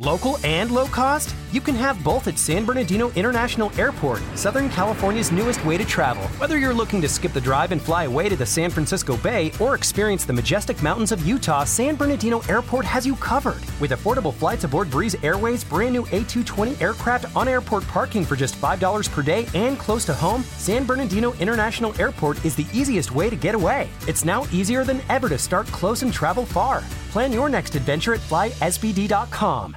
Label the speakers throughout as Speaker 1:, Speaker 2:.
Speaker 1: Local and low cost? You can have both at San Bernardino International Airport, Southern California's newest way to travel. Whether you're looking to skip the drive and fly away to the San Francisco Bay or experience the majestic mountains of Utah, San Bernardino Airport has you covered. With affordable flights aboard Breeze Airways' brand new A220 aircraft on airport parking for just $5 per day and close to home, San Bernardino International Airport is the easiest way to get away. It's now easier than ever to start close and travel far. Plan your next adventure at flysbd.com.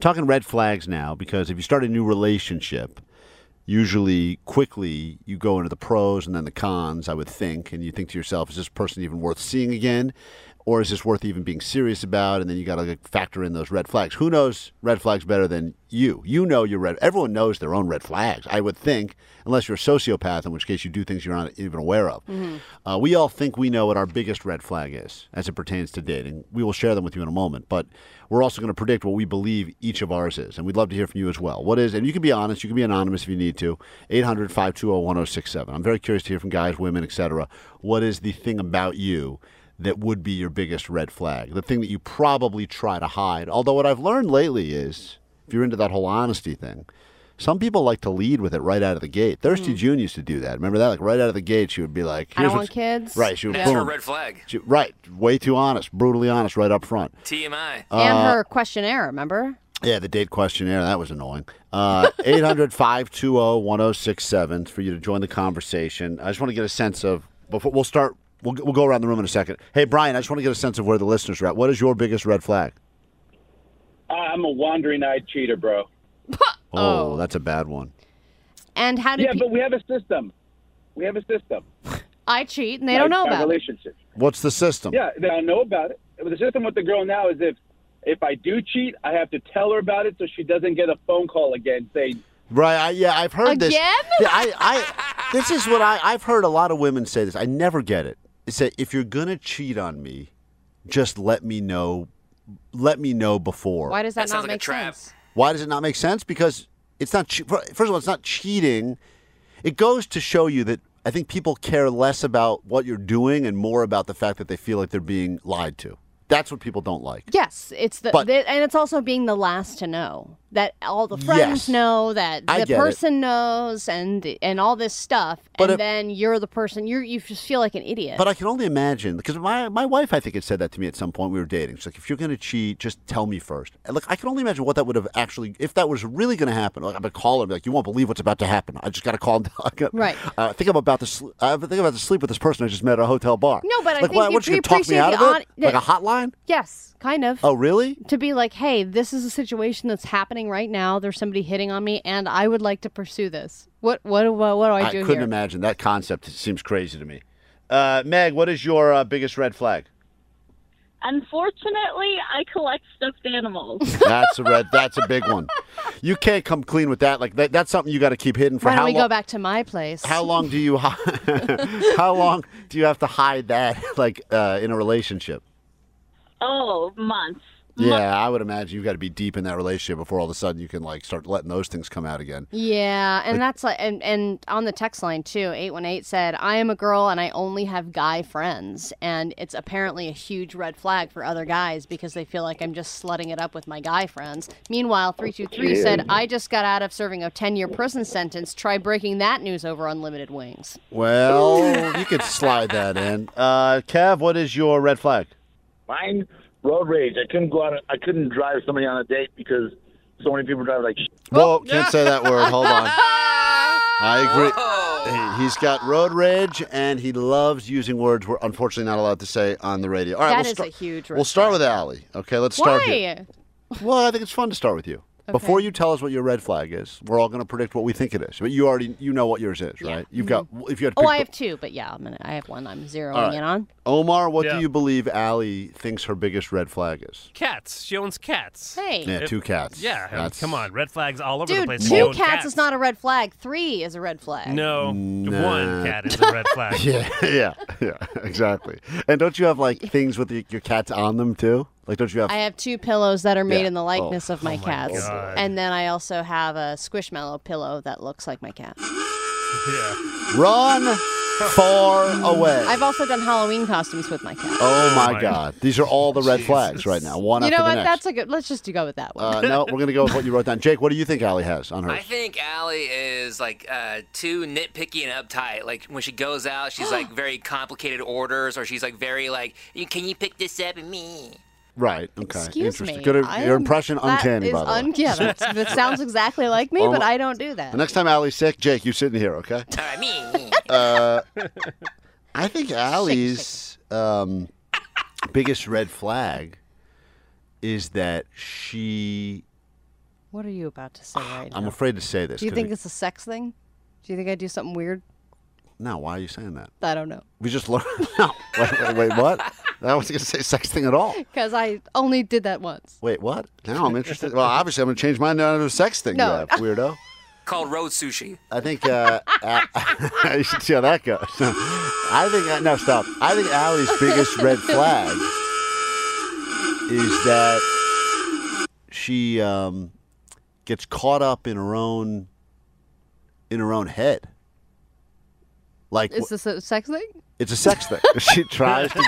Speaker 2: Talking red flags now because if you start a new relationship, usually quickly you go into the pros and then the cons, I would think, and you think to yourself, is this person even worth seeing again? Or is this worth even being serious about? And then you got to like, factor in those red flags. Who knows red flags better than you? You know your red. Everyone knows their own red flags, I would think, unless you're a sociopath, in which case you do things you're not even aware of.
Speaker 3: Mm-hmm.
Speaker 2: Uh, we all think we know what our biggest red flag is as it pertains to dating. We will share them with you in a moment, but we're also going to predict what we believe each of ours is. And we'd love to hear from you as well. What is, and you can be honest, you can be anonymous if you need to. 800 520 1067. I'm very curious to hear from guys, women, etc. What is the thing about you that would be your biggest red flag? The thing that you probably try to hide. Although, what I've learned lately is if you're into that whole honesty thing, some people like to lead with it right out of the gate. Thirsty June used to do that. Remember that? Like right out of the gate, she would be like,
Speaker 4: I don't want
Speaker 2: what's-"
Speaker 4: kids.
Speaker 2: Right, she would
Speaker 5: That's her
Speaker 2: boom.
Speaker 5: red flag.
Speaker 2: She- right, way too honest, brutally honest, right up front.
Speaker 5: TMI.
Speaker 4: and her questionnaire, remember?
Speaker 2: Yeah, the date questionnaire, that was annoying. Uh, 800 520 1067 for you to join the conversation. I just want to get a sense of, before we'll start, we'll, we'll go around the room in a second. Hey, Brian, I just want to get a sense of where the listeners are at. What is your biggest red flag?
Speaker 6: I'm a wandering eyed cheater, bro.
Speaker 2: Oh, that's a bad one.
Speaker 4: And how did
Speaker 6: Yeah,
Speaker 4: pe-
Speaker 6: but we have a system. We have a system.
Speaker 4: I cheat and they don't know about it?
Speaker 6: relationships.
Speaker 2: What's the system?
Speaker 6: Yeah, they don't know about it. The system with the girl now is if if I do cheat, I have to tell her about it so she doesn't get a phone call again saying,
Speaker 2: Right. I, yeah, I've heard this.
Speaker 4: Again?
Speaker 2: Yeah, I, I, this is what I, I've heard a lot of women say this. I never get it. It's that if you're going to cheat on me, just let me know. Let me know before.
Speaker 4: Why does that,
Speaker 5: That
Speaker 4: not
Speaker 5: sounds like a
Speaker 4: make
Speaker 5: trap.
Speaker 4: sense?
Speaker 2: Why does it not make sense? Because it's not. Che- first of all, it's not cheating. It goes to show you that I think people care less about what you're doing and more about the fact that they feel like they're being lied to. That's what people don't like.
Speaker 4: Yes, it's the,
Speaker 2: But-
Speaker 4: the and it's also being the last to know that all the
Speaker 2: Yes.
Speaker 4: friends know that
Speaker 2: I
Speaker 4: the
Speaker 2: get it.
Speaker 4: person knows and and all this stuff,
Speaker 2: But
Speaker 4: and
Speaker 2: if-
Speaker 4: then you're the person you you just feel like an idiot.
Speaker 2: But I can only imagine because my my wife, I think, had said that to me at some point. We were dating. She's like, "If you're going to cheat, just tell me first. And look, I can only imagine what that would have actually, if that was really going to happen. Like, I'm gonna call her, and be like, "You won't believe what's about to happen. I just got to call. and tell- I got-
Speaker 4: Right.
Speaker 2: Uh, I think I'm about to. Sl- I think I'm about to sleep with this person I just met at a hotel bar.
Speaker 4: No, but I
Speaker 2: like,
Speaker 4: think
Speaker 2: what,
Speaker 4: if
Speaker 2: what, she
Speaker 4: you
Speaker 2: could talk me
Speaker 4: appreciate
Speaker 2: out of
Speaker 4: the
Speaker 2: it,
Speaker 4: hon-
Speaker 2: like a hotline.
Speaker 4: yes, kind of.
Speaker 2: Oh, really?
Speaker 4: To be like, hey, this is a situation that's happening right now. There's somebody hitting on me, and I would like to pursue this. What what what, what do I do
Speaker 2: couldn't
Speaker 4: here?
Speaker 2: imagine that concept. seems crazy to me. Uh, Meg, what is your uh, biggest red flag?
Speaker 7: Unfortunately, I collect stuffed animals.
Speaker 2: That's a red. that's a big one. You can't come clean with that. Like that, that's something you got to keep hidden for
Speaker 4: Why
Speaker 2: how
Speaker 4: don't we
Speaker 2: long?
Speaker 4: go back to my place?
Speaker 2: How long do you hi- how long do you have to hide that like uh, in a relationship?
Speaker 7: oh, months.
Speaker 2: Yeah, I would imagine you've got to be deep in that relationship before all of a sudden you can like start letting those things come out again.
Speaker 4: Yeah, and that's like, and, and on the text line too, 818 said, I am a girl and I only have guy friends. And it's apparently a huge red flag for other guys because they feel like I'm just slutting it up with my guy friends. Meanwhile, 323 said, I just got out of serving a 10 year prison sentence. Try breaking that news over Unlimited Wings.
Speaker 2: Well, you could slide that in. Uh, Kev, what is your red flag?
Speaker 8: Mine, road rage. I couldn't go out. I couldn't drive somebody on a date because so many people drive like. shit.
Speaker 2: Whoa,
Speaker 4: Oh.
Speaker 2: can't say that word. Hold on. I agree.
Speaker 4: Oh.
Speaker 2: He- He's got road rage and he loves using words we're unfortunately not allowed to say on the radio. All right,
Speaker 4: That
Speaker 2: we'll
Speaker 4: is
Speaker 2: start-
Speaker 4: a huge red
Speaker 2: We'll start
Speaker 4: flag.
Speaker 2: with Allie. Okay, let's start
Speaker 4: Why?
Speaker 2: here. Well, I think it's fun to start with you. Before you tell us what your red flag is, we're all going to predict what we think it is. But you already you know what yours is, right? You've got if you had to
Speaker 4: Oh,
Speaker 2: pick
Speaker 4: I have two, but yeah, I'm gonna, I have one I'm zeroing
Speaker 2: All right.
Speaker 4: in on.
Speaker 2: Omar, what
Speaker 5: Yeah.
Speaker 2: do you believe Allie thinks her biggest red flag is?
Speaker 5: Cats. She owns cats.
Speaker 4: Hey,
Speaker 2: Yeah, two cats.
Speaker 5: Yeah, I mean,
Speaker 2: That's-
Speaker 5: come on. Red flags all over the
Speaker 4: dude,
Speaker 5: place. She
Speaker 4: two
Speaker 5: owns
Speaker 4: cats, is not a red flag. Three is a red flag.
Speaker 5: No,
Speaker 2: Nah.
Speaker 5: one cat is a red flag.
Speaker 2: Yeah, yeah, yeah, exactly. And don't you have like things with the, your cats on them too? Like, don't you have?
Speaker 4: I have two pillows that are made
Speaker 2: Yeah. Oh.
Speaker 4: in the likeness of my, cats,
Speaker 5: Oh God.
Speaker 4: and then I also have a squishmallow pillow that looks like my cat.
Speaker 5: Yeah.
Speaker 2: Run far away.
Speaker 4: I've also done Halloween costumes with my cat.
Speaker 2: oh my
Speaker 5: my-
Speaker 2: God, these are all the red flags right now. One
Speaker 4: you
Speaker 2: after
Speaker 4: know what?
Speaker 2: the next.
Speaker 4: That's a good. Let's just do- go with that one.
Speaker 2: uh, no, we're gonna go with what you wrote down. Jake, what do you think Allie has on her?
Speaker 9: I think Allie is like uh, too nitpicky and uptight. Like when she goes out, she's like very complicated orders, or she's like very like, "You- "Can you pick this up?" And me.
Speaker 2: Right. Okay.
Speaker 4: Excuse
Speaker 2: Interesting.
Speaker 4: me.
Speaker 2: Good.
Speaker 4: I
Speaker 2: Your
Speaker 4: am-
Speaker 2: impression
Speaker 4: that
Speaker 2: uncanny,
Speaker 4: is
Speaker 2: by the way.
Speaker 4: un- yeah, that's- that sounds exactly like me,
Speaker 2: Oh
Speaker 4: but
Speaker 2: my-
Speaker 4: I don't do that.
Speaker 2: The next time Allie's sick, Jake, you sit in here, okay? Uh,
Speaker 9: All right, me.
Speaker 2: I think Allie's um, biggest red flag is that she.
Speaker 4: What are you about to say right
Speaker 2: I'm
Speaker 4: now?
Speaker 2: afraid to say this.
Speaker 4: do you
Speaker 2: 'cause
Speaker 4: think
Speaker 2: it-
Speaker 4: it's a sex thing? Do you think I do something weird?
Speaker 2: No, why are you saying that?
Speaker 4: I don't know.
Speaker 2: We just learned. No. Wait, wait, wait what? I wasn't going to say sex thing at all.
Speaker 4: Because I only did that once.
Speaker 2: Wait, what? Now I'm interested. Well, obviously, I'm going to change mine down to a sex thing,
Speaker 4: No.
Speaker 2: you weirdo.
Speaker 9: Called road sushi.
Speaker 2: I think uh, A- you should see how that goes. I think uh, no, stop. I think Allie's biggest red flag is that she um, gets caught up in her own in her own head. Like
Speaker 4: Is this a sex thing?
Speaker 2: it's a sex thing. she tries to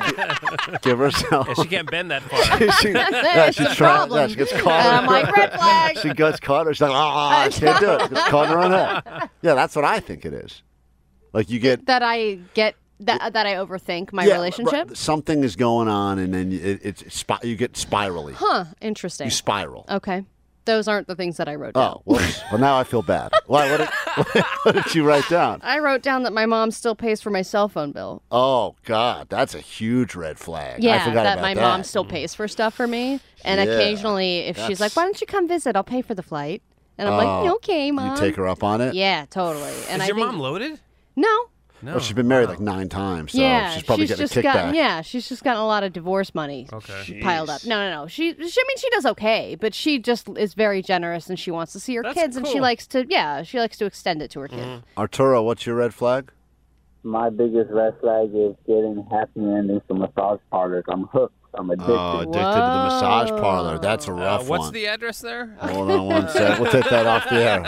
Speaker 2: gi- give herself.
Speaker 5: Yeah, she can't bend that far.
Speaker 2: she, yeah,
Speaker 4: That's
Speaker 2: she, tries,
Speaker 4: the
Speaker 2: yeah,
Speaker 4: problem.
Speaker 2: she gets
Speaker 4: And
Speaker 2: caught. up
Speaker 4: I'm
Speaker 2: in-
Speaker 4: like, red flag.
Speaker 2: she gets caught. She's like, ah, I can't do it. Gets caught in her own head. Yeah, that's what I think it is. Like you get
Speaker 4: That I get that that I overthink my
Speaker 2: yeah,
Speaker 4: relationship.
Speaker 2: right, something is going on, and then it, it's spi- you get spirally.
Speaker 4: Huh? Interesting.
Speaker 2: You spiral.
Speaker 4: okay, those aren't the things that I wrote down.
Speaker 2: Oh, well, well, now I feel bad. Why? What did, what did you write down?
Speaker 4: I wrote down that my mom still pays for my cell phone bill.
Speaker 2: Oh God, that's a huge red flag. I
Speaker 4: Yeah,
Speaker 2: forgot
Speaker 4: that
Speaker 2: about
Speaker 4: my
Speaker 2: that.
Speaker 4: mom still pays for stuff for me, and
Speaker 2: Yeah,
Speaker 4: occasionally if she's like,
Speaker 2: that's-
Speaker 4: "Why don't you come visit? I'll pay for the flight," and I'm
Speaker 2: Oh,
Speaker 4: like, "Okay, mom."
Speaker 2: You take her up on it.
Speaker 4: Yeah, totally. And
Speaker 5: is
Speaker 4: I
Speaker 5: your
Speaker 4: think
Speaker 5: mom loaded?
Speaker 4: no.
Speaker 5: No.
Speaker 2: Well, she's been married like nine times, so
Speaker 4: yeah,
Speaker 2: she's probably getting
Speaker 4: just
Speaker 2: a kickback.
Speaker 4: gotten yeah, she's just gotten a lot of divorce money
Speaker 5: Okay.
Speaker 4: piled up. No, no, no. She, she, I mean, she does okay, but she just is very generous and she wants to see her
Speaker 5: That's
Speaker 4: kids and she
Speaker 5: cool.
Speaker 4: likes to, yeah, she likes to extend it to her kids.
Speaker 2: Arturo, what's your red flag?
Speaker 10: My biggest red flag is getting happy endings from massage parlors. I'm hooked. I'm addicted.
Speaker 2: Oh, addicted to the massage parlor. That's a
Speaker 5: Uh,
Speaker 2: rough
Speaker 5: what's
Speaker 2: one.
Speaker 5: the address there?
Speaker 2: Hold on one sec. We'll take that off the air.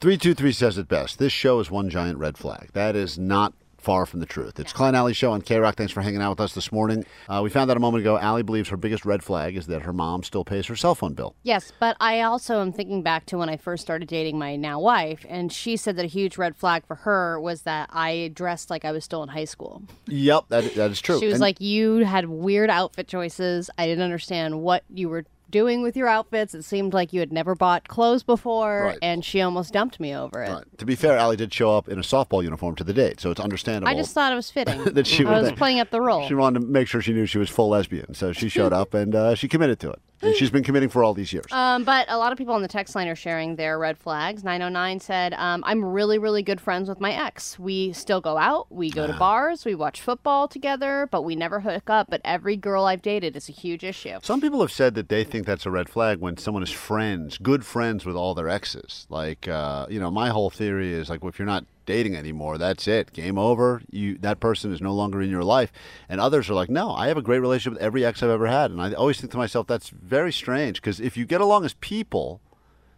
Speaker 2: 323 says it best. This show is one giant red flag. That is not far from the truth. It's Klein Alley Show on K Rock. Thanks for hanging out with us this morning. Uh, we found out a moment ago. Allie believes her biggest red flag is that her mom still pays her cell phone bill.
Speaker 4: Yes, but I also am thinking back to when I first started dating my now wife, and she said that a huge red flag for her was that I dressed like I was still in high school.
Speaker 2: Yep, that, that is true.
Speaker 4: She was
Speaker 2: And-
Speaker 4: like, You had weird outfit choices. I didn't understand what you were doing with your outfits. It seemed like you had never bought clothes before,
Speaker 2: Right.
Speaker 4: and she almost dumped me over it.
Speaker 2: All right. To be fair, Allie did show up in a softball uniform to the date, so it's understandable.
Speaker 4: I just thought it was fitting.
Speaker 2: That she
Speaker 4: I
Speaker 2: would
Speaker 4: was
Speaker 2: think.
Speaker 4: playing up the role.
Speaker 2: She wanted to make sure she knew she was full lesbian, so she showed up and uh, she committed to it. And she's been committing for all these years.
Speaker 4: Um, but a lot of people on the text line are sharing their red flags. 909 said, um, I'm really, really good friends with my ex. We still go out, we go to bars, we watch football together, but we never hook up. But every girl I've dated is a huge issue.
Speaker 2: Some people have said that they think that's a red flag when someone is friends, good friends with all their exes. Like, uh, you know, my whole theory is like, well, if you're not dating anymore, that's it, game over. You that person is no longer in your life. And others are like, no, I have a great relationship with every ex I've ever had, and I always think to myself that's very strange because if you get along as people,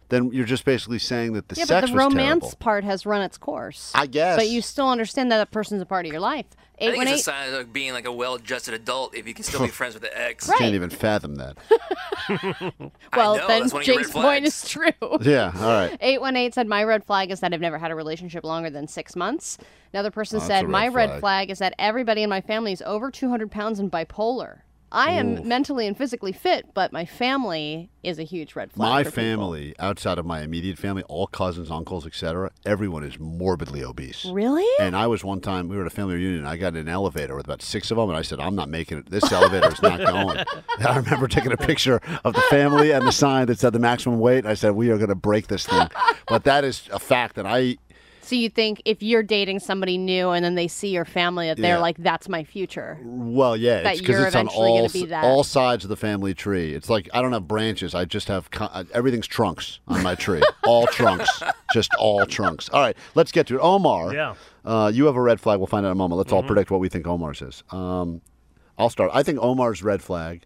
Speaker 2: then you're just basically saying that the
Speaker 4: yeah,
Speaker 2: sex
Speaker 4: but the
Speaker 2: was
Speaker 4: romance
Speaker 2: terrible.
Speaker 4: part has run its course.
Speaker 2: I guess.
Speaker 4: But you still understand that that person's a part of your life.
Speaker 9: I think it's a
Speaker 4: 818.
Speaker 9: sign of like, being like a well-adjusted adult if you can still be friends with the ex.
Speaker 4: Right.
Speaker 2: can't even fathom that.
Speaker 4: well,
Speaker 9: I know,
Speaker 4: then
Speaker 9: that's one of your
Speaker 4: Jake's
Speaker 9: red
Speaker 4: point is
Speaker 9: flags.
Speaker 4: true.
Speaker 2: yeah. All right.
Speaker 4: 818 said, My red flag is that I've never had a relationship longer than six months. Another person
Speaker 2: that's a
Speaker 4: said,
Speaker 2: red
Speaker 4: My red
Speaker 2: flag.
Speaker 4: flag is that everybody in my family is over 200 pounds and bipolar. I am mentally and physically fit, but my family is a huge red flag.
Speaker 2: My
Speaker 4: for people.
Speaker 2: family, outside of my immediate family, all cousins, uncles, etc., everyone is morbidly obese.
Speaker 4: Really?
Speaker 2: And I was one time, we were at a family reunion, and I got in an elevator with about six of them, and I said, I'm not making it. This elevator is not going. And I remember taking a picture of the family and the sign that said the maximum weight. I said, We are going to break this thing. But that is a fact that I,
Speaker 4: So you think if you're dating somebody new and then they see your family, that they're
Speaker 2: Yeah.
Speaker 4: like, "That's my future."
Speaker 2: well, yeah,
Speaker 4: That
Speaker 2: it's because
Speaker 4: you're
Speaker 2: it's on
Speaker 4: eventually gonna
Speaker 2: all,
Speaker 4: be
Speaker 2: s-
Speaker 4: that.
Speaker 2: all sides of the family tree. It's like I don't have branches, I just have con- everything's trunks on my tree. all trunks, just all trunks. All right, let's get to it. Omar.
Speaker 5: Yeah.
Speaker 2: Uh, you have a red flag. We'll find out in a moment. Let's all predict what we think Omar's is. Um, I'll start. I think Omar's red flag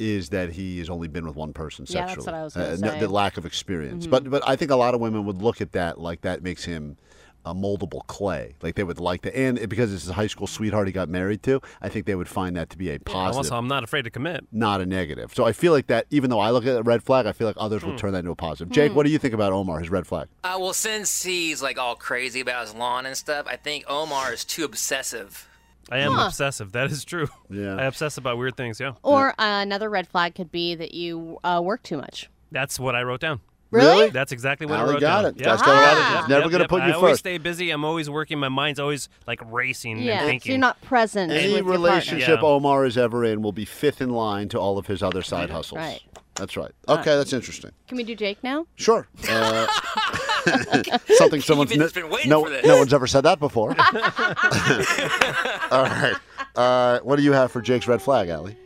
Speaker 2: is that he has only been with one person
Speaker 4: Yeah, that's
Speaker 2: sexually. Uh,
Speaker 4: what I was gonna
Speaker 2: no-
Speaker 4: say. Mm-hmm.
Speaker 2: The lack of experience. But but I think a lot of women would look at that like that makes him a moldable clay. Like they would like that. And it- because it's his high school sweetheart he got married to, I think they would find that to be a positive,
Speaker 5: Also, I'm not afraid to commit.
Speaker 2: not a negative. So I feel like that, even though I look at a red flag, I feel like others
Speaker 9: Hmm.
Speaker 2: will turn that into a positive. Jake, what do you think about Omar, his red flag?
Speaker 9: Uh, well, since he's like all crazy about his lawn and stuff, I think Omar is too obsessive.
Speaker 5: I am obsessive. That is true.
Speaker 2: Yeah.
Speaker 5: I obsess about weird things. Yeah.
Speaker 4: Or uh, another red flag could be that you uh, work too much.
Speaker 5: That's what I wrote down.
Speaker 2: Really?
Speaker 5: That's exactly what
Speaker 2: Allie
Speaker 5: I wrote
Speaker 2: got
Speaker 5: down.
Speaker 2: it. Guys got
Speaker 4: it.
Speaker 5: Yep,
Speaker 2: Never gonna put you
Speaker 5: I always
Speaker 2: first.
Speaker 5: stay busy. I'm always working. My mind's always like racing
Speaker 4: Yeah,
Speaker 5: and
Speaker 4: so
Speaker 5: thinking.
Speaker 4: you're not present.
Speaker 2: Any
Speaker 4: with your partner.
Speaker 2: relationship
Speaker 5: Yeah.
Speaker 2: Omar is ever in will be fifth in line to all of his other side hustles.
Speaker 4: Right.
Speaker 2: That's right. Okay, that's interesting.
Speaker 4: Can we do Jake now?
Speaker 2: Sure. Uh, something someone's
Speaker 9: You've just been waiting
Speaker 2: no,
Speaker 9: for this.
Speaker 2: no one's ever said that before. all right. Uh, what do you have for Jake's red flag, Allie?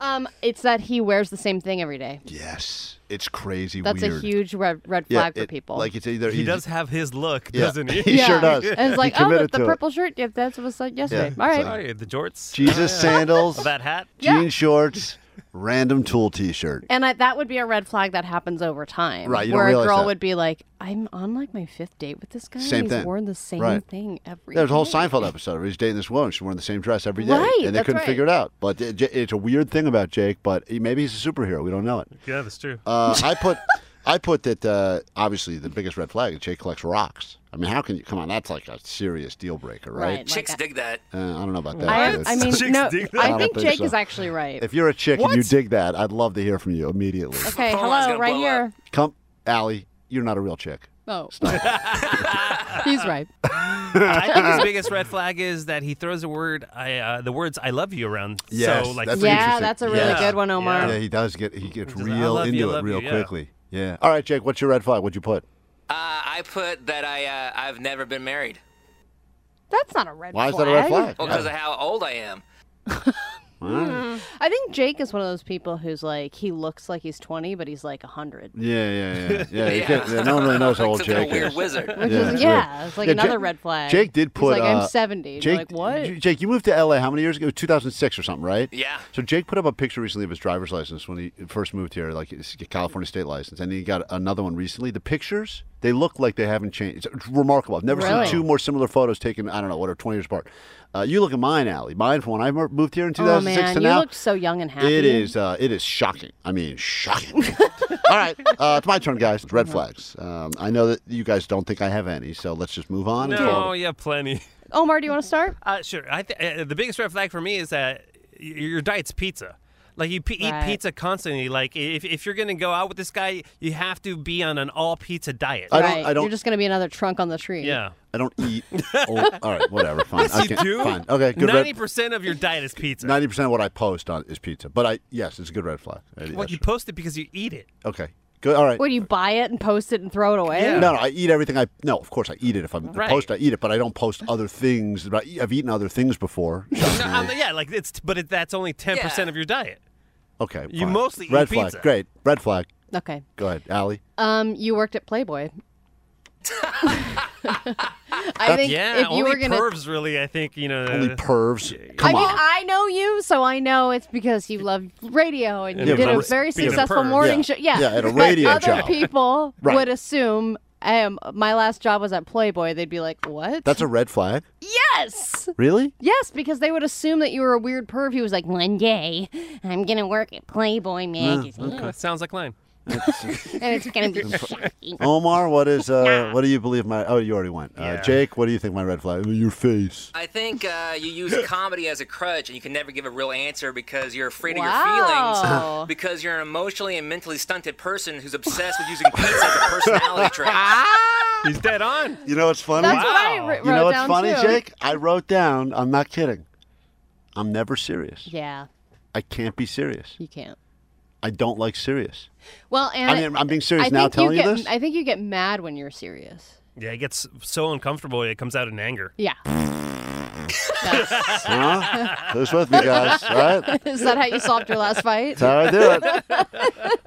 Speaker 4: Um, it's that he wears the same thing every day.
Speaker 2: Yes, it's crazy
Speaker 4: That's
Speaker 2: weird.
Speaker 4: a huge red, red
Speaker 2: Yeah,
Speaker 4: flag for
Speaker 2: it-
Speaker 4: people.
Speaker 2: Like it's either
Speaker 5: he
Speaker 2: he's-
Speaker 5: does have his look,
Speaker 2: Yeah.
Speaker 5: doesn't he?
Speaker 2: He sure does.
Speaker 4: And
Speaker 2: He
Speaker 4: it's like, oh,
Speaker 2: committed
Speaker 4: but the
Speaker 2: to it.
Speaker 4: purple shirt. Yeah, that's what I said yesterday.
Speaker 2: Yeah,
Speaker 4: All
Speaker 2: it's
Speaker 4: right.
Speaker 5: Sorry, the jorts.
Speaker 2: Jesus sandals,
Speaker 5: That hat.
Speaker 2: jean shorts, random tool T-shirt.
Speaker 4: And I, that would be a red flag that happens over time.
Speaker 2: Right, you don't
Speaker 4: where a
Speaker 2: realize
Speaker 4: girl
Speaker 2: that.
Speaker 4: would be like, I'm on like my fifth date with this guy.
Speaker 2: Same
Speaker 4: and
Speaker 2: thing.
Speaker 4: He's worn the same
Speaker 2: Right.
Speaker 4: thing every
Speaker 2: There's a whole
Speaker 4: day."
Speaker 2: Seinfeld episode where he's dating this woman. She's wearing the same dress every day,
Speaker 4: Right,
Speaker 2: and they
Speaker 4: that's
Speaker 2: couldn't
Speaker 4: right.
Speaker 2: figure it out. But it- it's a weird thing about Jake. But he, maybe he's a superhero. We don't know it.
Speaker 5: Yeah, that's true.
Speaker 2: Uh, I put, I put that. Uh, obviously, the biggest red flag is Jake collects rocks. I mean, how can you come on? That's like a serious deal breaker, right?
Speaker 4: Right. Like
Speaker 9: Chicks
Speaker 4: that.
Speaker 9: dig that.
Speaker 2: Uh, I don't know about that.
Speaker 4: I,
Speaker 2: It's-
Speaker 4: I mean,
Speaker 5: Chicks
Speaker 4: no,
Speaker 5: dig that.
Speaker 2: I
Speaker 4: I
Speaker 2: don't
Speaker 4: think
Speaker 2: think
Speaker 4: Jake
Speaker 2: so.
Speaker 4: is actually right.
Speaker 2: if you're a chick and you dig that, I'd love to hear from you immediately.
Speaker 4: okay,
Speaker 9: phone line's gonna
Speaker 4: hello, right
Speaker 9: blow
Speaker 4: here.
Speaker 2: Come, Allie, you're not a real chick.
Speaker 4: Oh. he's right.
Speaker 5: I think his biggest red flag is that he throws a word, I, uh, the words "I love you" around.
Speaker 2: Yes,
Speaker 5: so like
Speaker 2: that's
Speaker 5: freaks
Speaker 4: yeah,
Speaker 2: interesting.
Speaker 4: that's a really
Speaker 5: Yeah.
Speaker 4: good one, Omar.
Speaker 5: Yeah.
Speaker 2: Yeah, he does get he gets
Speaker 5: Just, I
Speaker 2: real
Speaker 5: love you,
Speaker 2: into
Speaker 5: I
Speaker 2: it
Speaker 5: love
Speaker 2: real
Speaker 5: you, yeah.
Speaker 2: quickly. yeah. All right, Jake, what's your red flag? What'd you put?
Speaker 9: Uh, I put that I uh, I've never been married.
Speaker 4: That's not a red
Speaker 2: Why
Speaker 4: flag.
Speaker 2: is that a red flag?
Speaker 9: Well, because of how old I am.
Speaker 4: I think Jake is one of those people who's like, he looks like he's 20, but he's like 100.
Speaker 2: Yeah, yeah, yeah. Yeah, you
Speaker 9: Yeah.
Speaker 2: can't- yeah, no one really knows how old
Speaker 9: Looks like
Speaker 2: Jake
Speaker 9: a weird
Speaker 2: is.
Speaker 9: wizard.
Speaker 4: Which
Speaker 2: Yeah,
Speaker 4: yeah,
Speaker 2: that's
Speaker 4: is,
Speaker 2: right.
Speaker 4: yeah, it's like
Speaker 2: Yeah,
Speaker 4: another
Speaker 2: Jake-
Speaker 4: red flag.
Speaker 2: Jake did put.
Speaker 4: He's like, I'm
Speaker 2: uh,
Speaker 4: 70. And you're
Speaker 2: Jake,
Speaker 4: like, what?
Speaker 2: J- Jake, you moved to LA how many years ago? 2006 or something, right?
Speaker 9: Yeah.
Speaker 2: So Jake put up a picture recently of his driver's license when he first moved here, like his California state license, and he got another one recently. The pictures they look like they haven't changed. It's remarkable. I've never
Speaker 4: Really?
Speaker 2: seen two more similar photos taken. I don't know what are 20 years apart. Uh, you look at mine, Allie. Mine from when I mer- moved here in
Speaker 4: oh,
Speaker 2: 2006
Speaker 4: man,
Speaker 2: to
Speaker 4: you
Speaker 2: now.
Speaker 4: look so young and happy.
Speaker 2: It is. Uh, it is shocking. I mean, shocking. All right, uh, it's my turn, guys. It's
Speaker 4: Uh-huh.
Speaker 2: red flags. Um, I know that you guys don't think I have any, so let's just move on. and
Speaker 5: No,
Speaker 2: call it-
Speaker 5: oh, yeah, plenty.
Speaker 4: Omar, do you want to start?
Speaker 5: Uh, sure. I th- uh, the biggest red flag for me is that y- your diet's pizza. Like you p-
Speaker 4: Right.
Speaker 5: eat pizza constantly. Like if, if you're gonna go out with this guy, you have to be on an all pizza diet.
Speaker 2: I don't.
Speaker 4: right.
Speaker 2: I don't.
Speaker 4: You're just going to be another trunk on the tree.
Speaker 5: yeah.
Speaker 2: I don't eat. Oh, all right, whatever. Fine.
Speaker 5: You
Speaker 2: okay,
Speaker 5: do?
Speaker 2: Fine. Okay. Good.
Speaker 5: Ninety
Speaker 2: red-
Speaker 5: percent of your diet is pizza.
Speaker 2: Ninety percent of what I post on is pizza, but I yes, it's a good red flag. It
Speaker 5: Well,
Speaker 2: is.
Speaker 5: you post it because you eat it.
Speaker 2: okay. Good. All right.
Speaker 4: What do you buy it and post it and throw it away?
Speaker 5: Yeah.
Speaker 2: No, no, I eat everything. I no, of course I eat it. If I'm
Speaker 5: Right.
Speaker 2: post, I eat it, but I don't post other things. that I, I've eaten other things before.
Speaker 5: No, I'm- yeah, like it's, but it, that's only ten percent
Speaker 9: Yeah.
Speaker 5: of your diet.
Speaker 2: Okay,
Speaker 5: You
Speaker 2: fine.
Speaker 5: mostly eat
Speaker 2: red flag.
Speaker 5: pizza.
Speaker 2: Great, red flag.
Speaker 4: Okay.
Speaker 2: Go ahead, Allie.
Speaker 4: Um, you worked at Playboy. I think
Speaker 5: Yeah,
Speaker 4: if you
Speaker 5: only
Speaker 4: were gonna,
Speaker 5: pervs really. I think you know.
Speaker 2: Only pervs.
Speaker 4: I
Speaker 2: Come
Speaker 4: mean,
Speaker 2: on.
Speaker 4: I know you, so I know it's because you love radio and you
Speaker 5: Yeah,
Speaker 4: did
Speaker 5: but I
Speaker 4: a
Speaker 5: was
Speaker 4: very
Speaker 5: being a
Speaker 4: successful
Speaker 5: perv.
Speaker 4: morning
Speaker 2: Yeah.
Speaker 4: show. Yeah,
Speaker 2: Yeah, at a
Speaker 4: but
Speaker 2: radio
Speaker 4: other
Speaker 2: job.
Speaker 4: people
Speaker 2: Right.
Speaker 4: would assume. Um, my last job was at Playboy. They'd be like, "What?"
Speaker 2: That's a red flag.
Speaker 4: yes,
Speaker 2: Really?
Speaker 4: yes, because they would assume that you were a weird perv. He was like, "One day, I'm gonna work at Playboy magazine."
Speaker 5: Sounds like mine.
Speaker 4: and it's gonna be shocking.
Speaker 2: Omar, what is uh, what do you believe my? Oh, you already went. Uh, Jake, what do you think my red flag? Your face.
Speaker 9: I think uh, you use comedy as a crutch, and you can never give a real answer because you're afraid of your
Speaker 4: Wow.
Speaker 9: feelings. Because you're an emotionally and mentally stunted person who's obsessed with using pizza as a personality trait.
Speaker 5: He's dead on.
Speaker 2: You know what's funny?
Speaker 4: That's what I
Speaker 5: Wow.
Speaker 4: wr- wrote
Speaker 2: you know what's
Speaker 4: down
Speaker 2: funny,
Speaker 4: too.
Speaker 2: Jake? I wrote down. I'm not kidding. I'm never serious.
Speaker 4: Yeah,
Speaker 2: I can't be serious.
Speaker 4: you can't.
Speaker 2: I don't like serious.
Speaker 4: Well, and
Speaker 2: I mean, I'm being serious
Speaker 4: I
Speaker 2: now
Speaker 4: think
Speaker 2: telling you
Speaker 4: get,
Speaker 2: this?
Speaker 4: I think you get mad when you're serious.
Speaker 5: Yeah, it gets so uncomfortable it comes out in anger.
Speaker 4: Yeah. That's-
Speaker 2: Huh? Who's with me, guys? All right.
Speaker 4: Is that how you solved your last fight?
Speaker 2: That's how I do it.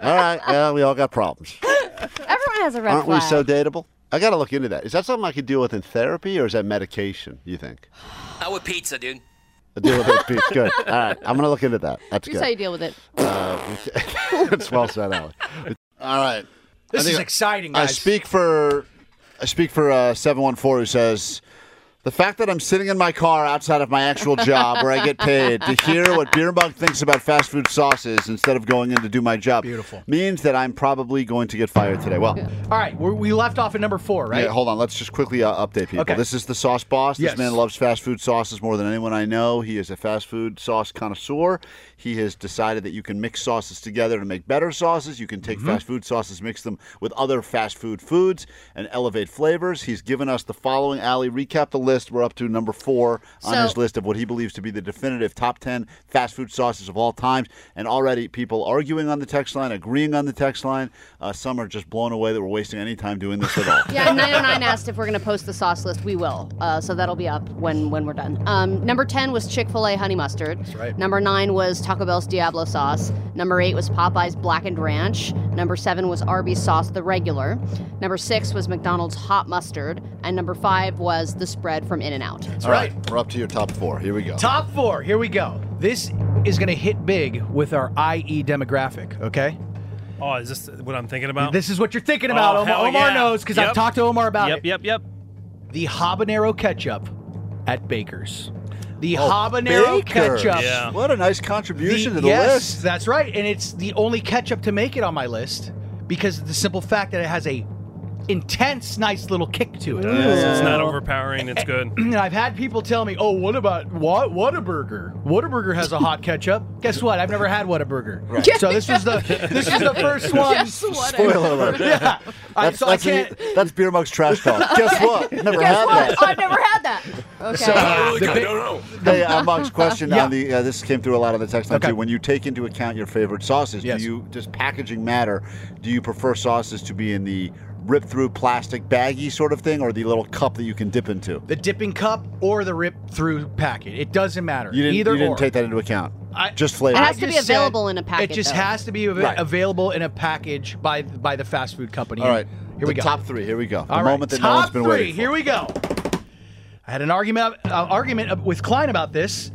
Speaker 2: All right. Well, we all got problems.
Speaker 4: Everyone has a red
Speaker 2: Aren't we
Speaker 4: flag.
Speaker 2: so dateable? I got to look into that. Is that something I could deal with in therapy, or is that medication? You think?
Speaker 9: I with pizza, dude.
Speaker 2: I deal with that piece. Good. All right. I'm gonna look into that. That's
Speaker 4: Here's how you
Speaker 2: good. Uh,
Speaker 4: deal with it.
Speaker 2: It's well said, Alan. All right.
Speaker 3: This
Speaker 2: think
Speaker 3: is
Speaker 2: I-
Speaker 3: exciting,
Speaker 2: I
Speaker 3: guys.
Speaker 2: speak for I speak for uh, seven one four who says the fact that I'm sitting in my car outside of my actual job where I get paid to hear what Beer Bug thinks about fast food sauces instead of going in to do my job
Speaker 3: Beautiful.
Speaker 2: means that I'm probably going to get fired today. Well,
Speaker 3: All right, we're, we left off at number four, right?
Speaker 2: yeah, hold on. Let's just quickly uh, update people.
Speaker 3: Okay.
Speaker 2: This is the Sauce Boss. This
Speaker 3: Yes.
Speaker 2: man loves fast food sauces more than anyone I know. He is a fast food sauce connoisseur. He has decided that you can mix sauces together to make better sauces. You can
Speaker 3: Mm-hmm.
Speaker 2: take fast food sauces, mix them with other fast food foods, and elevate flavors. He's given us the following. Alley, recap the list. We're up to number four on
Speaker 4: So-
Speaker 2: his list of what he believes to be the definitive top 10 fast food sauces of all time. And already people arguing on the text line, agreeing on the text line. Uh, some are just blown away that we're wasting any time doing this at all.
Speaker 4: Yeah, 909 asked if we're going to post the sauce list. We will. Uh, so that'll be up when, when we're done. Um, number 10 was Chick fil A honey mustard. That's
Speaker 3: right.
Speaker 4: Number 9 was Taco Bell's Diablo sauce. Number 8 was Popeye's Blackened Ranch. Number 7 was Arby's sauce, the regular. Number 6 was McDonald's hot mustard. And number 5 was the spread from In N Out.
Speaker 3: That's
Speaker 2: All
Speaker 3: right.
Speaker 2: we're up to your top four. Here we go.
Speaker 3: Top four. Here we go. This is going to hit big with our IE demographic. Okay.
Speaker 5: Oh, is this what I'm thinking about?
Speaker 3: This is what you're thinking about.
Speaker 5: Oh, hell
Speaker 3: Omar, Omar
Speaker 5: yeah.
Speaker 3: knows because I've
Speaker 5: Yep.
Speaker 3: talked to Omar about
Speaker 5: yep,
Speaker 3: it.
Speaker 5: yep, yep.
Speaker 3: The habanero ketchup at Baker's. The habanero
Speaker 2: Oh, Bakers.
Speaker 3: ketchup.
Speaker 5: Yeah.
Speaker 2: What a nice contribution to the
Speaker 3: yes,
Speaker 2: list.
Speaker 3: that's right. And it's the only ketchup to make it on my list because of the simple fact that it has a intense, nice little kick to it.
Speaker 5: Yeah, It's not overpowering. It's good.
Speaker 3: And I've had people tell me, "Oh, what about what Whataburger? Whataburger has a hot ketchup." Guess what? I've never had Whataburger. So this was the this was the first one.
Speaker 4: Yes, what?
Speaker 2: Spoiler alert.
Speaker 3: Yeah. I,
Speaker 2: That's,
Speaker 3: so I
Speaker 2: that's,
Speaker 3: can't.
Speaker 2: a- that's Beer Mug's trash talk. Guess what? Never had that. uh,
Speaker 4: I've Oh, never had that. Okay.
Speaker 11: Oh,
Speaker 3: the big-
Speaker 2: Hey, uh, Mug's question
Speaker 3: Yeah.
Speaker 2: on the uh, this came through a lot on the text line
Speaker 3: Okay.
Speaker 2: too. When you take into account your favorite sauces,
Speaker 3: Yes.
Speaker 2: do you does packaging matter? Do you prefer sauces to be in the rip through plastic baggy sort of thing, or the little cup that you can dip into?
Speaker 3: the dipping cup or the rip through packet. It doesn't matter.
Speaker 2: You didn't.
Speaker 3: Either
Speaker 2: you didn't
Speaker 3: or.
Speaker 2: take that into account.
Speaker 3: I-
Speaker 2: Just flavor.
Speaker 4: It has
Speaker 3: I
Speaker 4: to be
Speaker 3: just said
Speaker 4: available in a packet,
Speaker 3: It just
Speaker 4: though.
Speaker 3: has to be av-
Speaker 2: Right.
Speaker 3: available in a package by by the fast food company.
Speaker 2: All right.
Speaker 3: Here we
Speaker 2: The
Speaker 3: go.
Speaker 2: Top three. Here we go. The
Speaker 3: All right,
Speaker 2: moment that
Speaker 3: top
Speaker 2: no one's been
Speaker 3: three.
Speaker 2: waiting. for.
Speaker 3: Here we go. I had an argument uh, argument up with Klein about this.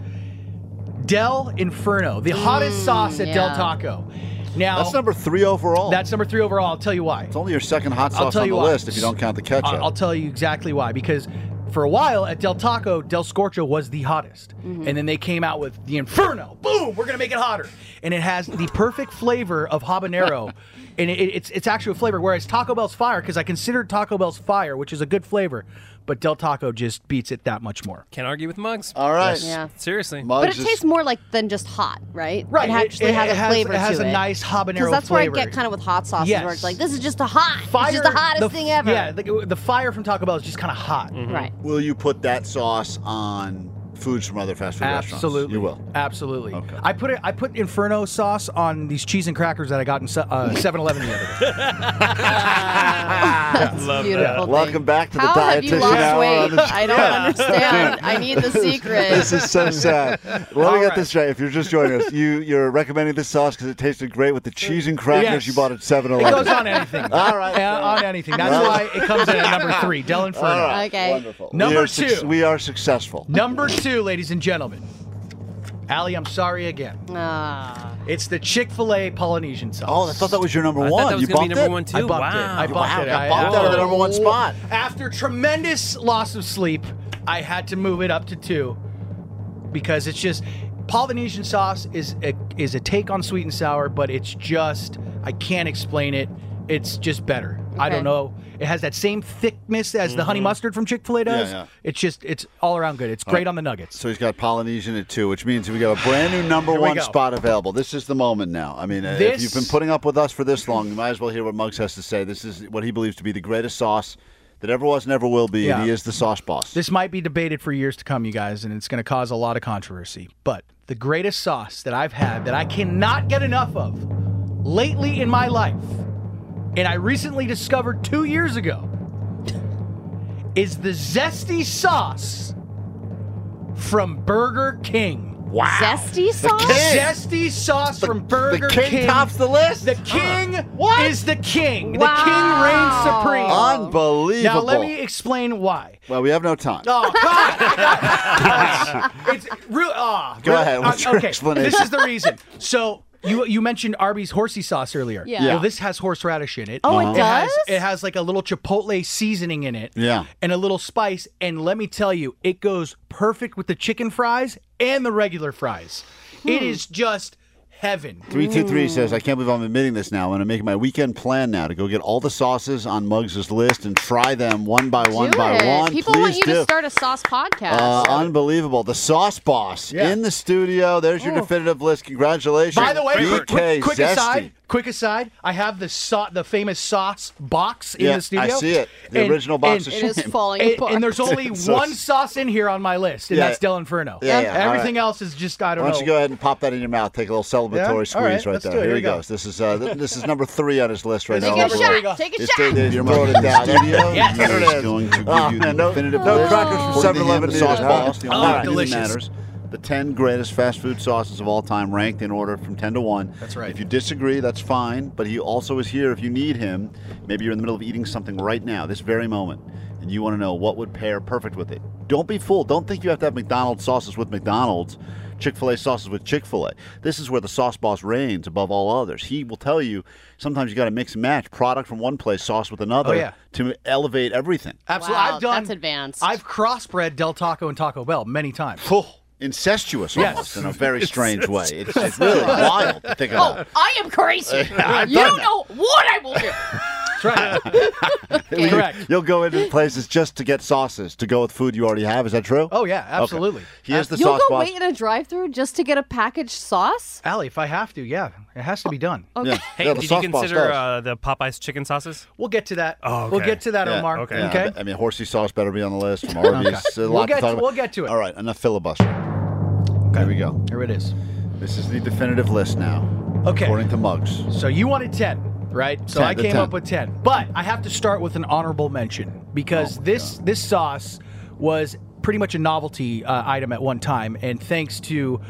Speaker 3: Del Inferno, the hottest sauce at Del
Speaker 4: Mm, yeah.
Speaker 3: Taco. Now
Speaker 2: That's number three overall.
Speaker 3: that's number three overall. I'll tell you why.
Speaker 2: It's only your second hot
Speaker 3: I'll
Speaker 2: sauce
Speaker 3: tell
Speaker 2: on
Speaker 3: you
Speaker 2: the
Speaker 3: why.
Speaker 2: list if you don't count the ketchup.
Speaker 3: I'll, I'll tell you exactly why. Because for a while at Del Taco, Del Scorcho was the hottest,
Speaker 4: Mm-hmm.
Speaker 3: and then they came out with the Inferno. Boom! We're gonna make it hotter, and it has the perfect flavor of habanero, and it, it's it's actual flavor. Whereas Taco Bell's fire, because I considered Taco Bell's fire, which is a good flavor, but Del Taco just beats it that much more.
Speaker 5: Can't argue with mugs.
Speaker 2: All right.
Speaker 4: Yeah.
Speaker 5: Seriously.
Speaker 4: But it
Speaker 2: Muggs is-
Speaker 4: tastes more like than just hot, right?
Speaker 3: Right,
Speaker 4: It
Speaker 3: it-
Speaker 4: actually
Speaker 3: it-
Speaker 4: has
Speaker 3: it
Speaker 4: a
Speaker 3: has-
Speaker 4: flavor
Speaker 3: it has
Speaker 4: to
Speaker 3: a
Speaker 4: it.
Speaker 3: nice habanero
Speaker 4: Because that's where I
Speaker 3: flavor.
Speaker 4: get kind of with hot sauces, where
Speaker 3: Yes.
Speaker 4: it's like this is just a hot,
Speaker 3: Fire
Speaker 4: it's just the hottest
Speaker 3: f-
Speaker 4: thing ever. Mm-hmm.
Speaker 3: Yeah, the, the fire from Taco Bell is just kind of hot.
Speaker 4: Right.
Speaker 2: Will you put that sauce on foods from other fast food restaurants?
Speaker 3: Absolutely,
Speaker 2: You will.
Speaker 3: Absolutely.
Speaker 2: Okay.
Speaker 3: I put it. I put Inferno sauce on these cheese and crackers that I got in 7-Eleven the other day.
Speaker 4: That's
Speaker 5: Love
Speaker 4: beautiful.
Speaker 2: Welcome back to the
Speaker 4: How have you
Speaker 2: dietitian
Speaker 4: lost
Speaker 2: hour on
Speaker 4: weight?
Speaker 2: this-
Speaker 4: I don't understand. I need the secret.
Speaker 2: This is so sad. Let me
Speaker 3: All
Speaker 2: get
Speaker 3: right.
Speaker 2: this right. If you're just joining us, you you're recommending this sauce because it tasted great with the cheese and crackers
Speaker 3: Yes.
Speaker 2: you bought at Seven
Speaker 3: It goes
Speaker 2: Eleven.
Speaker 3: on anything.
Speaker 2: All right.
Speaker 3: Uh, on anything. That's why it comes in at number three, Del Inferno.
Speaker 4: okay.
Speaker 3: Number
Speaker 2: we are suc-
Speaker 3: two.
Speaker 2: we are successful.
Speaker 3: Number two, ladies and gentlemen. Allie, I'm sorry again.
Speaker 4: Ah.
Speaker 3: It's the Chick Fil A Polynesian sauce.
Speaker 2: Oh, I thought that was your number
Speaker 5: I
Speaker 2: one.
Speaker 5: thought that was
Speaker 2: you
Speaker 5: gonna
Speaker 2: bumped
Speaker 5: be number
Speaker 2: it?
Speaker 5: one too.
Speaker 3: I bumped
Speaker 5: wow.
Speaker 3: it. I bumped
Speaker 2: Wow,
Speaker 3: it.
Speaker 2: got bumped out of the number one spot.
Speaker 3: After tremendous loss of sleep, I had to move it up to two because it's just Polynesian sauce is a, is a take on sweet and sour, but it's just I can't explain it. It's just better. I
Speaker 11: Okay.
Speaker 3: don't know. It has that same thickness as the honey
Speaker 5: Mm-hmm.
Speaker 2: Mhm.
Speaker 3: mustard from Chick Fil A does.
Speaker 2: Yeah, yeah.
Speaker 3: It's just it's all around good. It's great on the nuggets.
Speaker 2: So he's got Polynesian at two, which means we got a brand new number
Speaker 3: Here we
Speaker 2: one
Speaker 3: go.
Speaker 2: spot available. This is the moment now. I mean, uh, if
Speaker 3: This-
Speaker 2: you've been putting up with us for this long, you might as well hear what Muggs has to say. This is what he believes to be the greatest sauce that ever was and ever will be, and
Speaker 3: Yeah.
Speaker 2: he is the sauce boss.
Speaker 3: This might be debated for years to come, you guys, and it's going to cause a lot of controversy. But the greatest sauce that I've had that I cannot get enough of lately in my life, and I recently discovered two years ago, is the zesty sauce from Burger King. Wow.
Speaker 4: Zesty sauce?
Speaker 2: king.
Speaker 3: Zesty sauce from Burger
Speaker 2: king tops
Speaker 3: the list. The king is the king. The king reigns supreme. Now
Speaker 2: Unbelievable.
Speaker 3: let me explain why.
Speaker 2: well, we have no time.
Speaker 3: Oh, God. it's real. ah,
Speaker 2: Go
Speaker 3: real-
Speaker 2: ahead, what's your
Speaker 3: okay.
Speaker 2: explanation?
Speaker 3: This is the reason. So. You, you mentioned Arby's horsey sauce earlier.
Speaker 2: Yeah. Yeah.
Speaker 3: Well, this has horseradish in it.
Speaker 2: Oh, it
Speaker 3: It has,
Speaker 2: does?
Speaker 3: it has like a little chipotle seasoning in it.
Speaker 2: Yeah.
Speaker 3: And a little spice. And let me tell you, it goes perfect with the chicken fries and the regular fries. It
Speaker 2: Hmm.
Speaker 3: is just heaven.
Speaker 2: 323 says, I can't believe I'm admitting this now. I'm going to make my weekend plan now to go get all the sauces on Muggs' list and try them one by one
Speaker 4: Do
Speaker 2: by
Speaker 4: it.
Speaker 2: one.
Speaker 4: People
Speaker 2: Please
Speaker 4: want you
Speaker 2: do.
Speaker 4: to start a sauce podcast.
Speaker 2: Uh, unbelievable. The Sauce Boss in the studio. There's your definitive list. Congratulations.
Speaker 3: By the way,
Speaker 2: BK
Speaker 3: quick, quick, quick
Speaker 2: Zesty.
Speaker 3: aside, quick aside, I have the sa- the famous sauce box in
Speaker 2: Yeah, I
Speaker 3: the studio.
Speaker 2: see it. The original box
Speaker 3: and-
Speaker 2: of It is shame. falling
Speaker 3: and,
Speaker 2: apart.
Speaker 3: And there's only
Speaker 2: So-
Speaker 3: one sauce in here on my list, and
Speaker 2: Yeah.
Speaker 3: that's Del Inferno.
Speaker 2: Yeah, yeah, all right.
Speaker 3: Everything else is just I don't
Speaker 2: Why don't
Speaker 3: know.
Speaker 2: you go ahead and pop that in your mouth? Take a little
Speaker 3: Yeah?
Speaker 2: celebratory
Speaker 3: All right,
Speaker 2: squeeze right,
Speaker 3: let's
Speaker 2: there.
Speaker 3: do it.
Speaker 2: Here,
Speaker 3: Here
Speaker 2: he
Speaker 3: we go.
Speaker 2: goes. This is uh, th- this is number three on his list right
Speaker 3: Take
Speaker 2: now.
Speaker 3: a shot,
Speaker 4: take a
Speaker 2: It's
Speaker 4: shot.
Speaker 2: Dave, You're throwing it down. Studio.
Speaker 3: Yes.
Speaker 2: Here it is. Oh, man, no, no crackers from 7-Eleven.
Speaker 3: needed,
Speaker 2: Sauce
Speaker 3: huh?
Speaker 2: balls. The
Speaker 3: Oh,
Speaker 2: only thing that
Speaker 3: delicious.
Speaker 2: matters. The 10 greatest fast food sauces of all time, ranked in order from 10 to 1. That's right. If you disagree, that's fine, but he also is here if you need him. Maybe you're in the middle of eating something right now, this very moment, and you want to know what would pair perfect with it. Don't be fooled. Don't think you have to have McDonald's sauces with McDonald's, Chick fil A sauces with Chick fil A. This is where the sauce boss reigns above all others. He will tell you sometimes you got to mix and match product from one place, sauce with another
Speaker 3: Oh, yeah.
Speaker 2: to elevate everything.
Speaker 3: Absolutely,
Speaker 4: Wow,
Speaker 3: I've done.
Speaker 4: that's advanced.
Speaker 3: I've crossbred Del Taco and Taco Bell many times.
Speaker 2: Incestuous
Speaker 3: Yes.
Speaker 2: almost in a very strange way. It's,
Speaker 3: Incestuous.
Speaker 2: it's really wild to think about.
Speaker 4: oh, I am crazy.
Speaker 2: I've
Speaker 4: you
Speaker 2: done
Speaker 4: don't know what I will do.
Speaker 2: You- You'll go into places just to get sauces to go with food you already have. Is that true?
Speaker 3: Oh, yeah,
Speaker 2: Okay.
Speaker 3: absolutely.
Speaker 2: He is the
Speaker 4: You'll
Speaker 2: sauce
Speaker 4: go
Speaker 2: boss.
Speaker 4: wait in a drive-through just to get a packaged sauce? Oh,
Speaker 3: Allie, if I have to, yeah, it has to be done.
Speaker 4: Okay. Yeah.
Speaker 5: Hey,
Speaker 2: Yeah, the
Speaker 5: did you
Speaker 2: sauce boss
Speaker 5: consider
Speaker 2: does.
Speaker 5: uh, the Popeyes chicken sauces?
Speaker 3: We'll get to that.
Speaker 5: Oh,
Speaker 3: We'll
Speaker 5: okay.
Speaker 3: get to that,
Speaker 2: Yeah,
Speaker 3: Omar.
Speaker 2: yeah,
Speaker 3: okay?
Speaker 2: I mean, horsey sauce better be on the list from Arby's. There's a
Speaker 3: We'll
Speaker 2: lot
Speaker 3: get
Speaker 2: to talk
Speaker 3: to-
Speaker 2: about.
Speaker 3: we'll get to it.
Speaker 2: All right, enough filibuster. There we go.
Speaker 3: Here it is.
Speaker 2: This is the definitive list now.
Speaker 3: Okay.
Speaker 2: According to Muggs.
Speaker 3: So you wanted 10, right? So
Speaker 2: 10,
Speaker 3: I
Speaker 2: the
Speaker 3: came
Speaker 2: 10.
Speaker 3: up with 10. But I have to start with an honorable mention because this this sauce was pretty much a novelty uh, item at one time and thanks to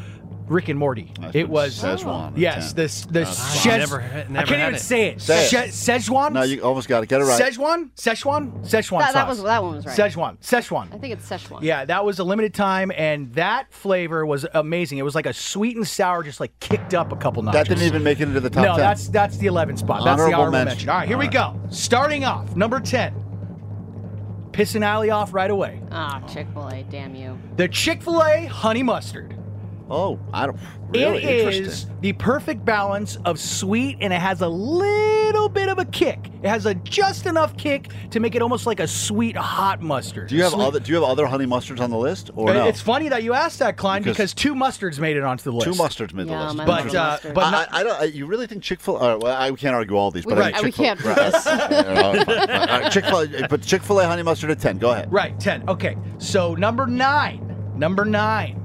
Speaker 3: Rick and Morty. it was
Speaker 2: Szechuan at
Speaker 3: Yes,
Speaker 2: 10.
Speaker 3: this the
Speaker 2: That's
Speaker 3: Shez-
Speaker 2: fine. Uh, Never had-
Speaker 3: I
Speaker 2: never
Speaker 3: can't
Speaker 2: had
Speaker 3: even
Speaker 2: it.
Speaker 3: say it.
Speaker 2: Say it.
Speaker 3: Shez- Szechuan?
Speaker 2: No, you almost got it. Get it right.
Speaker 3: Szechuan? Szechuan? Szechuan
Speaker 4: That- that
Speaker 3: sauce.
Speaker 4: was- that one was right.
Speaker 3: Szechuan. Szechuan.
Speaker 4: I think it's Szechuan.
Speaker 3: Yeah, that was a limited time, and that flavor was amazing. It was like a sweet and sour, just like kicked up a couple notches.
Speaker 2: That didn't even make it into the top
Speaker 3: no,
Speaker 2: 10.
Speaker 3: that's that's the 11 spot. That's the
Speaker 2: Honorable
Speaker 3: honorable
Speaker 2: mention.
Speaker 3: mention. All right, here we go. Starting off, number 10. Pissing Alley off right away.
Speaker 4: Ah, Chick-fil-A, damn you.
Speaker 3: The Chick fil A honey mustard.
Speaker 2: Oh, I don't.
Speaker 3: it is the perfect balance of sweet and it has a little bit of a kick. It has a just enough kick to make it almost like a sweet hot mustard.
Speaker 2: Do you have
Speaker 3: Sweet-
Speaker 2: other? Do you have other honey mustards on the list or
Speaker 3: Uh,
Speaker 2: no?
Speaker 3: It's funny that you asked that, Klein,
Speaker 2: Because-
Speaker 3: because, two mustards made it onto the list.
Speaker 2: Two mustards made the list.
Speaker 3: But uh, but not,
Speaker 2: I, I don't. I, you really think Chick Fil? Uh, well, I, we can't argue all these,
Speaker 3: We-
Speaker 2: but I
Speaker 3: right, we
Speaker 2: think Chick-fil-
Speaker 3: can't do this.
Speaker 2: Chick Fil, but Chick Fil A honey mustard at ten. Go ahead.
Speaker 3: Right, 10. Okay. So number nine. Number nine.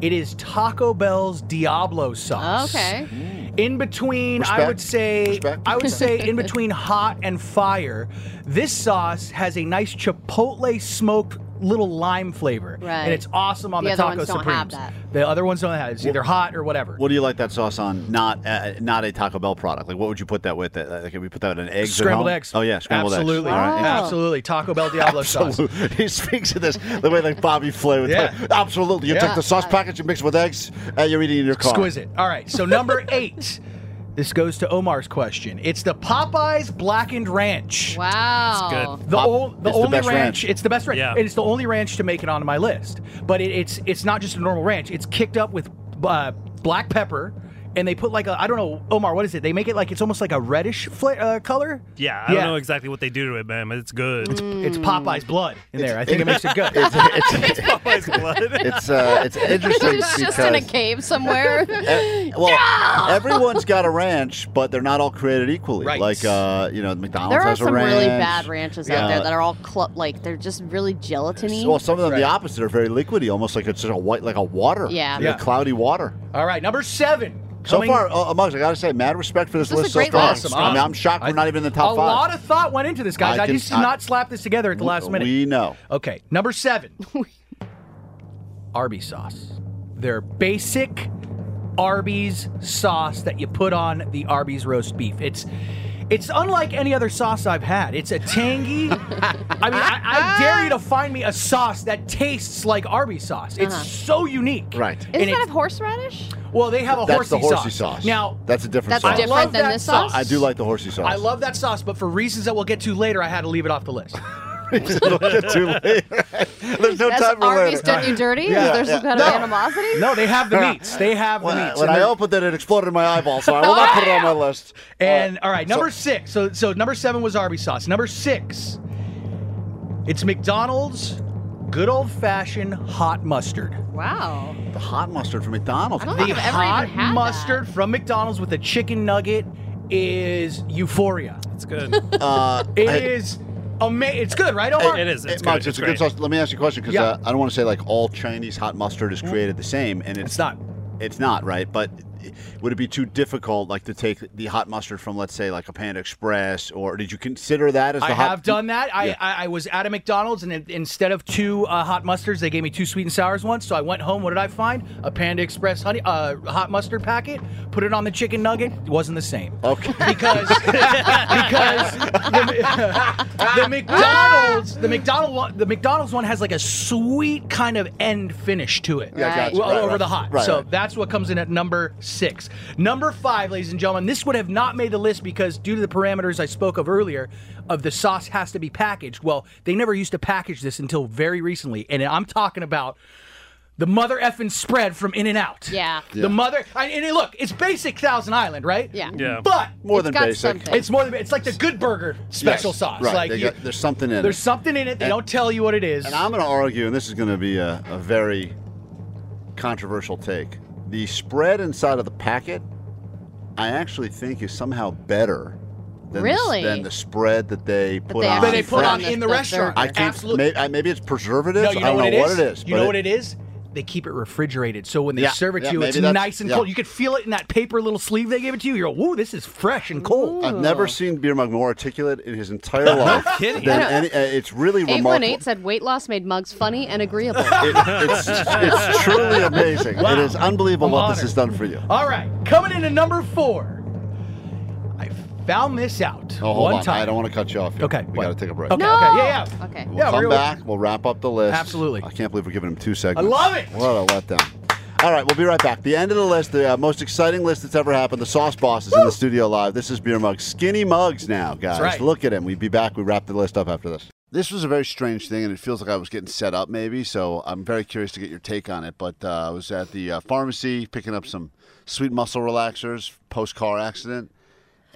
Speaker 3: It is Taco Bell's Diablo sauce.
Speaker 4: Okay.
Speaker 2: Mm.
Speaker 3: In between, I
Speaker 4: Respect.
Speaker 3: would say I would say in between hot and fire, this sauce has a nice chipotle smoked little lime flavor.
Speaker 4: Right.
Speaker 3: And it's awesome on
Speaker 4: The
Speaker 3: the,
Speaker 4: other
Speaker 3: taco
Speaker 4: ones don't
Speaker 3: supremes.
Speaker 4: have that.
Speaker 3: The other ones don't have it. It's either hot or whatever.
Speaker 2: What do you like that sauce on? Not uh, not a Taco Bell product. Like what would you put that with? Uh, like, can we put that in eggs? at
Speaker 3: Scrambled
Speaker 2: home?
Speaker 3: eggs.
Speaker 2: Oh yeah, scrambled
Speaker 3: Absolutely.
Speaker 2: eggs. All right,
Speaker 4: Oh.
Speaker 2: interesting.
Speaker 3: Absolutely. Taco Bell Diablo sauce.
Speaker 2: Absolute- He speaks of this the way like Bobby Flay would.
Speaker 3: Yeah.
Speaker 2: Like, Absolutely. You
Speaker 3: Yeah.
Speaker 2: take the sauce package, you mix it with eggs, and you're eating in your car.
Speaker 3: Exquisite. All right. So number eight. This goes to Omar's question. It's the Popeyes Blackened Ranch.
Speaker 4: Wow.
Speaker 3: The, ol- the
Speaker 2: it's the
Speaker 3: only
Speaker 2: best
Speaker 3: ranch,
Speaker 2: ranch.
Speaker 3: It's the best ranch. And it's the only ranch to make it onto my list. But it, it's it's not just a normal ranch. It's kicked up with uh, black pepper and they put like a I don't know Omar, what is it? They make it like it's almost like a reddish fla- uh, color.
Speaker 5: Yeah, I
Speaker 3: Yeah.
Speaker 5: don't know exactly what they do to it, man, but it's good. It's,
Speaker 4: Mm.
Speaker 3: It's Popeye's blood in there. I think it makes it good.
Speaker 2: It's,
Speaker 5: Popeye's blood.
Speaker 2: It's uh, it's interesting
Speaker 4: It's
Speaker 2: because
Speaker 4: just in a cave somewhere.
Speaker 2: E- well, everyone's got a ranch, but they're not all created equally.
Speaker 4: Right.
Speaker 2: Like uh, you know, McDonald's
Speaker 4: there are
Speaker 2: has a
Speaker 4: some
Speaker 2: ranch.
Speaker 4: really bad ranches
Speaker 2: Yeah.
Speaker 4: out there that are all clu- like they're just really gelatiny.
Speaker 2: Well, some of them the opposite are very liquidy, almost like it's just a white, like a water,
Speaker 4: Yeah.
Speaker 2: like
Speaker 4: Yeah.
Speaker 2: cloudy water.
Speaker 3: All right, number seven.
Speaker 2: So
Speaker 3: Coming-
Speaker 2: far, uh, amongst, I gotta say, mad respect for this,
Speaker 3: This is
Speaker 2: list
Speaker 3: a
Speaker 2: so
Speaker 3: great
Speaker 2: far.
Speaker 3: list. Awesome,
Speaker 2: I mean,
Speaker 3: awesome.
Speaker 2: I'm shocked we're not even in the top
Speaker 3: a
Speaker 2: five.
Speaker 3: lot of thought went into this, guys.
Speaker 2: I
Speaker 3: I,
Speaker 2: can-
Speaker 3: just did
Speaker 2: I-
Speaker 3: not slap this together at the last minute.
Speaker 2: We know.
Speaker 3: Okay, number seven. Arby's sauce. Their basic Arby's sauce that you put on the Arby's roast beef. It's it's unlike any other sauce I've had. It's a tangy. I mean, I, I dare you to find me a sauce that tastes like Arby's sauce. It's
Speaker 4: Uh-huh.
Speaker 3: so unique. Right.
Speaker 4: Isn't that of horseradish?
Speaker 3: Well, they have a
Speaker 2: That's the
Speaker 3: horsey
Speaker 2: horsey
Speaker 3: sauce.
Speaker 2: sauce.
Speaker 3: Now
Speaker 2: that's a
Speaker 3: That's
Speaker 2: different sauce.
Speaker 3: different I love than that this sauce. sauce.
Speaker 2: I do like the horsey sauce.
Speaker 3: I love that sauce, but for reasons that we'll get to later, I had to leave it off the list.
Speaker 2: It'll get too late. There's no
Speaker 3: That's
Speaker 2: time for
Speaker 3: Arby's
Speaker 2: later.
Speaker 3: done you dirty? Is Yeah, there some yeah. kind of No.
Speaker 4: animosity?
Speaker 3: No, they have the meats. They have the
Speaker 2: when,
Speaker 3: meats.
Speaker 2: When
Speaker 3: And
Speaker 2: I
Speaker 3: they're-
Speaker 2: opened it, it exploded in my eyeball, so I will not put it on my list.
Speaker 3: And all right, number six. So so number seven was Arby's sauce. Number six, it's McDonald's good old fashioned hot mustard.
Speaker 4: Wow.
Speaker 2: The hot mustard from McDonald's.
Speaker 3: The hot mustard from McDonald's with a chicken nugget is euphoria. It's
Speaker 5: good.
Speaker 2: Uh,
Speaker 3: It
Speaker 2: I-
Speaker 3: is amazing. It's good, right, Omar?
Speaker 2: Mark, it's, a good sauce. Let me ask you a question because
Speaker 3: Yeah. Hmm?
Speaker 2: uh, I don't want to say like all Chinese hot mustard is created the same, and it's,
Speaker 3: not.
Speaker 2: It's not right, but i- would it be too difficult, like to take the hot mustard from, let's say, like a Panda Express, or did you consider that as the
Speaker 3: I
Speaker 2: hot?
Speaker 3: have done that. I,
Speaker 2: Yeah.
Speaker 3: I, I was at a McDonald's, and in- instead of two uh, hot mustards, they gave me two sweet and sours once. So I went home. What did I find? A Panda Express honey uh, hot mustard packet. Put it on the chicken nugget. It wasn't the same.
Speaker 2: Okay.
Speaker 3: Because because the, the McDonald's the McDonald one, the McDonald's one has like a sweet kind of end finish to it.
Speaker 2: Yeah, gotcha.
Speaker 3: Well,
Speaker 2: Right,
Speaker 3: over
Speaker 2: right.
Speaker 3: the hot.
Speaker 2: Right,
Speaker 3: so
Speaker 2: right.
Speaker 3: that's what comes in at number six. Number five, ladies and gentlemen, this would have not made the list because due to the parameters I spoke of earlier, of the sauce has to be packaged. Well, they never used to package this until very recently, and I'm talking about the mother effing spread from In and Out.
Speaker 4: Yeah.
Speaker 3: The mother, I, and it- look, it's basic Thousand Island, right?
Speaker 4: Yeah.
Speaker 2: Yeah.
Speaker 3: But
Speaker 2: More It's than got basic. something.
Speaker 3: It's more than it's like the Good Burger special
Speaker 2: Yes,
Speaker 3: sauce.
Speaker 2: Right.
Speaker 3: Like
Speaker 2: they
Speaker 3: you-
Speaker 2: got- there's something in
Speaker 3: there's
Speaker 2: it.
Speaker 3: something in it. They
Speaker 2: And-
Speaker 3: don't tell you what it is.
Speaker 2: And I'm going to argue, and this is going to be a, a very controversial take. The spread inside of the packet, I actually think is somehow better than,
Speaker 4: Really?
Speaker 2: the, than the spread that they put
Speaker 4: they
Speaker 2: on.
Speaker 4: actually That they put on
Speaker 2: fresh.
Speaker 4: in the The- the restaurant.
Speaker 2: I can't,
Speaker 3: Absolutely.
Speaker 2: Maybe, maybe it's preservative.
Speaker 3: No, you know
Speaker 2: I don't
Speaker 3: what
Speaker 2: know
Speaker 3: it
Speaker 2: what
Speaker 3: is?
Speaker 2: it is.
Speaker 3: You know what it is? They keep it refrigerated, so when they
Speaker 2: Yeah,
Speaker 3: serve it
Speaker 2: yeah,
Speaker 3: to you, it's
Speaker 2: maybe that's-
Speaker 3: nice and
Speaker 2: yeah.
Speaker 3: cold. You could feel it in that paper little sleeve they gave it to you. You're, woo, this is fresh and cold.
Speaker 2: I've never seen Beer Mug more articulate in his entire life.
Speaker 3: kidding.
Speaker 2: Than
Speaker 4: I know.
Speaker 2: any, uh, it's really remarkable.
Speaker 4: 818 said weight loss made mugs funny and agreeable.
Speaker 2: It- it's, it's truly amazing. It is unbelievable what this has done for you.
Speaker 3: All right, coming in at number four. I found this out
Speaker 2: Oh,
Speaker 3: one
Speaker 2: hold on.
Speaker 3: time.
Speaker 2: I don't want to cut you off. Here. Okay, we got to take a break.
Speaker 3: Okay, okay, yeah, yeah.
Speaker 4: Okay.
Speaker 2: We'll
Speaker 3: yeah,
Speaker 2: come
Speaker 3: we're-
Speaker 2: back. We'll wrap up the list.
Speaker 3: Absolutely.
Speaker 2: I can't believe we're giving him two segments.
Speaker 3: love it.
Speaker 2: What a letdown. All right, we'll be right back. The end of the list, the uh, most exciting list that's ever happened. The Sauce Boss is in the studio live. This is Beer Mug. Skinny Mugs now, guys.
Speaker 3: right.
Speaker 2: Look at him. We'd be back. We wrap the list up after this. This was a very strange thing, and it feels like I was getting set up maybe, so I'm very curious to get your take on it. But uh, I was at the uh, pharmacy picking up some sweet muscle relaxers post car accident.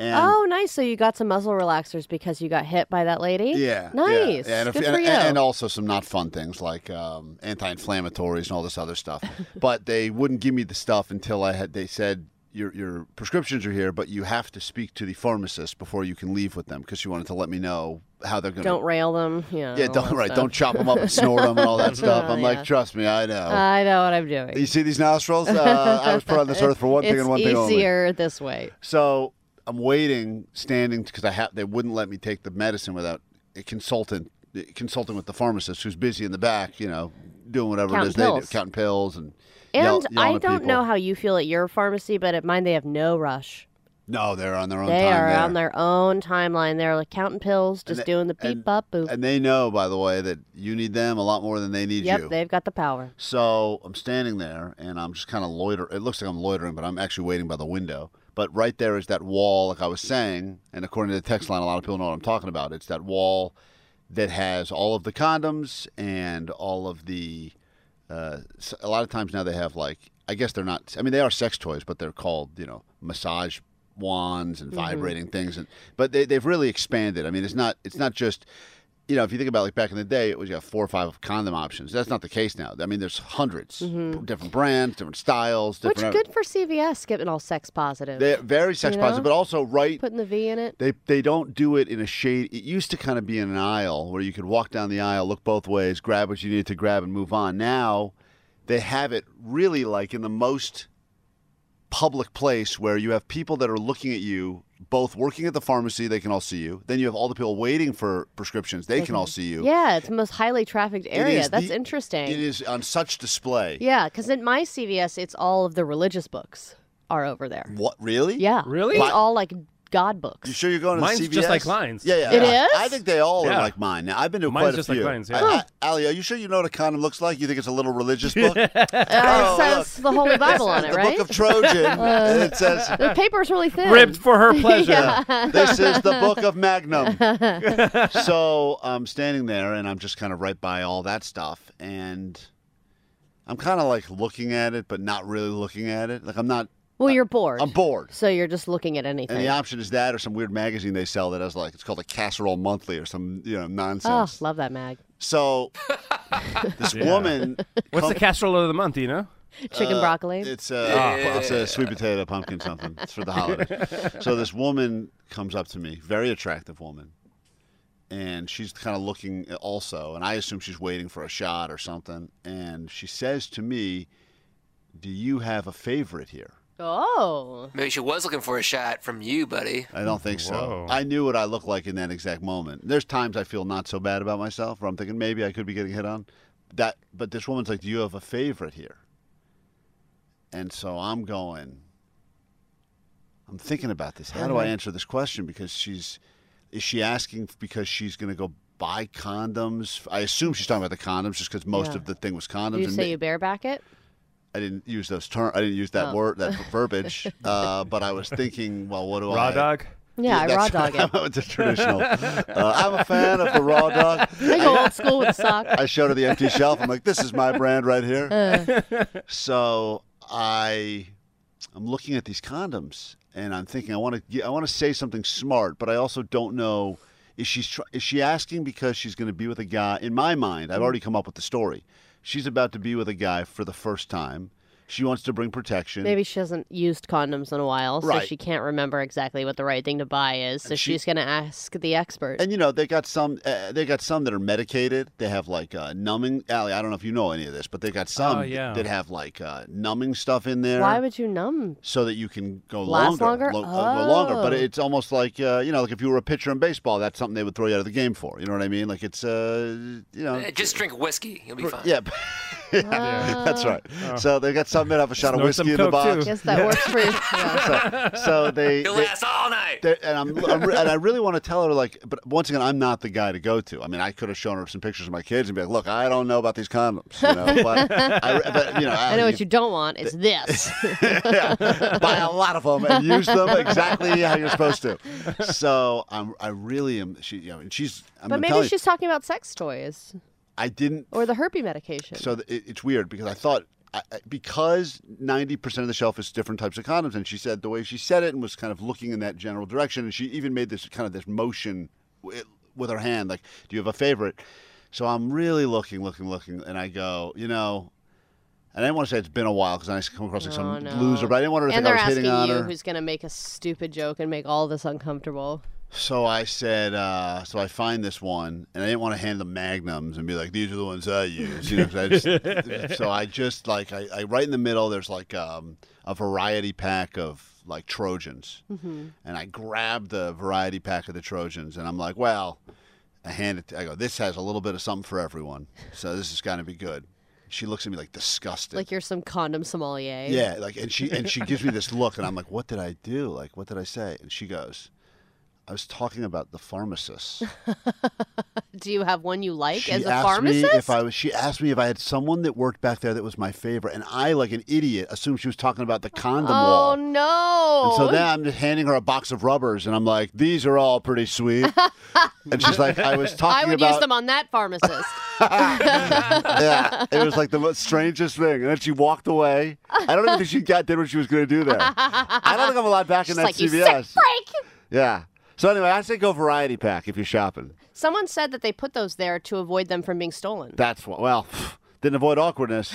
Speaker 2: And
Speaker 11: oh, nice. So you got some muscle relaxers because you got hit by that lady?
Speaker 2: Yeah.
Speaker 11: Nice.
Speaker 2: Yeah. And, a-
Speaker 11: Good
Speaker 2: and-
Speaker 11: for you.
Speaker 2: and also some not fun things like um, anti-inflammatories and all this other stuff. but they wouldn't give me the stuff until I had. They said your your prescriptions are here, but you have to speak to the pharmacist before you can leave with them because she wanted to let me know how they're going to.
Speaker 11: don't rail them. Yeah.
Speaker 2: Yeah,
Speaker 11: all
Speaker 2: don't
Speaker 11: that
Speaker 2: right.
Speaker 11: stuff.
Speaker 2: Don't chop them up and snort them and all that stuff.
Speaker 11: Oh,
Speaker 2: I'm like,
Speaker 11: yeah. Uh,
Speaker 2: trust me, I know.
Speaker 11: I know what I'm doing.
Speaker 2: you see these nostrils? Uh, I was put on this earth for one thing
Speaker 11: It's
Speaker 2: and one thing only.
Speaker 11: easier this way.
Speaker 2: So I'm waiting, standing, because I have. They wouldn't let me take the medicine without a consultant, consulting with the pharmacist who's busy in the back, you know, doing whatever
Speaker 11: Counting
Speaker 2: it is they do,
Speaker 11: pills.
Speaker 2: counting pills and.
Speaker 11: And
Speaker 2: yell- yelling
Speaker 11: I
Speaker 2: at
Speaker 11: don't
Speaker 2: people.
Speaker 11: know how you feel at your pharmacy, but at mine they have no rush.
Speaker 2: No, they're on their own.
Speaker 11: They
Speaker 2: time
Speaker 11: are
Speaker 2: there.
Speaker 11: on their own timeline. They're like counting pills, just
Speaker 2: they-
Speaker 11: doing the beep up boop.
Speaker 2: And they know, by the way, that you need them a lot more than they need
Speaker 11: Yep,
Speaker 2: you.
Speaker 11: they've got the power.
Speaker 2: So I'm standing there and I'm just kind of loiter. It looks like I'm loitering, but I'm actually waiting by the window. But right there is that wall, like I was saying, and according to the text line, a lot of people know what I'm talking about. It's that wall that has all of the condoms and all of the. Uh, s- a lot of times now they have like I guess they're not. I mean, they are sex toys, but they're called you know massage wands and
Speaker 12: Mhm.
Speaker 2: vibrating things. And but they they've really expanded. I mean, it's not it's not just you know if you think about like back in the day, it was you have four or five condom options. That's not the case now. I mean, there's 100s
Speaker 4: Mhm.
Speaker 2: different brands, different styles,
Speaker 4: Which
Speaker 2: different.
Speaker 4: good for CVS, getting all sex positive.
Speaker 2: They're very sex
Speaker 4: You
Speaker 2: positive,
Speaker 4: know?
Speaker 2: but also right
Speaker 4: Putting the V in it.
Speaker 2: They they don't do it in a shade. It used to kind of be in an aisle where you could walk down the aisle, look both ways, grab what you needed to grab, and move on. Now they have it really like in the most public place where you have people that are looking at you, both working at the pharmacy, they can all see you. Then you have all the people waiting for prescriptions, they can all see you.
Speaker 4: Mm-hmm. Yeah, it's the most highly trafficked
Speaker 2: It
Speaker 4: area.
Speaker 2: is
Speaker 4: That's
Speaker 2: the-
Speaker 4: interesting.
Speaker 2: It is on such display.
Speaker 4: Yeah, because in my CVS, it's all of the religious books are over there.
Speaker 2: What really?
Speaker 4: Yeah, It's
Speaker 2: Why-
Speaker 4: all like God books.
Speaker 2: You sure you're going to
Speaker 13: Mine's
Speaker 2: CVS?
Speaker 13: just like Klein's.
Speaker 2: Yeah, yeah.
Speaker 4: It
Speaker 2: yeah.
Speaker 4: is?
Speaker 2: I think they all
Speaker 13: Yeah.
Speaker 2: are like mine. Now I've been to
Speaker 13: Mine's
Speaker 2: quite a
Speaker 13: just like
Speaker 2: few.
Speaker 13: Klein's, yeah.
Speaker 2: I- I- Ali, are you sure you know what a condom looks like? You think it's a little religious book?
Speaker 4: Uh, it says the Holy Bible on it,
Speaker 2: Oh, the
Speaker 4: right?
Speaker 2: Book of Trojan.
Speaker 4: Uh,
Speaker 2: and it says
Speaker 4: the paper's really thin. Yeah.
Speaker 2: This is the book of Magnum. so I'm standing there, and I'm just kind of right by all that stuff, and I'm kind of like looking at it, but not really looking at it. Like I'm not.
Speaker 4: Well, you're bored.
Speaker 2: I'm bored.
Speaker 4: So you're just looking at anything.
Speaker 2: And the option is that, or some weird magazine they sell that has like it's called a Casserole Monthly or some you know
Speaker 4: oh,
Speaker 2: nonsense.
Speaker 4: love that mag.
Speaker 2: So this
Speaker 13: Yeah.
Speaker 2: woman,
Speaker 13: What's
Speaker 2: come-
Speaker 13: the casserole of the month? Do you know?
Speaker 4: Chicken
Speaker 2: uh,
Speaker 4: broccoli.
Speaker 2: It's a
Speaker 11: Ah.
Speaker 13: Yeah.
Speaker 2: it's a sweet potato pumpkin something. It's for the holiday. so this woman comes up to me, very attractive woman, and she's kind of looking also, and I assume she's waiting for a shot or something. And she says to me, "Do you have a favorite here?"
Speaker 4: Oh.
Speaker 9: Maybe she was looking for a shot from you, buddy.
Speaker 2: I don't think
Speaker 9: Whoa.
Speaker 2: so. I knew what I looked like in that exact moment. There's times I feel not so bad about myself, where I'm thinking maybe I could be getting hit on. That, but this woman's like, "Do you have a favorite here?" And so I'm going. I'm thinking about this. How do I
Speaker 4: Uh-huh.
Speaker 12: Mhm.
Speaker 2: answer this question? Because she's, is she asking because she's going to go buy condoms? I assume she's talking about the condoms, just because most
Speaker 4: Yeah.
Speaker 2: of the thing was condoms.
Speaker 4: Do you
Speaker 2: and
Speaker 4: say
Speaker 2: ma-
Speaker 4: you bareback it?
Speaker 2: I didn't use those term. I didn't use that
Speaker 4: Oh.
Speaker 2: word, that verbiage. Uh, but I was thinking, well, what do
Speaker 13: Raw
Speaker 2: I?
Speaker 13: dog?
Speaker 4: Yeah, I
Speaker 2: that's
Speaker 4: raw dog
Speaker 2: right.
Speaker 4: it.
Speaker 2: it's a traditional. Uh, I'm a fan of the raw dog.
Speaker 4: I go old school with a sock.
Speaker 2: I showed her the empty shelf. I'm like, this is my brand right here.
Speaker 4: Uh.
Speaker 2: So I, I'm looking at these condoms, and I'm thinking, I want to, I want to say something smart, but I also don't know. Is she tr- is she asking because she's going to be with a guy? In my mind, I've already come up with the story. She's about to be with a guy for the first time. She wants to bring protection.
Speaker 4: Maybe she hasn't used condoms in a while, so
Speaker 2: Right.
Speaker 4: she can't remember exactly what the right thing to buy is. So
Speaker 2: she-
Speaker 4: she's going to ask the expert.
Speaker 2: And you know they got some. Uh, they got some that are medicated. They have like uh, numbing. Allie, I don't know if you know any of this, but they got some
Speaker 4: Oh, yeah.
Speaker 2: that have like uh, numbing stuff in there.
Speaker 4: Why would you numb?
Speaker 2: so that you can go
Speaker 4: Last
Speaker 2: longer,
Speaker 4: longer?
Speaker 2: lo- uh, go longer. But
Speaker 4: Oh.
Speaker 2: it's almost like uh, you know, like if you were a pitcher in baseball, that's something they would throw you out of the game for. You know what I mean? Like it's uh, you know,
Speaker 9: Uh, Just drink whiskey. You'll be fine.
Speaker 2: yeah,
Speaker 4: Ah.
Speaker 2: yeah, that's right. so they got some that have a shot of
Speaker 13: Snort Oh. some
Speaker 2: whiskey in the
Speaker 13: Coke, too.
Speaker 2: box.
Speaker 13: Yes, that works
Speaker 4: for you.
Speaker 2: so, so they.
Speaker 9: You'll
Speaker 2: they-
Speaker 9: last all night.
Speaker 2: they- and I'm, I'm re- and I really want to tell her like, but once again, I'm not the guy to go to. I mean, I could have shown her some pictures of my kids and be like, "Look, I don't know about these condoms, you know." But, I, but you know,
Speaker 4: I know what you don't want is this.
Speaker 2: buy a lot of them and use them exactly how you're supposed to. So I'm, I really am. She, you know, and she's. I'm
Speaker 4: but
Speaker 2: gonna
Speaker 4: maybe
Speaker 2: tell you,
Speaker 4: she's Oh, talking about sex toys
Speaker 2: I didn't
Speaker 4: or the herpes medication.
Speaker 2: so th- it, it's weird because I thought I, I- because ninety percent of the shelf is different types of condoms, and she said the way she said it and was kind of looking in that general direction, and she even made this kind of this motion w- with her hand, like, "Do you have a favorite?" So I'm really looking, looking, looking, and I go, you know. And I didn't want to say it's been a while because I come across like some loser, but I didn't want her to
Speaker 4: Oh, and
Speaker 2: think I
Speaker 4: they're
Speaker 2: was
Speaker 4: asking
Speaker 2: hitting on
Speaker 4: you
Speaker 2: her.
Speaker 4: who's going to make a stupid joke and make all this uncomfortable.
Speaker 2: So I said, uh, so I find this one, and I didn't want to hand them magnums and be like, these are the ones I use. You know, 'cause I just, so I just like, I, I right in the middle, there's like um, a variety pack of like Trojans,
Speaker 4: Mm-hmm.
Speaker 12: Mhm.
Speaker 2: and I grabbed the variety pack of the Trojans, and I'm like, well, I hand it. I go, this has a little bit of something for everyone, so this is gonna be good. She looks at me like disgusted.
Speaker 4: Like you're some condom sommelier.
Speaker 2: Yeah, like and she and she gives me this look and I'm like, "What did I do? Like what did I say?" And she goes, "I was talking about the pharmacist."
Speaker 4: Do you have one you like
Speaker 2: she
Speaker 4: as a
Speaker 2: asked
Speaker 4: pharmacist?
Speaker 2: me if I was she asked me if I had someone that worked back there that was my favorite and I like an idiot assumed she was talking about the condom
Speaker 4: oh
Speaker 2: wall.
Speaker 4: no!
Speaker 2: And so then I'm just handing her a box of rubbers and I'm like, "These are all pretty sweet." and she's like, "I was talking
Speaker 4: I would
Speaker 2: about
Speaker 4: use them on that pharmacist.
Speaker 2: yeah, it was like the most strangest thing. And then she walked away. I don't even think she got did what she was going to do there. I don't think I'm allowed back in
Speaker 4: She's
Speaker 2: that
Speaker 4: like, "You sick
Speaker 2: CVS.
Speaker 4: freak!"
Speaker 2: Yeah. So anyway, I say go variety pack if you're shopping.
Speaker 4: Someone said that they put those there to avoid them from being stolen.
Speaker 2: That's what. Well, didn't avoid awkwardness.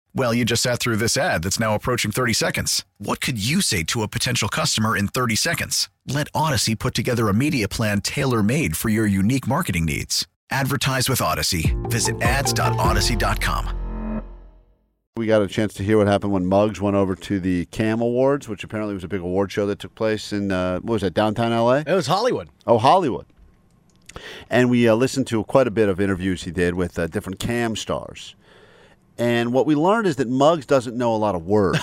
Speaker 14: Well, you just sat through this ad that's now approaching 30 seconds. What could you say to a potential customer in 30 seconds? Let Odyssey put together a media plan tailor made for your unique marketing needs. Advertise with Odyssey. Visit ads.odyssey.com.
Speaker 2: We got a chance to hear what happened when Muggs went over to the CAM Awards, which apparently was a big award show that took place in, uh, what was that, downtown LA? It
Speaker 3: was Hollywood.
Speaker 2: Oh, Hollywood. And we uh, listened to quite a bit of interviews he did with uh, different CAM stars. And what we learned is that Muggs doesn't know a lot of words.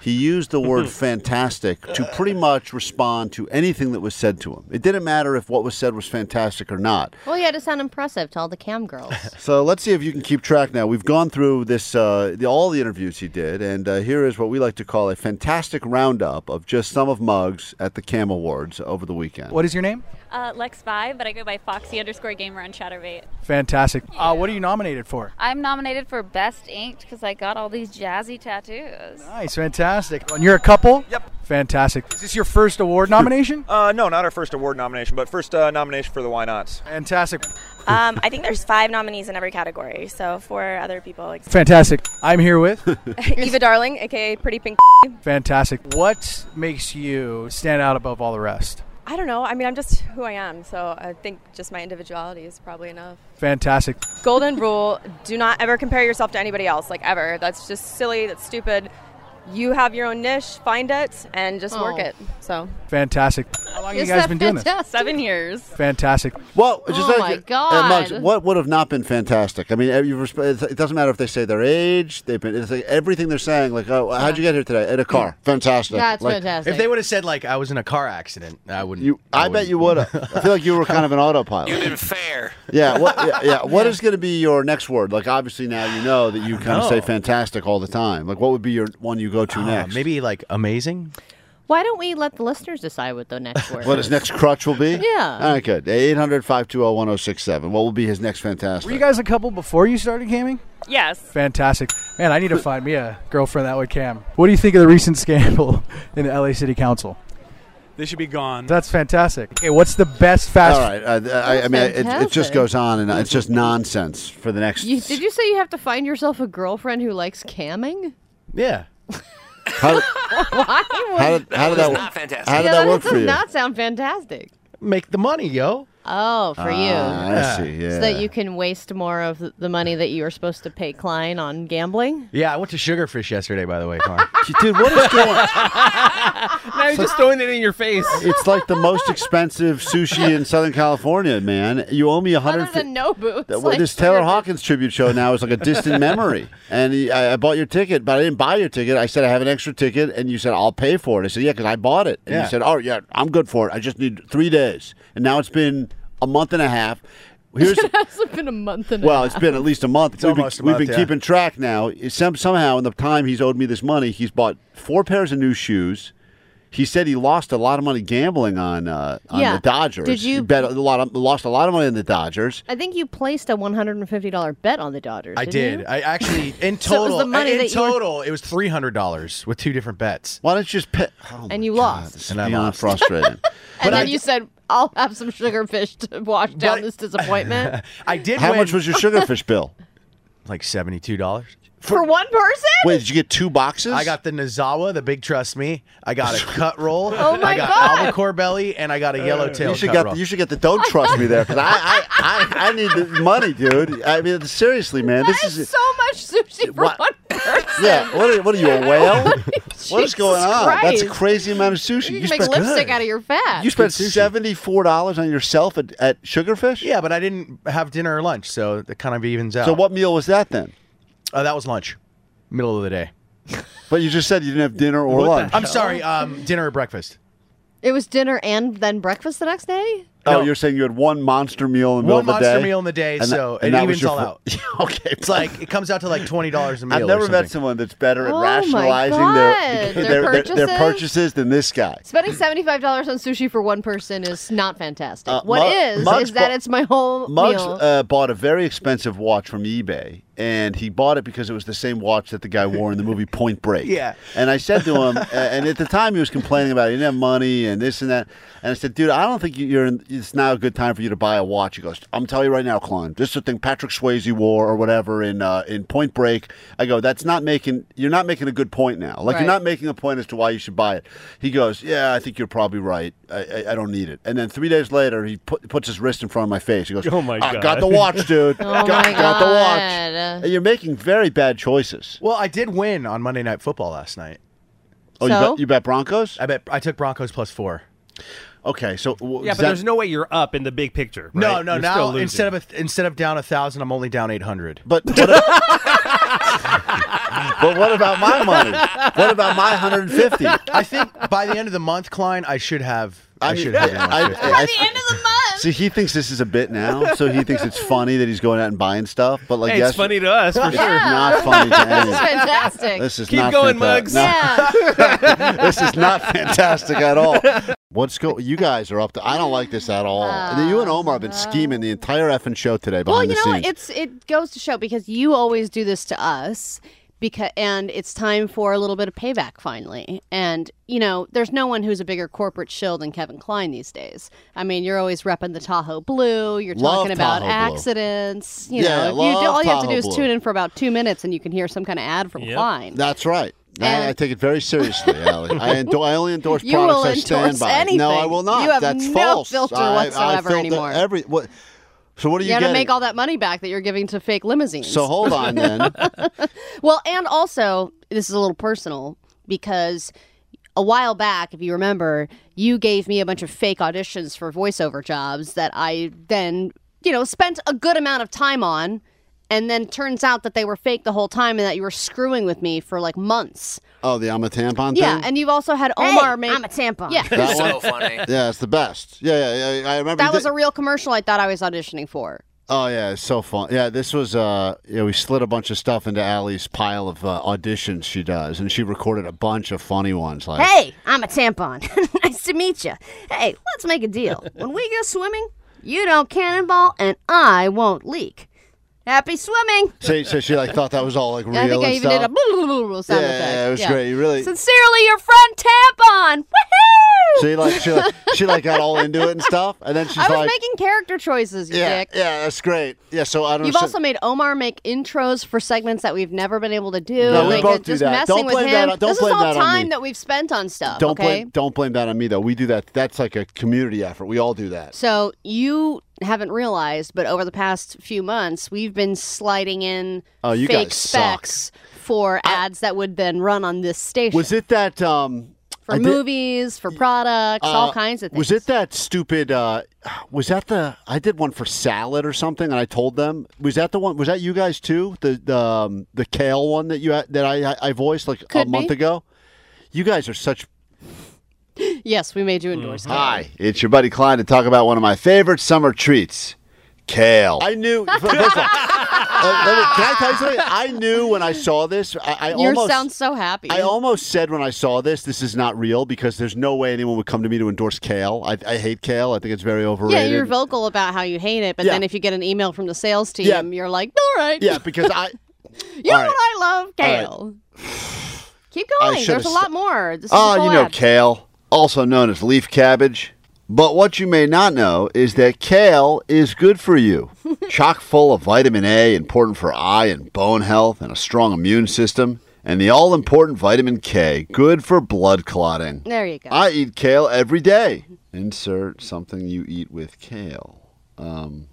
Speaker 2: he used the word fantastic to pretty much respond to anything that was said to him. It didn't matter if what was said was fantastic or not.
Speaker 4: Well, you had to sound impressive to all the cam girls.
Speaker 2: So let's see if you can keep track now. We've gone through this uh, the, all the interviews he did, and uh, here is what we like to call a fantastic roundup of just some of Muggs at the CAM Awards over the weekend.
Speaker 3: What is your name?
Speaker 15: Uh, Lex Five, but I go by Foxy underscore Gamer on Chatterbait.
Speaker 3: Fantastic. Uh, what are you nominated for?
Speaker 16: I'm nominated for Best Inked because I got all these jazzy tattoos.
Speaker 3: Nice, fantastic. And you're a couple? Yep. Fantastic. Is this your first award nomination?
Speaker 17: Uh, no, not our first award nomination, but first uh, nomination for the Why Nots.
Speaker 3: Fantastic.
Speaker 18: Um, I think there's five nominees in every category, so four other people. Like
Speaker 3: Fantastic. I'm here with
Speaker 18: Eva Darling, aka Pretty Pink.
Speaker 3: Fantastic. What makes you stand out above all the rest?
Speaker 18: I don't know. I mean, I'm just who I am, so I think just my individuality is probably enough.
Speaker 3: Fantastic.
Speaker 18: Golden rule: Do not ever compare yourself to anybody else, like ever. That's just silly. That's stupid. You have your own niche. Find it and just work
Speaker 3: Oh.
Speaker 18: it. So.
Speaker 3: Fantastic. How long have you guys been doing this?
Speaker 18: Seven years.
Speaker 3: Fantastic.
Speaker 2: Well, just
Speaker 18: Oh
Speaker 2: like-
Speaker 18: my
Speaker 2: uh,
Speaker 18: God.
Speaker 2: Muggs, what would have not been fantastic? I mean, every- you've resp- it's- it doesn't matter if they say their age. They've been it's like everything they're saying. Like, oh, how'd you get here today? In a car. Fantastic. Like,
Speaker 19: If they would have said like I was in a car accident, I wouldn't.
Speaker 2: You, I, bet you would have. I feel like you were kind of an autopilot. You've
Speaker 9: been fair.
Speaker 2: Yeah. What, yeah, yeah. What is going to be your next word? Like, obviously now you know that you kind of
Speaker 19: know.
Speaker 2: say fantastic all the time. Like, what would be your one you go to next?
Speaker 19: Maybe like amazing.
Speaker 4: Why don't we let the listeners decide what the next word
Speaker 2: What his
Speaker 4: is?
Speaker 2: next crutch will be?
Speaker 4: Yeah.
Speaker 2: All right, good. 800 520 1067. What will be his next fantastic?
Speaker 3: Were you guys a couple before you started camming?
Speaker 18: Yes.
Speaker 3: Fantastic. Man, I need to find me a girlfriend that would cam. What do you think of the recent scandal in the LA City Council?
Speaker 13: They should be gone.
Speaker 20: That's fantastic. Okay, what's the best fast?
Speaker 2: All right. Uh, I, I mean, it, it just
Speaker 4: fantastic.
Speaker 2: goes on and on. it's just nonsense for the next.
Speaker 4: You, did you say you have to find yourself a girlfriend who likes camming?
Speaker 2: Yeah. How,
Speaker 4: Why? would-
Speaker 2: how did, how did that? How did
Speaker 4: Yeah,
Speaker 2: that work for
Speaker 4: does
Speaker 2: you?
Speaker 4: not sound fantastic.
Speaker 19: Make the money, yo.
Speaker 4: Oh, for you.
Speaker 2: Ah, I
Speaker 19: Yeah.
Speaker 2: see.
Speaker 4: So
Speaker 2: Yeah.
Speaker 4: that you can waste more of th- the money that you are supposed to pay Klein on gambling.
Speaker 19: Yeah, I went to Sugarfish yesterday, by the way, Carl.
Speaker 2: Dude, what is going?
Speaker 5: now you're just throwing it in your face.
Speaker 2: It's like the most expensive sushi in Southern California, man. You owe me a hundred.
Speaker 4: Other than Nobu, it's
Speaker 2: Th- well,
Speaker 4: like
Speaker 2: this Taylor Hawkins tribute show now is like a distant memory. And he, I, I bought your ticket, but I didn't buy your ticket. I said I have an extra ticket, and you said I'll pay for it. I said yeah, because I bought it. And
Speaker 19: Yeah.
Speaker 2: you said oh yeah, I'm good for it. I just need three days. And now it's been a month and a half. Here's
Speaker 4: it hasn't been a month and
Speaker 2: well,
Speaker 4: a
Speaker 2: it's been at least a month.
Speaker 4: It's
Speaker 2: we've been,
Speaker 4: almost a
Speaker 2: we've
Speaker 4: month,
Speaker 2: been
Speaker 4: yeah.
Speaker 2: keeping track now. Some, somehow, in the time he's owed me this money, he's bought four pairs of new shoes. He said he lost a lot of money gambling on uh, on
Speaker 4: Yeah.
Speaker 2: the Dodgers.
Speaker 4: Did
Speaker 2: He
Speaker 4: you-
Speaker 2: bet a lot of, lost a lot of money on the Dodgers?
Speaker 4: I think you placed a one hundred and fifty dollar bet on the Dodgers.
Speaker 19: I did.
Speaker 4: didn't you?
Speaker 19: I actually in
Speaker 4: So it was
Speaker 19: total.
Speaker 4: the money
Speaker 19: in
Speaker 4: that you were-
Speaker 19: total, it was three hundred dollars with two different bets.
Speaker 2: Why don't you just pay? Oh
Speaker 4: and you lost.
Speaker 2: and I'm frustrated.
Speaker 4: And then
Speaker 19: I-
Speaker 4: you said, "I'll have some sugarfish to wash down this disappointment."
Speaker 19: I did.
Speaker 2: How
Speaker 19: win-
Speaker 2: much was your sugarfish bill?
Speaker 19: Like seventy-two dollars.
Speaker 4: For, one person?
Speaker 2: Wait, did you get two boxes?
Speaker 19: I got the Nazawa, the big trust me. I got a cut roll.
Speaker 2: Oh my
Speaker 19: I got
Speaker 2: God.
Speaker 19: albacore belly, and I got a yellowtail.
Speaker 2: You should
Speaker 19: cut
Speaker 2: get
Speaker 19: roll.
Speaker 2: you should get the don't trust me there because I, I, I, I need the money, dude. I mean, seriously, man, this is
Speaker 4: so much sushi for
Speaker 2: What?
Speaker 4: one person.
Speaker 2: Yeah, what are, what are you, a whale? what is
Speaker 4: Oh, Jesus
Speaker 2: going on? That's a
Speaker 4: Christ.
Speaker 2: crazy amount of sushi.
Speaker 4: You, can make lipstick out of your fat.
Speaker 2: You spent seventy four dollars on yourself at, at Sugarfish.
Speaker 19: Yeah, but I didn't have dinner or lunch, so it kind of evens out.
Speaker 2: So what meal was that then?
Speaker 19: Uh, that was lunch, middle of the day.
Speaker 2: But you just said you didn't have dinner or lunch.
Speaker 19: I'm sorry, um, dinner or breakfast.
Speaker 4: It was dinner and then breakfast the next day.
Speaker 2: Oh, you're saying you had one monster meal in the
Speaker 19: One
Speaker 2: middle of the
Speaker 19: monster
Speaker 2: day.
Speaker 19: meal in the day,
Speaker 2: And that-
Speaker 19: so
Speaker 2: and
Speaker 19: it
Speaker 2: that was
Speaker 19: evens
Speaker 2: your
Speaker 19: all
Speaker 2: fir-
Speaker 19: out. okay, it's like it comes out to like twenty dollars a meal.
Speaker 2: I've
Speaker 19: or
Speaker 2: never met
Speaker 19: something.
Speaker 2: someone that's better at
Speaker 4: Oh my
Speaker 2: rationalizing their
Speaker 4: God, their purchases?
Speaker 2: purchases than this guy.
Speaker 4: Spending seventy five dollars on sushi for one person is not fantastic.
Speaker 2: Uh,
Speaker 4: What
Speaker 2: Mug-
Speaker 4: is
Speaker 2: Muggs
Speaker 4: is that
Speaker 2: bu-
Speaker 4: it's my whole
Speaker 2: Muggs
Speaker 4: meal.
Speaker 2: uh, bought a very expensive watch from eBay, and he bought it because it was the same watch that the guy wore in the movie Point Break.
Speaker 19: Yeah.
Speaker 2: And I said to him, uh, and at the time he was complaining about he didn't have money and this and that. And I said, dude, I don't think you're. In, it's now a good time for you to buy a watch. He goes, I'm telling you right now, Klein, this is the thing Patrick Swayze wore or whatever in uh, in Point Break. I go, that's not making. You're not making a good point now. Like
Speaker 19: Right.
Speaker 2: you're not making a point as to why you should buy it. He goes, yeah, I think you're probably right. I, I, I don't need it. And then three days later, he put, puts his wrist in front of my face. He goes,
Speaker 13: Oh, my
Speaker 2: I
Speaker 13: God.
Speaker 2: got the watch, dude.
Speaker 13: Oh,
Speaker 2: got,
Speaker 13: my
Speaker 2: got the
Speaker 4: God.
Speaker 2: watch. And you're making very bad choices.
Speaker 19: Well, I did win on Monday Night Football last night.
Speaker 2: Oh, you,
Speaker 19: So?
Speaker 2: bet, you bet Broncos?
Speaker 19: I bet I took Broncos plus four.
Speaker 2: Okay, so w-
Speaker 5: Yeah,
Speaker 2: is
Speaker 5: but there's no way you're up in the big picture. Right?
Speaker 19: No, no.
Speaker 5: You're still
Speaker 19: Now
Speaker 5: losing.
Speaker 19: instead of a th- instead of down a thousand, I'm only down eight hundred.
Speaker 2: But but what about my money? What about my hundred and fifty?
Speaker 19: I think by the end of the month, Klein, I should have. I,
Speaker 2: mean,
Speaker 19: should have. been
Speaker 2: I-
Speaker 19: on 50.
Speaker 2: I- See, he thinks this is a bit now, so he thinks it's funny that he's going out and buying stuff. But like,
Speaker 5: Hey,
Speaker 2: yes,
Speaker 5: it's funny to us for
Speaker 4: Oh
Speaker 2: it's
Speaker 5: sure.
Speaker 2: Not funny to
Speaker 5: This is
Speaker 2: anyone.
Speaker 4: fantastic.
Speaker 2: This is
Speaker 5: Keep
Speaker 2: not
Speaker 5: going,
Speaker 2: fantastic.
Speaker 5: Muggs.
Speaker 2: No. this is not fantastic at all. What's go? You guys are up to. I don't like this at all. And you and Omar have been scheming the entire effing show today behind
Speaker 4: Oh, well, you
Speaker 2: the
Speaker 4: know
Speaker 2: scenes.
Speaker 4: what? It's it goes to show because you always do this to us because and it's time for a little bit of payback finally. And you know, there's no one who's a bigger corporate shill than Kevin Klein these days. I mean, you're always repping the Tahoe Blue. You're
Speaker 2: Love
Speaker 4: talking
Speaker 2: Tahoe
Speaker 4: about
Speaker 2: Blue.
Speaker 4: accidents. You
Speaker 2: Yeah,
Speaker 4: know, if you
Speaker 2: love
Speaker 4: do, all you have to
Speaker 2: Tahoe
Speaker 4: do is
Speaker 2: Blue.
Speaker 4: tune in for about two minutes and you can hear some kind of ad from Klein.
Speaker 2: That's right. I, I take it very seriously, Allie. I, endo- I only endorse
Speaker 4: You
Speaker 2: products
Speaker 4: will
Speaker 2: I stand
Speaker 4: endorse
Speaker 2: by. No, I
Speaker 4: anything.
Speaker 2: will not.
Speaker 4: You have
Speaker 2: That's
Speaker 4: no
Speaker 2: false.
Speaker 4: filter
Speaker 2: I- I
Speaker 4: whatsoever
Speaker 2: filter
Speaker 4: anymore.
Speaker 2: Every, what, so what are you,
Speaker 4: you got to
Speaker 2: getting?
Speaker 4: make all that money back that you're giving to fake limousines.
Speaker 2: so hold on then.
Speaker 4: Well, and also, this is a little personal because a while back, if you remember, you gave me a bunch of fake auditions for voiceover jobs that I then, you know, spent a good amount of time on. And then turns out that they were fake the whole time and that you were screwing with me for like months.
Speaker 2: Oh, the I'm a tampon
Speaker 4: Yeah.
Speaker 2: thing?
Speaker 4: And you've also had Omar make. I'm a tampon. Yeah.
Speaker 2: That one? Yeah, it's the best. Yeah, yeah, yeah. I remember.
Speaker 4: That
Speaker 2: you
Speaker 4: was
Speaker 2: did-
Speaker 4: a real commercial I thought I was auditioning for.
Speaker 2: Oh yeah, it's so fun. Yeah, this was uh, you know, we slid a bunch of stuff into Allie's pile of uh, auditions she does, and she recorded a bunch of funny ones. Like,
Speaker 21: Hey, I'm a tampon. nice to meet you. Hey, let's make a deal. When we go swimming, you don't cannonball and I won't leak. Happy swimming.
Speaker 2: so, so she like thought that was all like real
Speaker 4: I think I
Speaker 2: and
Speaker 4: even
Speaker 2: stuff.
Speaker 4: did a sound
Speaker 2: yeah,
Speaker 4: effect.
Speaker 2: yeah, it was great. You really-
Speaker 21: Sincerely, your friend tampon. Woohoo!
Speaker 2: She like she like, she like got all into it and stuff, and then she's
Speaker 4: I was
Speaker 2: like,
Speaker 4: making character choices, you
Speaker 2: "Yeah,
Speaker 4: dick.
Speaker 2: yeah, that's great." Yeah, so I don't.
Speaker 4: You've
Speaker 2: understand-
Speaker 4: also made Omar make intros for segments that we've never been able to do.
Speaker 2: No, we
Speaker 4: like,
Speaker 2: both do
Speaker 4: just
Speaker 2: that.
Speaker 4: messing
Speaker 2: Don't
Speaker 4: with
Speaker 2: blame
Speaker 4: him.
Speaker 2: that- don't
Speaker 4: this
Speaker 2: blame
Speaker 4: is all
Speaker 2: that on
Speaker 4: time
Speaker 2: me.
Speaker 4: that we've spent on stuff.
Speaker 2: don't
Speaker 4: okay.
Speaker 2: blame don't blame that on me though. We do that. That's like a community effort. We all do that.
Speaker 4: So you haven't realized, but over the past few months, we've been sliding in
Speaker 2: Oh, you
Speaker 4: fake
Speaker 2: guys suck.
Speaker 4: specs for ads that would then run on this station
Speaker 2: Was it that um
Speaker 4: for
Speaker 2: I did-
Speaker 4: movies, for products, all
Speaker 2: uh,
Speaker 4: kinds of things.
Speaker 2: Was it that stupid? Uh, was that the I did one for salad or something, and I told them was that the one? Was that you guys too? The the um, the kale one that you had- that I I- I voiced like
Speaker 4: Could
Speaker 2: a month
Speaker 4: be.
Speaker 2: ago. You guys are such
Speaker 4: Yes, we made you endorse. it.
Speaker 2: Mm-hmm. Hi, it's your buddy Klein to talk about one of my favorite summer treats, kale. I knew. First of all, uh, let me- Oh, can I tell you something? I knew when I saw this. I, I
Speaker 4: you
Speaker 2: almost
Speaker 4: sound so happy.
Speaker 2: I almost said when I saw this, this is not real because there's no way anyone would come to me to endorse kale. I, I hate kale. I think it's very
Speaker 4: yeah,
Speaker 2: overrated.
Speaker 4: you're vocal about how you hate it, but
Speaker 2: Yeah.
Speaker 4: then if you get an email from the sales team,
Speaker 2: Yeah.
Speaker 4: you're like, all right.
Speaker 2: Yeah, because I.
Speaker 4: you know
Speaker 2: All right.
Speaker 4: what I love?
Speaker 2: All right.
Speaker 4: Kale. Keep
Speaker 2: I
Speaker 4: going.
Speaker 2: should've
Speaker 4: There's a
Speaker 2: st-
Speaker 4: lot more. This is
Speaker 2: Ah,
Speaker 4: a full
Speaker 2: you know
Speaker 4: ad.
Speaker 2: kale, also known as leaf cabbage. But what you may not know is that kale is good for you. Chock full of vitamin A, important for eye and bone health and a strong immune system, and the all important vitamin K, good for blood clotting.
Speaker 4: There you go.
Speaker 2: I eat kale every day. Insert something you eat with kale. Um,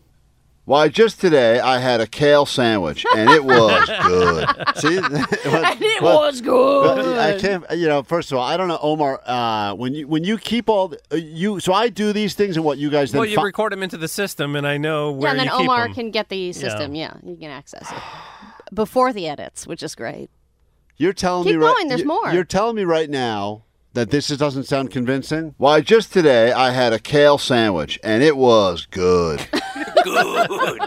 Speaker 2: why, just today I had a kale sandwich, and it was good. See, and
Speaker 4: it was good.
Speaker 2: I can't. You know, first of all, I don't know, Omar. Uh, when you when you keep all the, uh, you, so I do these things, and what you guys then
Speaker 5: Well, you
Speaker 2: fi-
Speaker 5: record them into the system, and I know where
Speaker 4: Yeah, and then
Speaker 5: you keep
Speaker 4: Omar
Speaker 5: 'em.
Speaker 4: can get the system. Yeah. you can access it before the edits, which is great.
Speaker 2: You're telling
Speaker 4: Keep
Speaker 2: me right,
Speaker 4: going, there's
Speaker 2: you-
Speaker 4: more.
Speaker 2: You're telling me right now that this is, doesn't sound convincing. Why, just today I had a kale sandwich and it was good. good.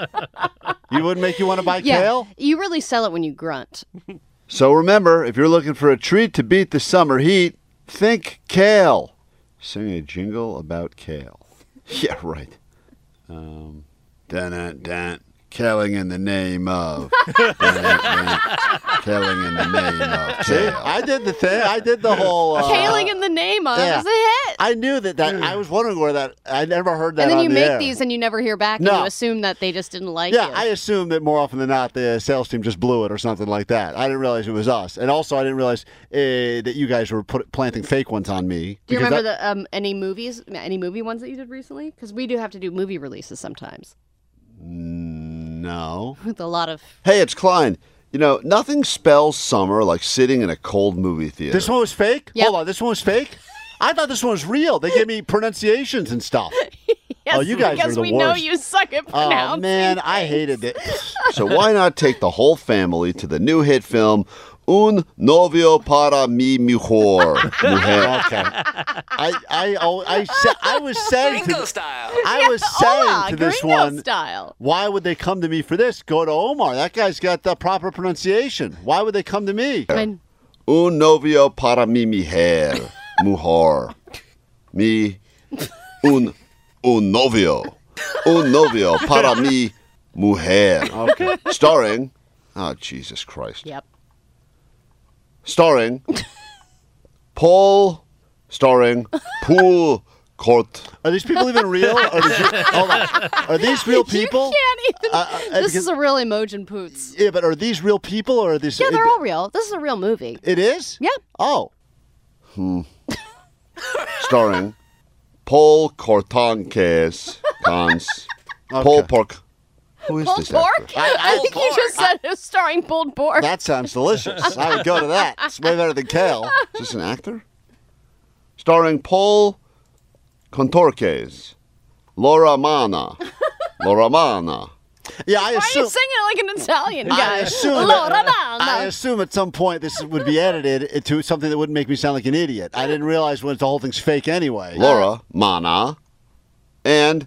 Speaker 2: You wouldn't make you want to buy
Speaker 4: yeah,
Speaker 2: Uh, kale.
Speaker 4: you really sell it when you grunt.
Speaker 2: So remember, if you're looking for a treat to beat the summer heat, think kale. Sing a jingle about kale. Yeah, right. Um, dun dun. Killing in the name of. Dun-dun-dun. Killing in the name of. See, I did the thing. I did the whole. Uh, Mm.
Speaker 4: Kaling in the name of
Speaker 2: yeah.
Speaker 4: is a hit.
Speaker 2: I knew that. That I was wondering where that. I never heard that.
Speaker 4: And then
Speaker 2: on
Speaker 4: you
Speaker 2: the
Speaker 4: make
Speaker 2: air.
Speaker 4: these and you never hear back and
Speaker 2: No.
Speaker 4: you assume that they just didn't like
Speaker 2: Yeah,
Speaker 4: you.
Speaker 2: I assume that more often than not, the sales team just blew it or something like that. I didn't realize it was us, and also I didn't realize uh, that you guys were put, planting fake ones on me.
Speaker 4: do you
Speaker 2: because
Speaker 4: remember
Speaker 2: that-
Speaker 4: the um, any movies, any movie ones that you did recently? Because we do have to do movie releases sometimes
Speaker 2: No.
Speaker 4: with a lot of.
Speaker 2: Hey, it's Klein. You know, nothing spells summer like sitting in a cold movie theater. This one was fake. Hold on, this one was fake. I thought this one was real. They gave me pronunciations and stuff.
Speaker 4: Yes,
Speaker 2: oh, you guys
Speaker 4: because
Speaker 2: are the
Speaker 4: we
Speaker 2: worst.
Speaker 4: know you suck at
Speaker 2: Oh
Speaker 4: pronouncing.
Speaker 2: man, I hated it. so why not take the whole family to the new hit film Un novio para mi mujer? mujer. Okay. I I oh, I sa- I was saying to,
Speaker 9: style.
Speaker 2: I was saying
Speaker 4: Hola,
Speaker 2: to this
Speaker 4: gringo
Speaker 2: one.
Speaker 4: style.
Speaker 2: Why would they come to me for this? Go to Omar. That guy's got the proper pronunciation. Why would they come to me? Un novio para mi mujer. Mujer. Mi. Un. Un novio. Un novio para mi mujer.
Speaker 4: Okay.
Speaker 2: Starring. Oh, Jesus Christ.
Speaker 4: Yep.
Speaker 2: Starring. Paul. Starring. Pool. Court. Are these people even real? Or did you, hold on. Are these real people?
Speaker 4: You can't even.
Speaker 2: Uh, uh,
Speaker 4: this
Speaker 2: because-
Speaker 4: is a real Emojin Poots.
Speaker 2: Yeah, but are these real people or are these?
Speaker 4: Yeah, they're
Speaker 2: it-
Speaker 4: all real. This is a real movie.
Speaker 2: It is.
Speaker 4: Yep.
Speaker 2: Oh. Hmm. Starring Paul Cortanques. Cons. Paul Pork. Who is
Speaker 4: Pulled
Speaker 2: this actor?
Speaker 4: pork? I, think you just said it was starring pulled pork.
Speaker 2: That sounds delicious. I would go to that. It's way better than kale. Is this an actor? Starring Paul Contorques. Laura Mana. Laura Mana. Yeah, I
Speaker 4: Why are
Speaker 2: assume.
Speaker 4: you singing it like an Italian guy?
Speaker 2: I assume,
Speaker 4: Allora,
Speaker 2: that-
Speaker 4: banda.
Speaker 2: I assume at some point this would be edited into something that wouldn't make me sound like an idiot. I didn't realize when the whole thing's fake anyway. Laura, Mana, and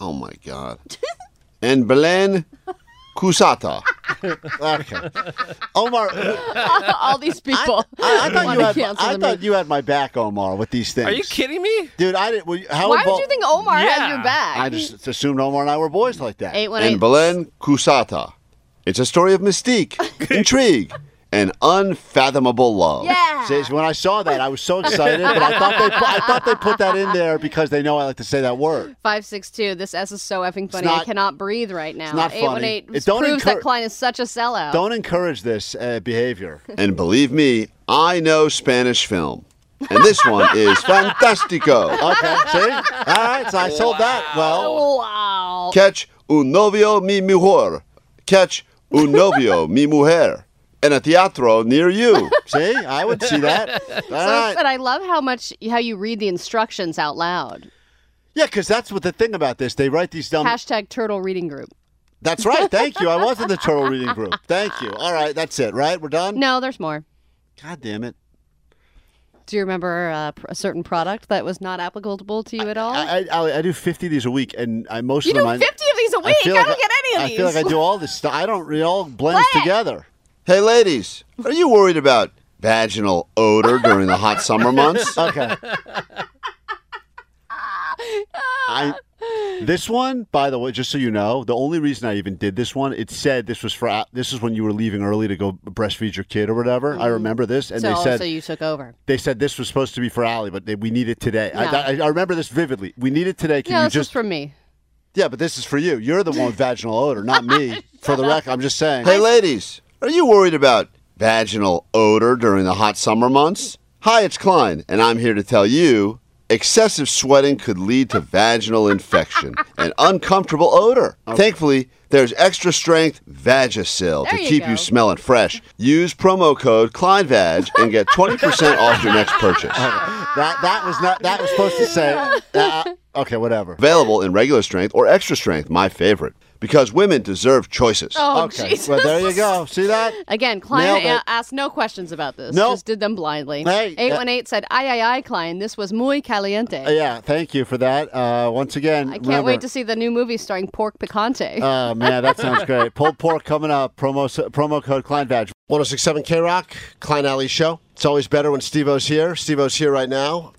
Speaker 2: oh my god, and Belen Kusata. Okay. Omar,
Speaker 4: all these people.
Speaker 2: I, I thought,
Speaker 4: wanna
Speaker 2: you had,
Speaker 4: cancel
Speaker 2: I
Speaker 4: the
Speaker 2: thought
Speaker 4: movie.
Speaker 2: you had my back, Omar, with these things.
Speaker 5: Are you kidding me?
Speaker 2: Dude, I didn't. Well, how
Speaker 4: Why
Speaker 2: invol-
Speaker 4: would you think Omar had your
Speaker 2: Yeah.
Speaker 4: back?
Speaker 2: I just assumed Omar and I were boys like that.
Speaker 4: Eight one eight.
Speaker 2: And Belen Kusata. It's a story of mystique, intrigue, An unfathomable love.
Speaker 21: Yeah.
Speaker 2: See, when I saw that, I was so excited, but I thought they put, I thought they put that in there because they know I like to say that word.
Speaker 4: 562. This S is so effing funny. I
Speaker 2: not-
Speaker 4: cannot breathe right now.
Speaker 2: not funny.
Speaker 4: 818
Speaker 2: It don't
Speaker 4: proves
Speaker 2: encour-
Speaker 4: that Klein is such a sellout.
Speaker 2: Don't encourage this uh, behavior. And believe me, I know Spanish film. And this one is fantastico. Okay, see? All right, so I sold that. Well,
Speaker 4: wow.
Speaker 2: catch un novio mi mujer. Catch un novio mi mujer. In a teatro near you. See? I would see that. All
Speaker 4: So I
Speaker 2: right.
Speaker 4: said, I love how much how you read the instructions out loud.
Speaker 2: Yeah, because that's what the thing about this. They write these dumb.
Speaker 4: Hashtag turtle reading group.
Speaker 2: That's right. Thank you. I was in the turtle reading group. Thank you. All right, that's it, right? We're done?
Speaker 4: No, there's more.
Speaker 2: God damn it.
Speaker 4: Do you remember uh, pr- a certain product that was not applicable to you at all?
Speaker 2: I, I, I do 50 of these a week, and I most
Speaker 4: You
Speaker 2: of them.
Speaker 4: do
Speaker 2: I-
Speaker 4: 50 of these a week?
Speaker 2: feel
Speaker 4: I don't get any of
Speaker 2: I feel
Speaker 4: these.
Speaker 2: like I do all this stuff. I don't. It all blends together. Hey, ladies, are you worried about vaginal odor during the hot summer months? okay. I. This one, by the way, just so you know, the only reason I even did this one, it said this was for this is when you were leaving early to go breastfeed your kid or whatever. I remember this, and
Speaker 4: Mm-hmm. so,
Speaker 2: they said
Speaker 4: so you took over.
Speaker 2: they said this was supposed to be for Allie, but they, we need it today. I-
Speaker 4: No.
Speaker 2: I, I, remember this vividly. We need it today. Can
Speaker 4: no,
Speaker 2: you
Speaker 4: this
Speaker 2: just?
Speaker 4: is from me.
Speaker 2: Yeah, but this is for you. You're the one with vaginal odor, not me. for the record, I'm just saying. Hey, ladies, are you worried about vaginal odor during the hot summer months? Hi, it's Klein, and I'm here to tell you excessive sweating could lead to vaginal infection and uncomfortable odor. Thankfully, there's extra strength Vagisil to
Speaker 1: There you
Speaker 2: keep
Speaker 1: go.
Speaker 2: you smelling fresh. Use promo code CleinVag and get 20% off your next purchase. That, that was not that was supposed to say. uh, okay, whatever. Available in regular strength or extra strength, my favorite, because women deserve choices.
Speaker 4: Oh,
Speaker 2: okay.
Speaker 4: Jesus.
Speaker 2: Well, there you go. See that?
Speaker 4: Again,
Speaker 2: Nailed
Speaker 4: Klein
Speaker 2: it.
Speaker 4: a- asked no questions about this.
Speaker 2: Nope.
Speaker 4: Just did them blindly.
Speaker 2: Hey, that-
Speaker 4: 818 said, ay, ay, ay, Klein, this was muy caliente.
Speaker 2: Uh, yeah, thank you for that. Uh, once again,
Speaker 4: I can't wait to see the new movie starring Pork Picante.
Speaker 2: Oh man, that sounds great. Pulled pork coming up. Promo promo code Kleinvag.
Speaker 13: 1067 K Rock, Klein Alley Show. It's always better when Steve O's here. Steve O's here right now,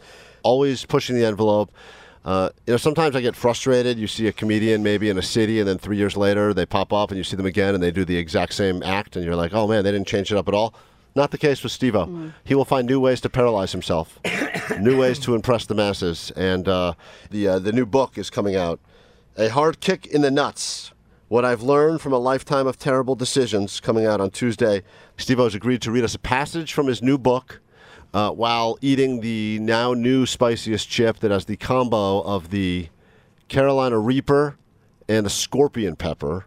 Speaker 13: always pushing the envelope. Uh, you know, sometimes I get frustrated. You see a comedian maybe in a city, and then three years later they pop up and you see them again and they do the exact same act, and you're like, oh man, they didn't change it up at all. Not the case with Steve O. He will find new ways to paralyze himself, new ways to impress the masses. And uh, the, uh, the new book is coming out A Hard Kick in the Nuts. What I've learned from a lifetime of terrible decisions coming out on Tuesday. Steve O's agreed to read us a passage from his new book uh, while eating the now new spiciest chip that has the combo of the Carolina Reaper and the Scorpion Pepper.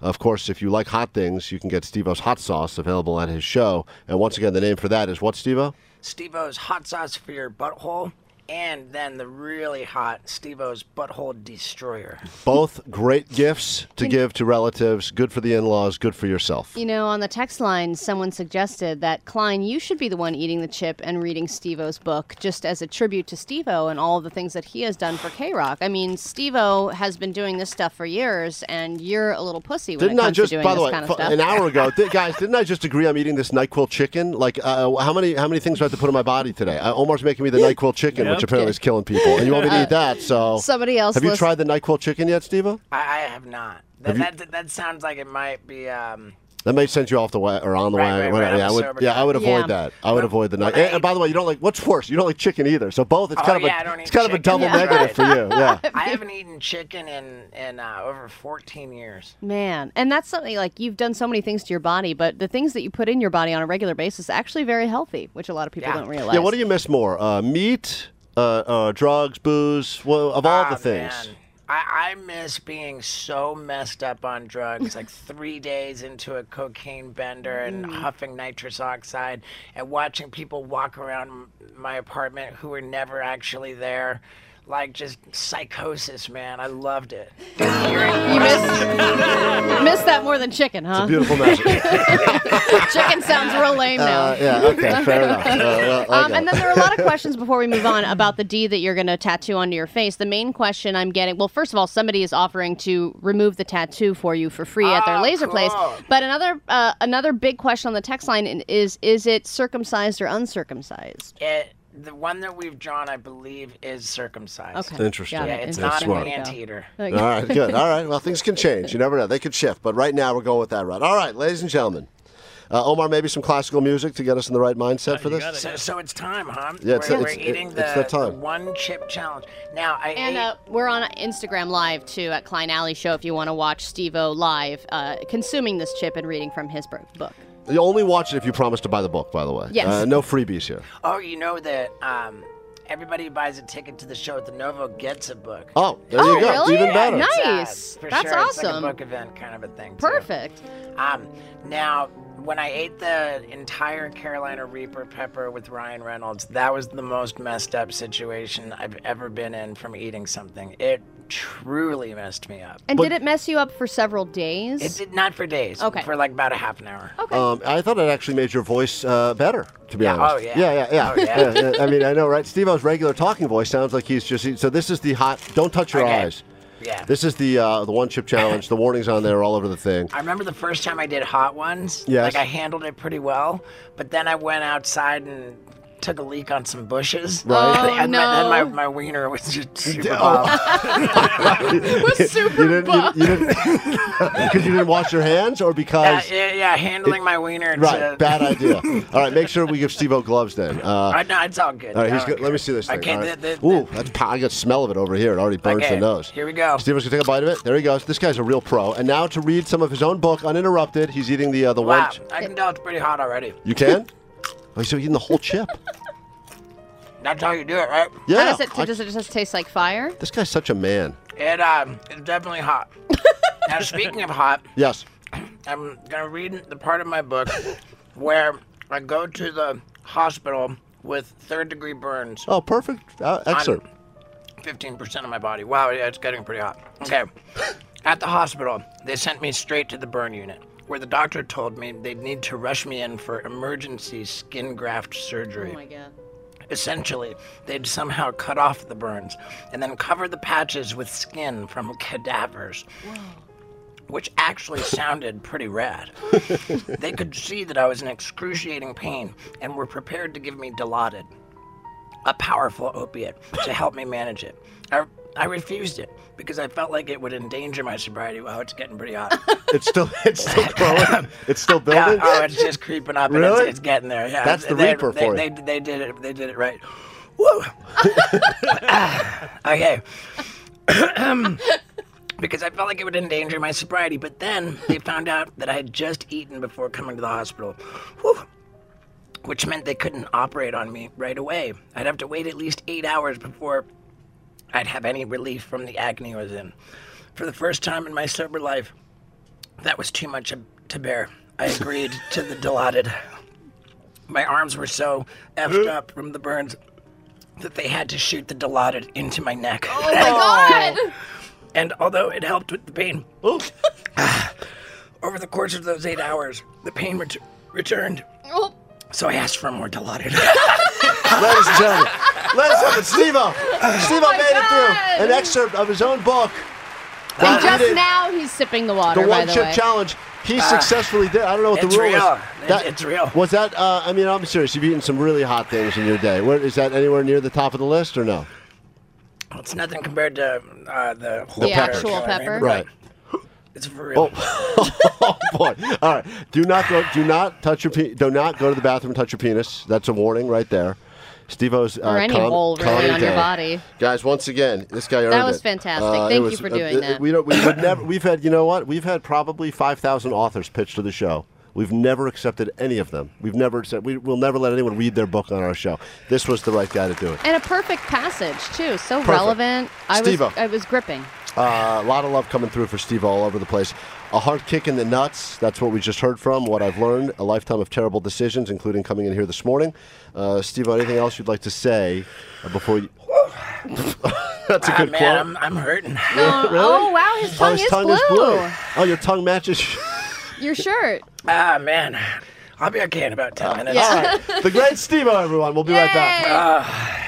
Speaker 13: Of course, if you like hot things, you can get Steve O's hot sauce available at his show. And once again, the name for that is what, Steve O?
Speaker 22: Stevo's hot sauce for your butthole, and then the really hot Stevo's butthole destroyer.
Speaker 2: Both great gifts to give to relatives. Good for the in laws, good for yourself.
Speaker 4: You know, on the text line, someone suggested that Klein, you should be the one eating the chip and reading Steve O's book just as a tribute to Steve O and all the things that he has done for K Rock. I mean, Steve O has been doing this stuff for years, and you're a little pussy when
Speaker 13: Didn't
Speaker 4: it
Speaker 13: I
Speaker 4: comes
Speaker 13: just,
Speaker 4: to doing
Speaker 13: by the
Speaker 4: this
Speaker 13: way,
Speaker 4: kind of
Speaker 13: fu-
Speaker 4: stuff.
Speaker 13: an
Speaker 2: hour ago, di- guys? Didn't I just agree I'm eating this Nyquil chicken? Like, uh, how many how many things do I have to put in my body today? Uh, Omar's making me the Nyquil chicken,
Speaker 22: Yeah,
Speaker 2: which
Speaker 22: okay.
Speaker 2: apparently is killing people, and you want me to
Speaker 22: Uh,
Speaker 2: eat that? So
Speaker 22: somebody else
Speaker 2: Have you
Speaker 22: list-
Speaker 2: tried the Nyquil chicken yet, Stevo?
Speaker 22: I, I have not.
Speaker 2: Have
Speaker 22: That,
Speaker 2: you-
Speaker 22: that, that sounds like it might be. Um,
Speaker 2: That may send you off the way or on the
Speaker 22: Right,
Speaker 2: wagon.
Speaker 22: right,
Speaker 2: whatever.
Speaker 22: right.
Speaker 2: Yeah, I
Speaker 22: I'm a
Speaker 2: would,
Speaker 22: sober
Speaker 2: yeah,
Speaker 22: guy.
Speaker 2: I would avoid
Speaker 22: Yeah.
Speaker 2: that. I would avoid the Nyquil. And, and by the way, you don't like what's worse? You don't like chicken either. So both, it's
Speaker 22: Oh,
Speaker 2: kind of a
Speaker 22: yeah, I don't eat
Speaker 2: it's kind of a
Speaker 22: chicken.
Speaker 2: double
Speaker 22: Yeah,
Speaker 2: negative
Speaker 22: right.
Speaker 2: for you. Yeah.
Speaker 22: I haven't eaten chicken in in uh, over 14 years.
Speaker 4: Man, and that's something like you've done so many things to your body, but the things that you put in your body on a regular basis are actually very healthy, which a lot of people don't realize.
Speaker 2: Yeah. What do you miss more? Uh, meat, uh, uh, drugs, booze. Well, of all
Speaker 22: Ah,
Speaker 2: the things.
Speaker 22: man. I, I miss being so messed up on drugs, like three days into a cocaine bender and
Speaker 23: Mm.
Speaker 22: huffing nitrous oxide and watching people walk around m- my apartment who were never actually there. Like just psychosis, man. I loved it.
Speaker 4: You miss, miss that more than chicken, huh?
Speaker 2: beautiful message.
Speaker 4: chicken sounds real lame now.
Speaker 2: Uh, yeah, okay, fair enough. Uh, well, I
Speaker 4: Um,
Speaker 2: got
Speaker 4: and
Speaker 2: it.
Speaker 4: then there are a lot of questions before we move on about the D that you're going to tattoo onto your face. The main question I'm getting well, first of all, somebody is offering to remove the tattoo for you for free at their
Speaker 2: Oh,
Speaker 4: laser place. But another uh, another big question on the text line in- is is it circumcised or uncircumcised?
Speaker 22: It, the one that we've drawn, I believe, is circumcised.
Speaker 2: Okay, Interesting. got
Speaker 22: Yeah,
Speaker 2: it.
Speaker 22: it's
Speaker 2: That's
Speaker 22: not
Speaker 2: smart.
Speaker 22: an anteater.
Speaker 4: All
Speaker 13: right, good. All right. Well, things can change. You never know. They could shift, but right now we're going with that route. All right, ladies and gentlemen.
Speaker 2: Uh, Omar, maybe some classical music to get us in the right
Speaker 22: Oh,
Speaker 2: mindset for this.
Speaker 22: So, so it's time, huh?
Speaker 2: Yeah, it's-
Speaker 22: we're,
Speaker 2: it's-
Speaker 22: we're eating
Speaker 2: it's
Speaker 22: the,
Speaker 2: that time.
Speaker 22: the one chip challenge. Now, I
Speaker 4: And
Speaker 22: ate,
Speaker 4: uh, we're on Instagram Live too at Klein Alley Show if you want to watch Steve O live uh, consuming this chip and reading from his bro- book.
Speaker 2: You only watch it if you promise to buy the book, by the way.
Speaker 4: Yes.
Speaker 2: Uh, no freebies here.
Speaker 22: oh, you know that um, everybody who buys a ticket to the show at the Novo gets a book.
Speaker 2: Oh, there you go. It's even better.
Speaker 22: It's, uh,
Speaker 4: Nice.
Speaker 22: for
Speaker 4: That's
Speaker 22: sure. It's like a
Speaker 4: awesome.
Speaker 22: book event kind of a thing. too.
Speaker 4: Perfect.
Speaker 22: Um, now, when I ate the entire Carolina Reaper pepper with Ryan Reynolds, that was the most messed up situation I've ever been in from eating something. It truly messed me up.
Speaker 4: And did it mess you up for several days?
Speaker 22: It did not for days.
Speaker 4: Okay. Oh.
Speaker 22: For like about a half an hour.
Speaker 2: Um, I thought it actually made your voice uh, better, to be
Speaker 22: Yeah,
Speaker 2: honest.
Speaker 22: oh, yeah.
Speaker 2: Yeah, yeah, yeah.
Speaker 22: Oh, yeah.
Speaker 2: Yeah, yeah. I mean, I know, right? Steve O's regular talking voice sounds like he's just. So this is the hot. Don't touch your eyes.
Speaker 22: Yeah.
Speaker 2: This is the uh, the one chip challenge. the warnings on there, all over the thing.
Speaker 22: I remember the first time I did hot ones.
Speaker 2: Yes.
Speaker 22: Like I handled it pretty well, but then I went outside and took a leak on some bushes.
Speaker 2: Right. Oh,
Speaker 22: and my, then my,
Speaker 2: no.
Speaker 22: my wiener was just super
Speaker 2: Oh.
Speaker 22: bald.
Speaker 2: you didn't, Because you, didn't, 'cause you didn't wash your hands, or
Speaker 22: yeah,
Speaker 2: because
Speaker 22: yeah, uh, yeah, handling my wiener.
Speaker 2: right,
Speaker 22: to-
Speaker 2: bad idea. All right, make sure we give Steve O gloves then. Uh,
Speaker 22: All right, no, it's all good.
Speaker 2: All right, he's
Speaker 22: All
Speaker 2: good. Let me see this thing.
Speaker 22: Okay,
Speaker 2: all right.
Speaker 22: the- the-
Speaker 2: Ooh, that's pow- I got smell of it over here. It already burns
Speaker 22: Okay,
Speaker 2: the nose.
Speaker 22: here we go.
Speaker 2: Steven's gonna take a bite of it. There he goes. This guy's a real pro. And now to read some of his own book uninterrupted. He's eating the uh, the
Speaker 22: Wow,
Speaker 2: one. ch-
Speaker 22: I can tell it's pretty hot already.
Speaker 2: You can. oh, so eating the whole chip.
Speaker 22: That's how you do it, right?
Speaker 2: Yeah.
Speaker 4: How does it,
Speaker 2: I-
Speaker 4: does it just taste like fire?
Speaker 2: this guy's such a man.
Speaker 22: It um, it's definitely hot. now, speaking of hot,
Speaker 2: Yes.
Speaker 22: I'm gonna read the part of my book where I go to the hospital with third degree burns.
Speaker 2: Oh, perfect. Uh, excellent.
Speaker 22: Fifteen percent of my body. Wow, yeah, it's getting pretty hot. Okay. At the hospital, they sent me straight to the burn unit, where the doctor told me they'd need to rush me in for emergency skin graft surgery.
Speaker 4: Oh my god.
Speaker 22: Essentially, they'd somehow cut off the burns and then cover the patches with skin from cadavers which actually sounded pretty rad. they could see that I was in excruciating pain and were prepared to give me Dilaudid, a powerful opiate, to help me manage it. I, I refused it because I felt like it would endanger my sobriety. Wow, it's getting pretty hot.
Speaker 2: It's still it's still growing. It's still building.
Speaker 22: Yeah, oh, it's just creeping up. And
Speaker 2: Really?
Speaker 22: it's, it's getting there. Yeah,
Speaker 2: That's the
Speaker 22: they,
Speaker 2: Reaper
Speaker 22: they,
Speaker 2: for
Speaker 22: they,
Speaker 2: you.
Speaker 22: They, did it. They did it right. Woo. okay. because I felt like it would endanger my sobriety, but then they found out that I had just eaten before coming to the hospital. Whew. Which meant they couldn't operate on me right away. I'd have to wait at least eight hours before I'd have any relief from the agony I was in. For the first time in my sober life, that was too much to bear. I agreed to the Dilaudid. My arms were so effed up from the burns that they had to shoot the Dilaudid into my neck. Oh
Speaker 4: my
Speaker 22: god! And although it helped with the pain, ah, over the course of those eight hours, the pain ret- returned. So I asked for more Dilaudid.
Speaker 2: Ladies and gentlemen, ladies and gentlemen, Steve
Speaker 22: Oh.
Speaker 2: O. Steve O
Speaker 4: my
Speaker 2: made it
Speaker 4: God.
Speaker 2: through an excerpt of his own book. Wow,
Speaker 4: And just
Speaker 2: reading
Speaker 4: now he's sipping the water.
Speaker 2: Uh, the
Speaker 4: by
Speaker 2: one
Speaker 4: the
Speaker 2: chip
Speaker 4: way.
Speaker 2: challenge. He
Speaker 22: Ah,
Speaker 2: successfully did. I don't know what
Speaker 22: it's
Speaker 2: the rule
Speaker 22: real.
Speaker 2: was.
Speaker 22: It's- it's real.
Speaker 2: Was that? Uh, I mean, I'm serious. You've eaten some really hot things in your day. Where, is that anywhere near the top of the list or no?
Speaker 22: it's nothing compared to uh, the,
Speaker 2: The
Speaker 22: whole
Speaker 2: pepper.
Speaker 22: you know what I mean?
Speaker 2: Right.
Speaker 22: It's for real.
Speaker 2: Oh. oh boy! All right. Do not go. Do not touch your. Pe- do not go to the bathroom and touch your penis. That's a warning right there. Steve-O's uh,
Speaker 4: Or any
Speaker 2: calm-
Speaker 4: hole really
Speaker 2: calming
Speaker 4: on your
Speaker 2: down.
Speaker 4: body.
Speaker 2: Guys, once again, this guy earned
Speaker 4: That was
Speaker 2: it. Uh,
Speaker 4: fantastic.
Speaker 2: it
Speaker 4: Thank you for doing that.
Speaker 2: We don't. We would never. We've had. You know what? We've had probably five thousand authors pitch to the show. We've never accepted any of them. We've never said we will never let anyone read their book on our show. This was the right guy to do it.
Speaker 4: And a perfect passage too. So
Speaker 2: Perfect.
Speaker 4: relevant. I was
Speaker 2: Steve-O.
Speaker 4: I was gripping.
Speaker 2: Uh, a lot of love coming through for Steve all over the place. A hard kick in the nuts. That's what we just heard from. What I've learned. A lifetime of terrible decisions, including coming in here this morning. Uh, Steve, anything else you'd like to say uh, before you? That's a
Speaker 22: Ah,
Speaker 2: good
Speaker 22: man,
Speaker 2: quote.
Speaker 22: I'm, I'm hurting.
Speaker 2: Yeah, really?
Speaker 22: oh, wow, his
Speaker 2: oh,
Speaker 22: tongue
Speaker 2: his
Speaker 22: is
Speaker 2: tongue is
Speaker 22: blue.
Speaker 2: blue. Oh, your tongue matches.
Speaker 4: Your shirt.
Speaker 22: Ah, man. I'll be okay in about
Speaker 2: Oh,
Speaker 22: 10 minutes.
Speaker 2: All right. The great Steve, everyone. We'll be right back.
Speaker 22: Yay.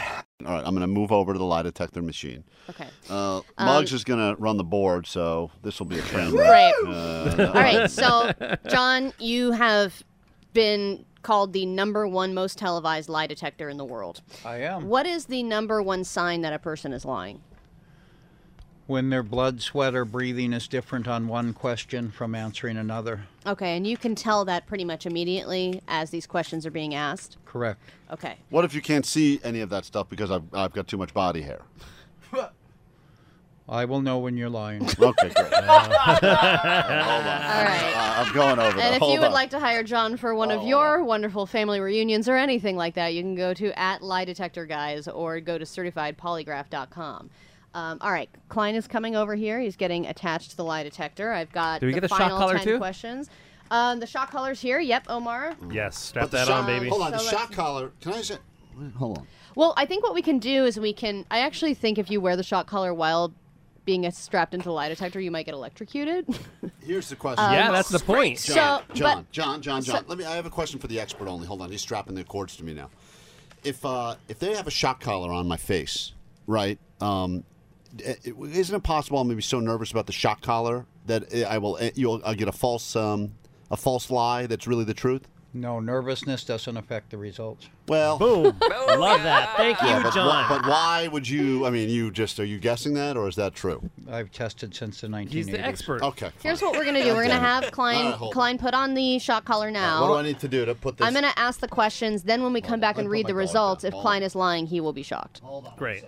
Speaker 13: All right, I'm going to move over to the lie detector machine.
Speaker 4: Okay.
Speaker 13: Uh,
Speaker 4: Um,
Speaker 13: Muggs is going to run the board, so this will be a train wreck.
Speaker 4: Right.
Speaker 13: Uh,
Speaker 4: All right. So, John, you have been called the number one most televised lie detector in the world.
Speaker 1: I am.
Speaker 4: What is the number one sign that a person is lying?
Speaker 1: when their blood, sweat, or breathing is different on one question from answering another.
Speaker 4: Okay, and you can tell that pretty much immediately as these questions are being asked.
Speaker 1: Correct.
Speaker 4: Okay.
Speaker 2: What if you can't see any of that stuff because I've, I've got too much body hair?
Speaker 1: I will know when you're lying.
Speaker 2: Okay, great.
Speaker 4: All right.
Speaker 2: Uh, I'm going over
Speaker 4: And
Speaker 2: there.
Speaker 4: if
Speaker 2: Hold
Speaker 4: you would
Speaker 2: on.
Speaker 4: like to hire John for one
Speaker 5: Oh.
Speaker 4: of your wonderful family reunions or anything like that, you can go to at lie detector guys or go to certifiedpolygraph.com. Um, all right, Klein is coming over here. He's getting attached to the lie detector. I've got
Speaker 5: Do we
Speaker 4: the
Speaker 5: get a shock
Speaker 4: final
Speaker 5: collar,
Speaker 4: 10
Speaker 5: too?
Speaker 4: questions. Um, the shock collar's here. Yep, Omar.
Speaker 5: Yes, strap
Speaker 2: But the
Speaker 5: that
Speaker 2: shock-
Speaker 5: on, baby.
Speaker 2: Hold on, the
Speaker 4: So
Speaker 2: shock
Speaker 4: let's-
Speaker 2: collar. Can I say? Hold on.
Speaker 4: Well, I think what we can do is we can. I actually think if you wear the shock collar while being uh, strapped into the lie detector, you might get electrocuted.
Speaker 2: Here's the question.
Speaker 4: Yeah, Um, that's the point.
Speaker 2: John,
Speaker 4: So,
Speaker 2: John,
Speaker 4: but-
Speaker 2: John, John,
Speaker 4: so-
Speaker 2: John. Let me. I have a question for the expert only. Hold on. He's strapping the cords to me now. If uh, if they have a shock collar on my face, right? Um, it, it- isn't it possible I'm going to be so nervous about the shock collar that eh, I will you'll I'll get a false um, a false lie that's really the truth?
Speaker 1: No, nervousness doesn't affect the results.
Speaker 2: Well,
Speaker 1: boom.
Speaker 5: Love that. Thank you,
Speaker 2: but,
Speaker 5: John.
Speaker 2: Why, but why would you? I mean, you just are you guessing that, or is that true?
Speaker 1: I've tested since the 1980s.
Speaker 2: He's the expert. Okay.
Speaker 4: Here's what we're gonna do. We're gonna have Klein
Speaker 2: All right, hold on.
Speaker 4: Klein put on the shock collar now.
Speaker 2: What do I need to do to put this?
Speaker 4: I'm gonna ask the questions. Then when we come back and read the results, if
Speaker 2: Hold
Speaker 4: Klein is lying, he will be shocked.
Speaker 5: Great.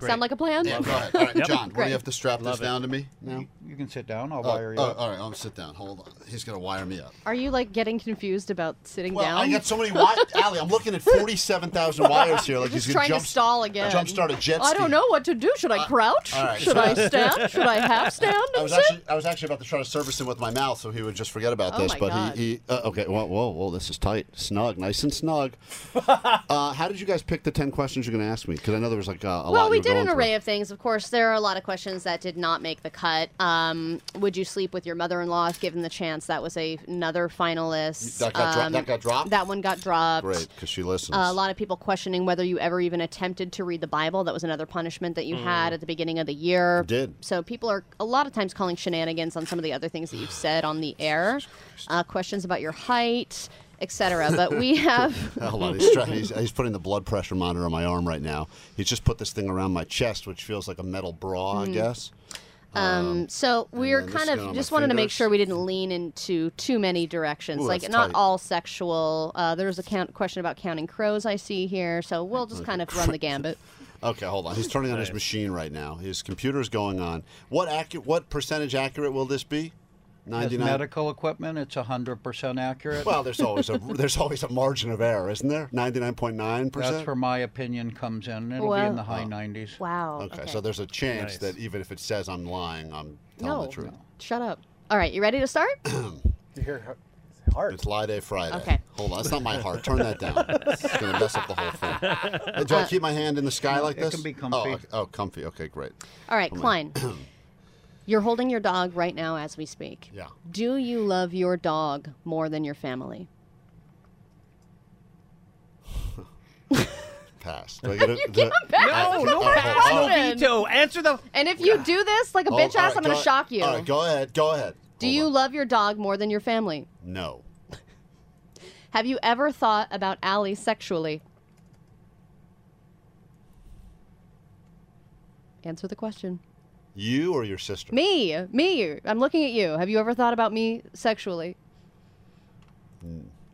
Speaker 4: Sound like a plan?
Speaker 2: Yeah, go ahead. All right,
Speaker 1: Yep.
Speaker 2: John, what do
Speaker 1: Great.
Speaker 2: you have to strap
Speaker 1: Love
Speaker 2: this
Speaker 1: it.
Speaker 2: down to me now?
Speaker 1: You, you can sit down. I'll
Speaker 2: Oh,
Speaker 1: wire you
Speaker 2: oh,
Speaker 1: up.
Speaker 2: all right, I'll sit down. Hold on. He's going to wire me up.
Speaker 4: Are you like getting confused about sitting
Speaker 2: Well,
Speaker 4: down?
Speaker 2: I got so many wires. Allie, I'm looking at 47,000 wires here. Like
Speaker 4: Just
Speaker 2: he's
Speaker 4: trying
Speaker 2: going jump,
Speaker 4: to stall again.
Speaker 2: Jump start a jet
Speaker 4: I
Speaker 2: ski. Uh,
Speaker 4: don't know what to do. Should I crouch?
Speaker 2: All right,
Speaker 4: Should
Speaker 2: so-
Speaker 4: I stand? Should I half stand?
Speaker 2: I was, actually, I was actually about to try to service him with my mouth so he would just forget about
Speaker 4: Oh
Speaker 2: this,
Speaker 4: my
Speaker 2: but
Speaker 4: God.
Speaker 2: he, he uh, okay. Whoa, whoa, whoa! This is tight, snug, nice and snug. uh, how did you guys pick the ten questions you're going to ask me? Because I know there was like uh, a lot.
Speaker 4: well, we
Speaker 2: you were
Speaker 4: did
Speaker 2: going
Speaker 4: an
Speaker 2: through.
Speaker 4: array of things. Of course, there are a lot of questions that did not make the cut. Um, would you sleep with your mother-in-law if given the chance? That was a, another finalist.
Speaker 2: That got dro-
Speaker 4: Um,
Speaker 2: that got dropped?
Speaker 4: That one got dropped.
Speaker 2: Great, because she listens.
Speaker 4: uh, a lot of people questioning whether you ever even attempted to read the Bible. That was another punishment that you
Speaker 2: Mm.
Speaker 4: had at the beginning of the year.
Speaker 2: Did.
Speaker 4: So people are a lot of times calling shenanigans on some of the other things that you've said on the air. Uh, questions about your height, etc. But we have.
Speaker 2: Hold on, he's, try- he's, he's putting the blood pressure monitor on my arm right now. He's just put this thing around my chest, which feels like a metal bra, I
Speaker 4: Mhm.
Speaker 2: guess.
Speaker 4: Um, so we're
Speaker 2: then this
Speaker 4: kind
Speaker 2: is going
Speaker 4: of
Speaker 2: on
Speaker 4: just
Speaker 2: my
Speaker 4: wanted to make
Speaker 2: fingers.
Speaker 4: sure we didn't lean into too many directions.
Speaker 2: Ooh,
Speaker 4: like
Speaker 2: that's
Speaker 4: not
Speaker 2: tight.
Speaker 4: all sexual. Uh, there's a count- question about counting crows I see here, so we'll just kind of run the gambit.
Speaker 2: Okay, hold on. He's turning on his machine right now. His computer's going on. What accurate? What percentage accurate will this be?
Speaker 1: As
Speaker 2: Ninety nine.
Speaker 1: medical equipment, it's 100% accurate.
Speaker 2: Well, there's always a there's always a margin of error, isn't there? Ninety nine point nine percent. Oh.
Speaker 1: That's where my opinion comes in. and It'll be in the high 90s.
Speaker 4: Wow.
Speaker 2: Okay, so there's a chance
Speaker 1: Nice.
Speaker 2: that even if it says I'm lying, I'm telling
Speaker 4: no,
Speaker 2: the truth.
Speaker 4: shut up. All right, you ready to start?
Speaker 2: Heart. It's Lie Day Friday.
Speaker 4: Okay.
Speaker 2: Hold on, that's not my heart. Turn that down. it's gonna mess up the whole thing. Do I
Speaker 4: Uh,
Speaker 2: keep my hand in the sky
Speaker 1: No,
Speaker 2: like
Speaker 1: it
Speaker 2: this?
Speaker 1: can be
Speaker 2: Oh,
Speaker 1: comfy.
Speaker 2: okay. oh, comfy. Okay, great.
Speaker 4: All right,
Speaker 2: Hold
Speaker 4: Klein.
Speaker 2: on.
Speaker 4: You're holding your dog right now as we speak.
Speaker 2: Yeah.
Speaker 4: Do you love your dog more than your family?
Speaker 2: Pass. Do I get a, the- Oh,
Speaker 5: No, no
Speaker 2: All right, hold
Speaker 5: pass,
Speaker 2: on.
Speaker 5: no veto. Answer the.
Speaker 4: And if you do this like a
Speaker 2: Oh,
Speaker 4: bitch
Speaker 2: all
Speaker 4: ass,
Speaker 2: right,
Speaker 4: I'm going
Speaker 2: go-
Speaker 4: to shock you.
Speaker 2: All right, go ahead. Go ahead.
Speaker 4: Do you love your dog more than your family?
Speaker 2: No.
Speaker 4: Have you ever thought about Allie sexually? Answer the question.
Speaker 2: You or your sister?
Speaker 4: Me, me. I'm looking at you. Have you ever thought about me sexually?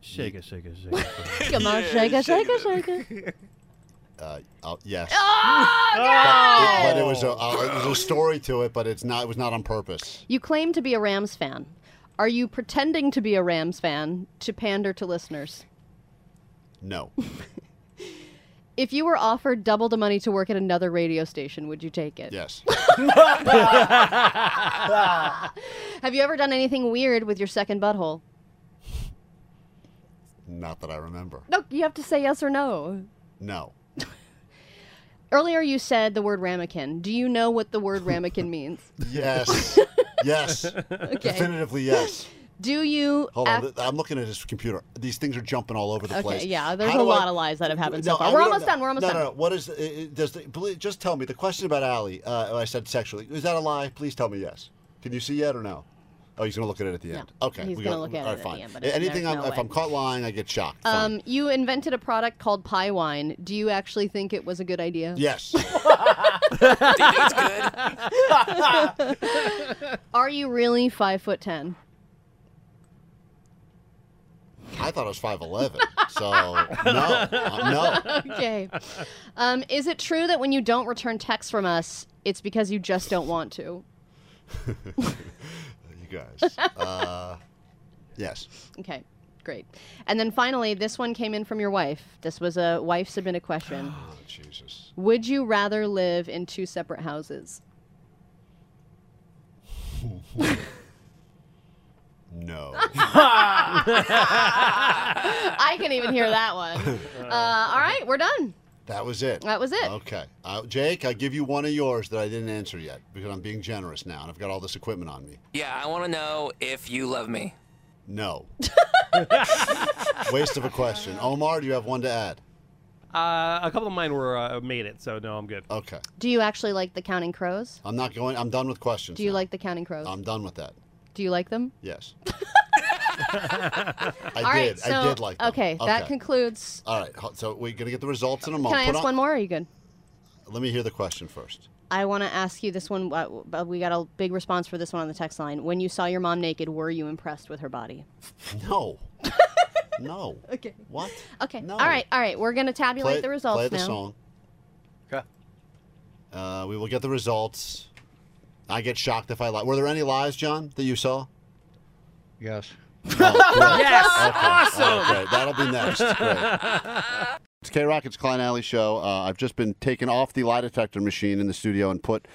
Speaker 2: Shake
Speaker 1: it, shake it,
Speaker 2: shake it.
Speaker 4: Come on, shake it, shake it, shake it.
Speaker 2: Uh, I'll- yes.
Speaker 4: Oh, God!
Speaker 2: But it was a uh, it was a story to it, but it's not. It was not on purpose.
Speaker 4: You claim to be a Rams fan. Are you pretending to be a Rams fan to pander to listeners?
Speaker 2: No.
Speaker 4: If you were offered double the money to work at another radio station, would you take it?
Speaker 2: Yes.
Speaker 4: Have you ever done anything weird with your second butthole?
Speaker 2: Not that I remember.
Speaker 4: No, you have to say yes or no.
Speaker 2: No.
Speaker 4: Earlier you said the word ramekin. Do you know what the word ramekin means?
Speaker 2: Yes. yes. Definitively yes.
Speaker 4: Do you
Speaker 2: Hold on.
Speaker 4: ac-
Speaker 2: th- I'm looking at his computer. These things are jumping all over the
Speaker 4: Okay,
Speaker 2: place.
Speaker 4: yeah, there's
Speaker 2: How
Speaker 4: a
Speaker 2: do I-
Speaker 4: lot of lies that have happened so
Speaker 2: No,
Speaker 4: far.
Speaker 2: I-
Speaker 4: We're
Speaker 2: we don't
Speaker 4: almost
Speaker 2: know.
Speaker 4: done. We're almost
Speaker 2: no,
Speaker 4: done.
Speaker 2: No, no. What is? i- i- Does the, believe- just tell me the question about Allie? Uh, I said sexually. Is that a lie? Please tell me yes. Can you see yet or no? Oh, he's gonna look at it at the end.
Speaker 4: Yeah.
Speaker 2: Okay,
Speaker 4: He's
Speaker 2: we
Speaker 4: gonna
Speaker 2: got-
Speaker 4: look at it
Speaker 2: all
Speaker 4: at
Speaker 2: right,
Speaker 4: the
Speaker 2: fine.
Speaker 4: end, but
Speaker 2: A-
Speaker 4: it's-
Speaker 2: Anything,
Speaker 4: there's
Speaker 2: I'm,
Speaker 4: no
Speaker 2: if
Speaker 4: way.
Speaker 2: I'm caught lying, I get shocked. Fine.
Speaker 4: Um, you invented a product called pie wine. Do you actually think it was a good idea?
Speaker 2: Yes.
Speaker 4: Are you really five foot ten?
Speaker 2: I thought I was five eleven, so no, uh, no.
Speaker 4: okay. Um, is it true that when you don't return texts from us, it's because you just don't want to?
Speaker 2: You guys. Uh, yes.
Speaker 4: Okay, great. And then finally, this one came in from your wife. This was a wife submitted question.
Speaker 2: Oh, Jesus.
Speaker 4: Would you rather live in two separate houses?
Speaker 2: No.
Speaker 4: I can even hear that one. Uh, all right, we're done.
Speaker 2: That was it.
Speaker 4: That was it.
Speaker 2: Okay. Uh, Jake, I give you one of yours that I didn't answer yet because I'm being generous now and I've got all this equipment on me.
Speaker 9: Yeah, I want to know if you love me.
Speaker 2: No. Waste of a question. Omar, do you have one to add?
Speaker 5: Uh, a couple of mine were uh, made it, so no, I'm good.
Speaker 2: Okay.
Speaker 4: Do you actually like the Counting Crows?
Speaker 2: I'm not going. I'm done with questions.
Speaker 4: Do you
Speaker 2: now. Um,
Speaker 4: like the Counting Crows?
Speaker 2: I'm done with that.
Speaker 4: Do you like them?
Speaker 2: Yes.
Speaker 4: All
Speaker 2: I
Speaker 4: right.
Speaker 2: did. I
Speaker 4: so-
Speaker 2: did like them.
Speaker 4: Okay, that concludes.
Speaker 2: All right. ho- So we're going to get the results in a
Speaker 4: Can
Speaker 2: moment.
Speaker 4: I
Speaker 2: Put
Speaker 4: ask
Speaker 2: on-
Speaker 4: one more? Are you good?
Speaker 2: Let me hear the question first.
Speaker 4: I want to ask you this one. uh, But we got a big response for this one on the text line. When you saw your mom naked, were you impressed with her body?
Speaker 2: No. no. Okay. What?
Speaker 4: Okay. All right. All right. We're gonna tabulate
Speaker 2: play,
Speaker 4: the results
Speaker 2: play the
Speaker 4: now.
Speaker 2: song. Okay. Uh, we will get the results. I get shocked if I lie. Were there any lies, John, that you saw? Oh,
Speaker 1: Yes.
Speaker 2: yes.
Speaker 1: Awesome.
Speaker 2: That'll be next. Great. It's K Rock. It's Klein Alley Show. Uh, I've just been taken off the lie detector machine in the studio and put.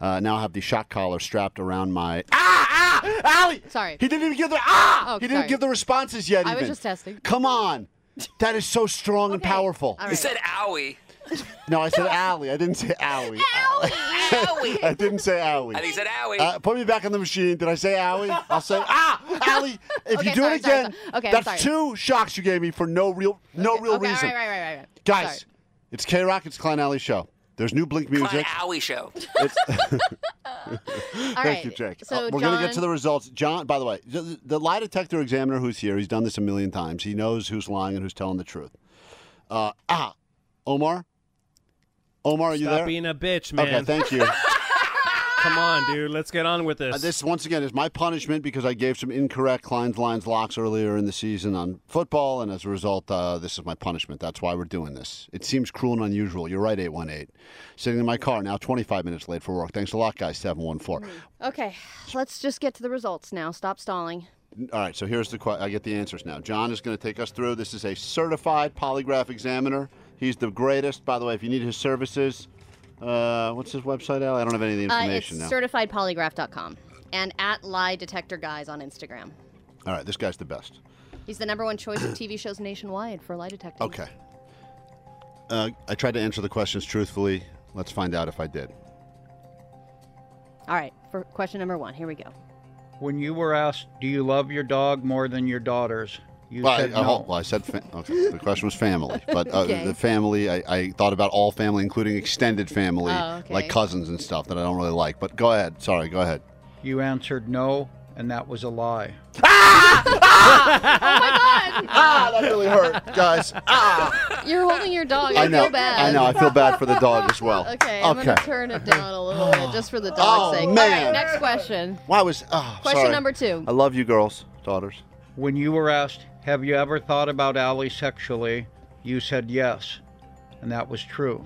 Speaker 2: Uh, now I have the shock collar strapped around my. Ah! Ah! Allie!
Speaker 4: Sorry.
Speaker 2: He didn't even give the ah.
Speaker 4: Oh,
Speaker 2: he didn't
Speaker 4: sorry.
Speaker 2: give the responses yet.
Speaker 4: I was
Speaker 2: even.
Speaker 4: just testing.
Speaker 2: Come on, that is so strong and powerful.
Speaker 9: You said owie.
Speaker 2: No, I said Allie. I didn't say Owie. Owie. I didn't say Owie.
Speaker 9: And he said owie.
Speaker 2: Uh, put me back on the machine. Did I say Owie? I'll say ah, Allie. If
Speaker 4: Okay,
Speaker 2: you do
Speaker 4: sorry,
Speaker 2: it
Speaker 4: sorry,
Speaker 2: again,
Speaker 4: sorry. Okay, I'm
Speaker 2: that's
Speaker 4: sorry.
Speaker 2: two shocks you gave me for no real, no real
Speaker 4: okay, all
Speaker 2: reason.
Speaker 4: right, right, right, right, right.
Speaker 2: Guys,
Speaker 4: Sorry.
Speaker 2: it's K Rock. It's Klein Alley Show. There's new Blink
Speaker 9: Klein
Speaker 2: music.
Speaker 9: owie show.
Speaker 2: Thank
Speaker 4: right,
Speaker 2: you, Jake. Uh,
Speaker 4: so
Speaker 2: we're going to get
Speaker 4: John-
Speaker 2: to the results. John, by the way, the, the lie detector examiner who's here, he's done this a million times. He knows who's lying and who's telling the truth. Uh, ah, Omar? Omar, are you
Speaker 5: Stop
Speaker 2: there?
Speaker 5: being a bitch,
Speaker 2: Okay,
Speaker 5: man.
Speaker 2: thank you.
Speaker 5: Come on, dude. Let's get on with this.
Speaker 2: Uh, this once again is my punishment because I gave some incorrect Klein's lines locks earlier in the season on football, and as a result, uh, this is my punishment. That's why we're doing this. It seems cruel and unusual. You're right, eight one eight. Sitting in my car now, twenty five minutes late for work. Thanks a lot, guys. Seven one four.
Speaker 4: Okay. Let's just get to the results now. Stop stalling.
Speaker 2: All right, so here's the que- I get the answers now. John is going to take us through. This is a certified polygraph examiner. He's the greatest. By the way, if you need his services, uh, what's his website, Al? I don't have any of the
Speaker 4: Uh,
Speaker 2: information
Speaker 4: it's
Speaker 2: now.
Speaker 4: certifiedpolygraph.com and at lie detector guys on Instagram.
Speaker 2: All right, this guy's the best.
Speaker 4: He's the number one choice of TV shows nationwide for lie detecting.
Speaker 2: Okay. Uh, I tried to answer the questions truthfully. Let's find out if I did.
Speaker 4: All right. For question number one, here we go.
Speaker 1: When you were asked, "Do you love your dog more than your daughters?" you
Speaker 2: well,
Speaker 1: said
Speaker 2: I, I-
Speaker 1: no.
Speaker 2: well, I said fa- okay. The question was family, but uh,
Speaker 1: Okay.
Speaker 2: the family. I, I thought about all family, including extended family,
Speaker 1: Oh, okay.
Speaker 2: like cousins and stuff that I don't really like. But go ahead. Sorry, go ahead.
Speaker 1: You answered no, and that was a lie.
Speaker 2: ah, that really hurt, guys. Ah,
Speaker 4: You're holding your dog. I,
Speaker 2: I know.
Speaker 4: Oh, feel bad.
Speaker 2: I know. I feel bad for the dog as well.
Speaker 4: Okay, I'm
Speaker 2: Okay. Oh,
Speaker 4: gonna turn it down a little bit just for the dog's sake. All right,
Speaker 2: man.
Speaker 4: next question.
Speaker 2: Why was? Oh,
Speaker 4: Question
Speaker 2: sorry.
Speaker 4: number two.
Speaker 2: I love you, girls, daughters.
Speaker 1: When you were asked, "Have you ever thought about Allie sexually?" you said yes, and that was true.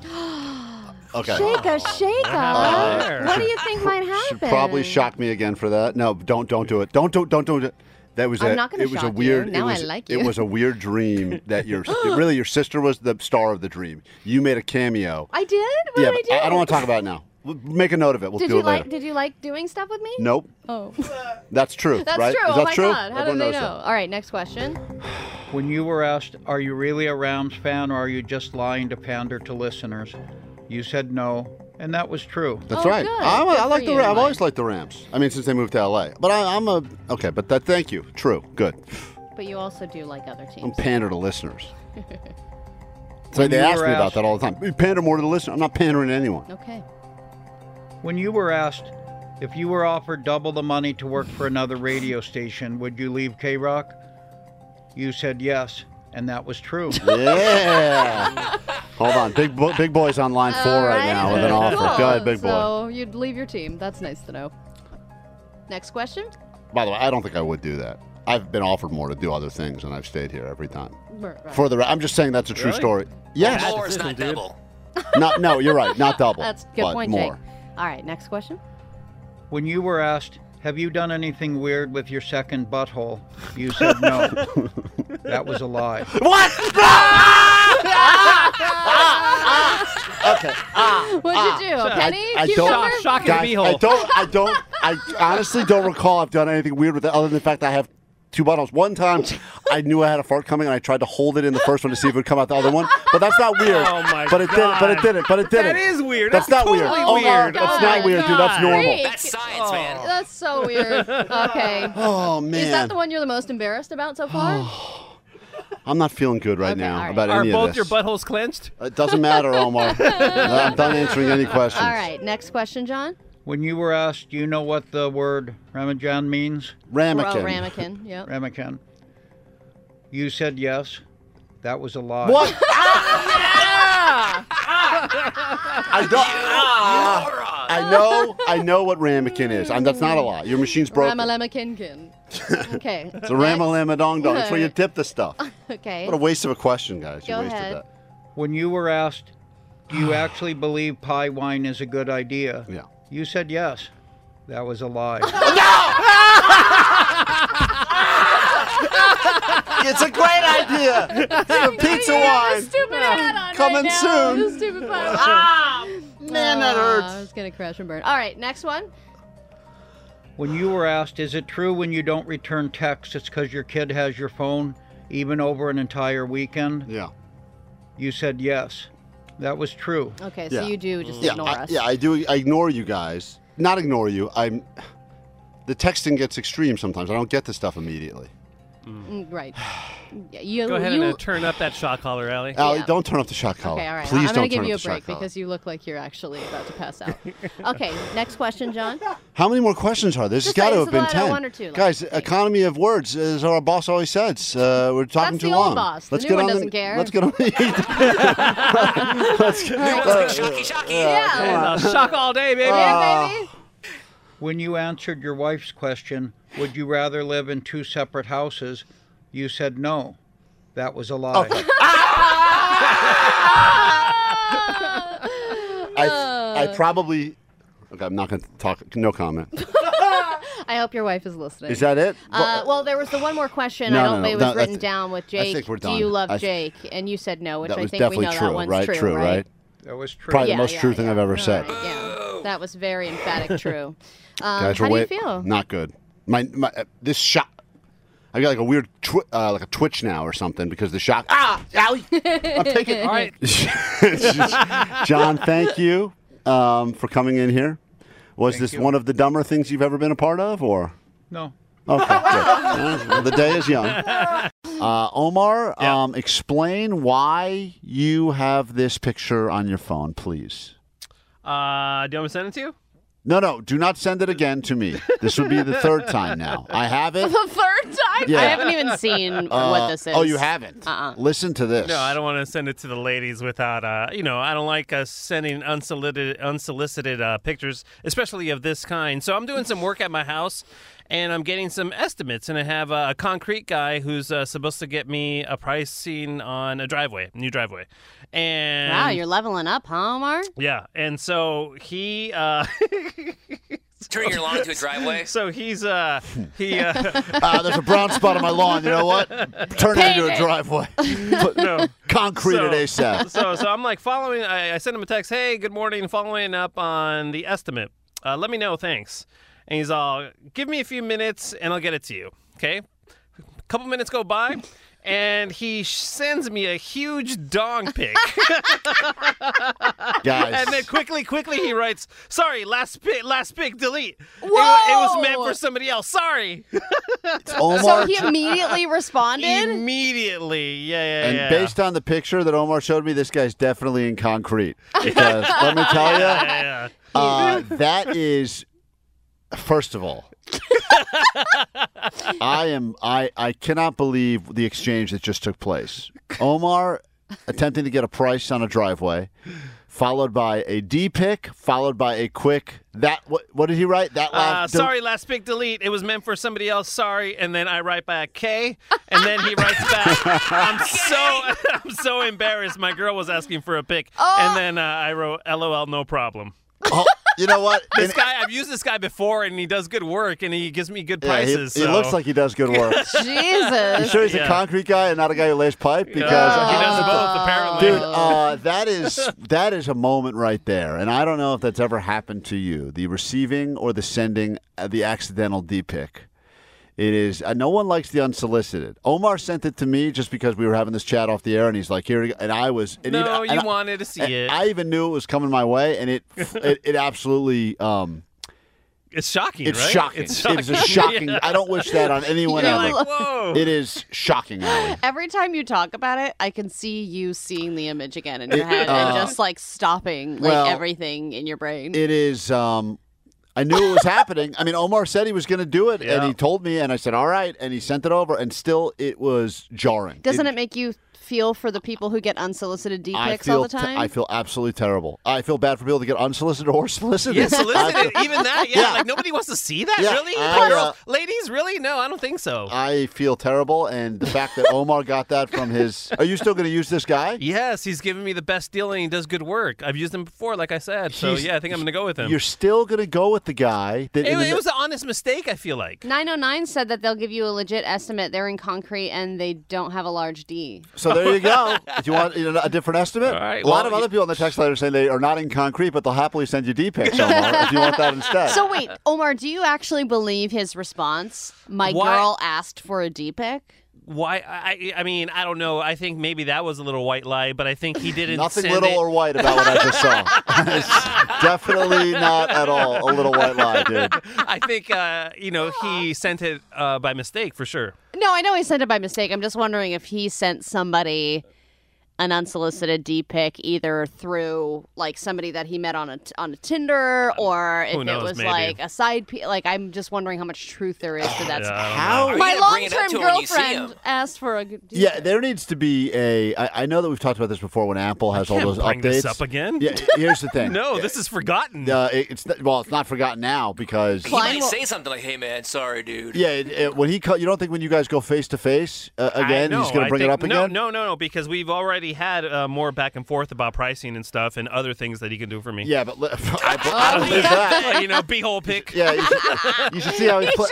Speaker 2: Okay.
Speaker 13: Shaka, shaka.
Speaker 2: happened there?
Speaker 13: what do you think might happen?
Speaker 2: should probably shock me again for that. No, don't don't do it. Don't do don't do it. That was
Speaker 13: I'm
Speaker 2: a,
Speaker 13: not gonna
Speaker 2: it was a
Speaker 13: shock you.
Speaker 2: weird
Speaker 13: Now
Speaker 2: it
Speaker 13: I
Speaker 2: was,
Speaker 13: like
Speaker 2: It
Speaker 13: you.
Speaker 2: was a weird dream that your really your sister was the star of the dream. You made a cameo.
Speaker 4: I did. What
Speaker 2: yeah,
Speaker 4: did I
Speaker 2: but
Speaker 4: do?
Speaker 2: I don't want to talk about it now. We'll Make a note of it. We'll
Speaker 4: did
Speaker 2: do
Speaker 4: you
Speaker 2: it
Speaker 4: like?
Speaker 2: later.
Speaker 4: Did you like doing stuff with me?
Speaker 2: Nope.
Speaker 4: Oh,
Speaker 2: That's true,
Speaker 4: that's
Speaker 2: right?
Speaker 4: true.
Speaker 2: Is
Speaker 4: oh
Speaker 2: that
Speaker 4: my
Speaker 2: true?
Speaker 4: god, how
Speaker 2: Everyone
Speaker 4: did they
Speaker 2: knows
Speaker 4: know?
Speaker 2: that.
Speaker 4: All right, next question.
Speaker 1: When you were asked, "Are you really a Rams fan, or are you just lying to pander to listeners?" you said no, and that was true.
Speaker 4: Oh,
Speaker 2: That's right. I, I like the Rams. I've always liked the Rams. I mean, since they moved to LA. But I, I'm a okay. But that. Thank you. True. Good.
Speaker 4: But you also do like other teams.
Speaker 2: I'm pander to listeners. So
Speaker 1: When
Speaker 2: they
Speaker 1: you
Speaker 2: ask
Speaker 1: were
Speaker 2: me about
Speaker 1: asked-
Speaker 2: that all the time. You pander more to the listener. I'm not pandering to anyone.
Speaker 4: okay.
Speaker 1: When you were asked, If you were offered double the money to work for another radio station, would you leave K Rock? You said yes, and that was true.
Speaker 2: Yeah. Hold on, big bo- big boy's on line four right, now with an offer. Go ahead, big boy.
Speaker 4: Oh, So you'd leave your team. That's nice to know. Next question.
Speaker 2: By the way, I don't think I would do that. I've been offered more to do other things, and I've stayed here every time. For the, re- I'm just saying that's a true
Speaker 4: Really?
Speaker 2: story. Yes.
Speaker 9: More is not double.
Speaker 2: Not no, you're right. Not double.
Speaker 4: That's a good
Speaker 2: but
Speaker 4: point,
Speaker 2: more.
Speaker 4: Jake. All right, next question.
Speaker 1: When you were asked, Have you done anything weird with your second butthole? You said no. that was a lie.
Speaker 2: What? Ah! Okay. Ah.
Speaker 4: What'd you do? A penny? Cucumber?
Speaker 2: guys, I don't. I don't. I honestly don't recall I've done anything weird with it, other than the fact that I have two bottles. One time, I knew I had a fart coming, and I tried to hold it in the first one to see if it would come out the other one. But that's not weird.
Speaker 5: Oh, my
Speaker 2: but it didn't. But it
Speaker 5: God.
Speaker 2: didn't. But it
Speaker 5: That
Speaker 2: didn't.
Speaker 5: is weird.
Speaker 2: That's,
Speaker 5: That's
Speaker 2: not weird.
Speaker 5: totally
Speaker 2: Oh, my
Speaker 5: weird.
Speaker 2: God,
Speaker 5: Oh,
Speaker 2: That's not
Speaker 5: my
Speaker 2: weird, dude.
Speaker 5: God.
Speaker 2: That's normal.
Speaker 5: That's science, man.
Speaker 4: Oh, That's so weird. Okay.
Speaker 2: Oh
Speaker 4: Is that
Speaker 2: man,
Speaker 4: the one you're the most embarrassed about so far?
Speaker 2: I'm not feeling good right now about
Speaker 5: Are
Speaker 2: any
Speaker 5: both
Speaker 2: of
Speaker 5: your
Speaker 2: this.
Speaker 5: buttholes clenched?
Speaker 2: it doesn't matter, Omar. I'm done answering any questions.
Speaker 4: All right, next question, John.
Speaker 1: When you were asked, Do you know what the word ramajan means?
Speaker 4: Ramekin. Oh, ramekin, yep.
Speaker 1: Ramekin. You said yes. That was a lie.
Speaker 2: What?
Speaker 5: I
Speaker 2: don't. Ah. I know. I know what ramekin is. i that's not a lie. Your machine's broken.
Speaker 4: Ramalamekinkin. Okay.
Speaker 2: It's a ramalama dong dong. It's where you
Speaker 4: Alright.
Speaker 2: tip the stuff.
Speaker 4: Okay.
Speaker 2: What a waste of a question, guys. You
Speaker 4: Go
Speaker 2: wasted
Speaker 4: ahead.
Speaker 2: that.
Speaker 1: When you were asked, Do you actually believe pie wine is a good idea?
Speaker 2: Yeah.
Speaker 1: You said yes. That was a lie.
Speaker 2: it's a great idea. The pizza wine. Coming soon.
Speaker 4: stupid
Speaker 2: Ah, man, that hurts.
Speaker 4: It's gonna crash and burn. All right, next one.
Speaker 1: When you were asked, Is it true when you don't return texts, it's because your kid has your phone even over an entire weekend?
Speaker 2: Yeah.
Speaker 1: You said yes. That was true.
Speaker 4: Okay,
Speaker 2: Yeah.
Speaker 4: so you do just
Speaker 2: yeah,
Speaker 4: ignore
Speaker 2: I,
Speaker 4: us.
Speaker 2: Yeah, I do. I ignore you guys. Not ignore you. I'm. The texting gets extreme sometimes. I don't get the stuff immediately.
Speaker 4: Mm, Right. Yeah, You,
Speaker 5: Go ahead
Speaker 4: you,
Speaker 5: and uh, turn up that shock collar, Allie.
Speaker 2: Allie, don't turn up the shot collar.
Speaker 4: Okay, all right.
Speaker 2: Oh, Please don't
Speaker 4: I'm gonna give
Speaker 2: turn
Speaker 4: you a
Speaker 2: up the shot
Speaker 4: break
Speaker 2: collar.
Speaker 4: because you look like you're actually about to pass out. okay, next question, John.
Speaker 2: How many more questions are there? This has
Speaker 4: Just
Speaker 2: got to have
Speaker 4: like-
Speaker 2: been
Speaker 4: so like
Speaker 2: ten.
Speaker 4: one or two, like,
Speaker 2: Guys, economy of words is our boss always says. Uh, we're talking
Speaker 4: That's
Speaker 2: too
Speaker 4: the old
Speaker 2: long.
Speaker 4: boss. The
Speaker 2: Let's
Speaker 4: new
Speaker 2: get
Speaker 4: one
Speaker 2: on
Speaker 4: doesn't care.
Speaker 2: Let's get on the. let's get.
Speaker 1: shocky,
Speaker 2: shocky.
Speaker 5: Yeah. Shock all day,
Speaker 2: Uh,
Speaker 5: baby.
Speaker 1: When you answered your wife's question, Would you rather live in two separate houses? You said no. That was a lie.
Speaker 11: Oh.
Speaker 2: Ah! I, I probably. Okay, I'm not going to talk. No comment.
Speaker 4: I hope your wife is listening.
Speaker 2: Is that it?
Speaker 4: Uh, well, there was the one more question.
Speaker 2: No,
Speaker 4: I
Speaker 2: no, no,
Speaker 4: don't think it
Speaker 2: no,
Speaker 4: was
Speaker 2: that's-
Speaker 4: written down with
Speaker 2: I
Speaker 4: Jake.
Speaker 2: think we're
Speaker 4: Do you
Speaker 2: done.
Speaker 4: love
Speaker 2: I th-
Speaker 4: Jake? And you said no, which
Speaker 2: that
Speaker 4: I
Speaker 2: was
Speaker 4: think we
Speaker 2: definitely
Speaker 4: know
Speaker 2: true,
Speaker 4: that one's
Speaker 2: right?
Speaker 4: true,
Speaker 2: True,
Speaker 4: right?
Speaker 2: right?
Speaker 1: That was true.
Speaker 2: Probably
Speaker 4: Yeah,
Speaker 2: the most
Speaker 4: yeah,
Speaker 2: true thing I've ever said.
Speaker 4: Yeah, that was very emphatic true. Um,
Speaker 2: Guys,
Speaker 4: how
Speaker 2: we're
Speaker 4: do you
Speaker 2: wait-
Speaker 4: feel?
Speaker 2: Not good. My, my uh, this shot. I got like a weird twi- uh, like a twitch now or something because the shock. Ah, Allie, I'm taking.
Speaker 5: All right.
Speaker 2: John, thank you um, for coming in here. Was this
Speaker 1: you.
Speaker 2: one of the dumber things you've ever been a part of, or?
Speaker 1: No.
Speaker 2: Okay, good. Uh, well, the day is young. Uh, Omar, um, explain why you have this picture on your phone, please.
Speaker 5: Uh, do you want me to send it to you?
Speaker 2: No, no, do not send it again to me. This would be the third time now. I have it.
Speaker 4: the third time?
Speaker 2: Yeah.
Speaker 4: I haven't even seen
Speaker 2: Uh,
Speaker 4: what this is.
Speaker 2: oh, you haven't?
Speaker 4: Uh-uh.
Speaker 2: Listen to this.
Speaker 5: No, I don't want to send it to the ladies without, uh, you know, I don't like us sending unsolicited, unsolicited uh, pictures, especially of this kind. So I'm doing some work at my house, and I'm getting some estimates, and I have uh, a concrete guy who's uh, supposed to get me a pricing on a driveway, new driveway, and
Speaker 4: Wow, you're leveling up, huh, Omar?
Speaker 5: yeah, and so he. Uh,
Speaker 9: Turning your lawn into a driveway.
Speaker 5: So he's uh he uh,
Speaker 2: Ah, there's a brown spot on my lawn. You know what? Turn it into a driveway. Put
Speaker 5: no.
Speaker 2: concrete at
Speaker 5: so,
Speaker 2: ASAP.
Speaker 5: So, so I'm like following. I, I sent him a text. Hey, good morning. Following up on the estimate. Uh, let me know. Thanks. And he's all, give me a few minutes and I'll get it to you. Okay. A couple minutes go by, and he sh- sends me a huge dong pic.
Speaker 2: Guys.
Speaker 5: And then quickly, quickly he writes, "Sorry, last pic, last pic, delete. It, wa- it was meant for somebody else. Sorry."
Speaker 4: So Oh, he immediately responded?
Speaker 5: Immediately, yeah, yeah,
Speaker 2: And
Speaker 5: yeah.
Speaker 2: based on the picture that Omar showed me, this guy's definitely in concrete. Because let me tell you,
Speaker 5: Yeah, yeah, yeah.
Speaker 2: uh, that is First of all, I am I I cannot believe the exchange that just took place. Omar attempting to get a price on a driveway, followed by a D pick, followed by a quick that what what did he write? That
Speaker 5: Uh,
Speaker 2: last
Speaker 5: sorry, last pick delete. It was meant for somebody else. Sorry, and then I write back K, and then he writes back. I'm so I'm so embarrassed. My girl was asking for a pick, and then uh, I wrote LOL, no problem.
Speaker 2: Oh, you know what?
Speaker 5: This guy, I've used this guy before, and he does good work, and he gives me good
Speaker 2: Yeah, he-
Speaker 5: prices.
Speaker 2: he,
Speaker 5: so-
Speaker 2: looks like he does good work.
Speaker 5: Jesus.
Speaker 2: You sure he's
Speaker 5: Yeah.
Speaker 2: a concrete guy and not a guy who lays pipe? Because uh,
Speaker 5: he does both, apparently.
Speaker 2: Dude, uh, that is that is a moment right there, and I don't know if that's ever happened to you, the receiving or the sending, uh, the accidental D pick. It is. Uh, no one likes the unsolicited. Omar sent it to me just because we were having this chat off the air, and he's like, "Here," we go," and I was. And
Speaker 5: No, you
Speaker 2: even- and I-
Speaker 5: wanted to see
Speaker 2: and
Speaker 5: it.
Speaker 2: I even knew it was coming my way, and it it, it absolutely. Um,
Speaker 5: It's shocking.
Speaker 2: it's
Speaker 5: right?
Speaker 2: shocking.
Speaker 5: It's
Speaker 2: It is a shocking.
Speaker 5: Yeah.
Speaker 2: I don't wish that on anyone
Speaker 5: You're
Speaker 2: ever.
Speaker 5: like, whoa.
Speaker 2: It is shocking. Allie.
Speaker 4: Every time you talk about it, I can see you seeing the image again in your
Speaker 2: It-
Speaker 4: head and
Speaker 2: uh,
Speaker 4: just like stopping like
Speaker 2: well,
Speaker 4: everything in your brain.
Speaker 2: It is. Um, I knew it was happening. I mean, Omar said he was going to do it, and he told me, and I said, "All right," and he sent it over, and still, it was jarring.
Speaker 4: Doesn't it make you feel for the people who get unsolicited D
Speaker 2: I
Speaker 4: pics
Speaker 2: feel.
Speaker 4: all the
Speaker 2: te-
Speaker 4: time?
Speaker 2: I feel absolutely terrible. I feel bad for people to get unsolicited or solicited.
Speaker 5: Yeah,
Speaker 2: I
Speaker 5: solicited.
Speaker 2: feel-
Speaker 5: even that. Yeah, like nobody wants to see that.
Speaker 2: Yeah,
Speaker 5: really,
Speaker 2: I,
Speaker 5: Poor
Speaker 2: uh,
Speaker 5: girls. ladies, really? No, I don't think so.
Speaker 2: I feel terrible, and the fact that Omar got that from his. Are you still going to use this guy?
Speaker 5: Yes, he's giving me the best deal and he does good work. I've used him before, like I said. So
Speaker 2: He's-
Speaker 5: yeah, I think I'm going to go with him.
Speaker 2: You're still going to go with the guy
Speaker 5: It,
Speaker 2: that. in the-
Speaker 5: it was an honest mistake. I feel like.
Speaker 4: 909 said that they'll give you a legit estimate. They're in concrete and they don't have a large D.
Speaker 2: So there you go. Do you want you know, a different estimate? a lot
Speaker 5: well,
Speaker 2: of other people on the text line are saying they are not in concrete, but they'll happily send you D pics Omar, if you want that instead.
Speaker 4: So wait, Omar, do you actually believe his response? My
Speaker 5: Why-
Speaker 4: girl asked for a D pic.
Speaker 5: Why? I, I mean, I don't know. I think maybe that was a little white lie, but I think he didn't.
Speaker 2: Nothing
Speaker 5: send
Speaker 2: little
Speaker 5: it-
Speaker 2: or white about what I just saw. It's definitely not at all a little white lie, dude.
Speaker 5: I think uh, you know he sent it uh, by mistake for sure.
Speaker 4: No, I know he sent it by mistake. I'm just wondering if he sent somebody an unsolicited D pic either through like somebody that he met on a on a Tinder
Speaker 2: Um,
Speaker 4: or if
Speaker 5: Who
Speaker 4: it
Speaker 5: knows,
Speaker 4: was
Speaker 5: maybe.
Speaker 4: like a side piece. Like I'm just wondering how much truth there is to that.
Speaker 2: Yeah, I
Speaker 4: story.
Speaker 2: don't How- know. Are you
Speaker 4: my
Speaker 2: gonna bring
Speaker 4: long
Speaker 2: it up
Speaker 4: term
Speaker 2: to him when you see
Speaker 4: girlfriend asked for a. good D
Speaker 2: Yeah, there needs to be a. I, I know that we've talked about this before when Apple has all
Speaker 5: can't
Speaker 2: those
Speaker 5: bring
Speaker 2: updates.
Speaker 5: this up again.
Speaker 2: Yeah, here's the thing.
Speaker 5: No, this is forgotten.
Speaker 2: Uh, it- it's not- well, it's not forgotten now because
Speaker 9: He might say something like, "Hey man, sorry, dude."
Speaker 2: Yeah, it, it- when he co- you don't think when you guys go face to face uh,
Speaker 5: I
Speaker 2: again,
Speaker 5: know,
Speaker 2: he's going
Speaker 5: I
Speaker 2: to bring it
Speaker 5: think-
Speaker 2: up again.
Speaker 5: No, no, no, no, because we've already had uh, more back and forth about pricing and stuff and other things that he can do for me.
Speaker 2: Yeah, but li-
Speaker 5: I
Speaker 2: believe that.
Speaker 5: you know, beehole pick.
Speaker 2: Yeah, you should, you should see how he, pla-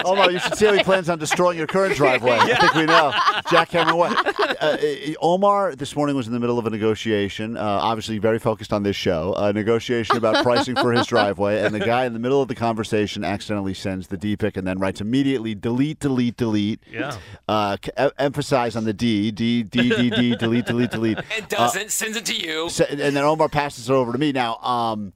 Speaker 2: Omar, you should see how he plans on destroying your current driveway. I think we know. Jack Cameron White. Uh, uh, Omar this morning was in the middle of a negotiation, uh, obviously very focused on this show, a negotiation about pricing for his driveway. And the guy in the middle of the conversation accidentally sends the D pic and then writes immediately delete, delete, delete.
Speaker 9: Yeah.
Speaker 2: Uh, c- em- emphasize on the D, D, D, D, D, delete, delete, delete.
Speaker 9: And
Speaker 2: Uh,
Speaker 9: doesn't sends it to you.
Speaker 2: Se- and then Omar passes it over to me. Now, um,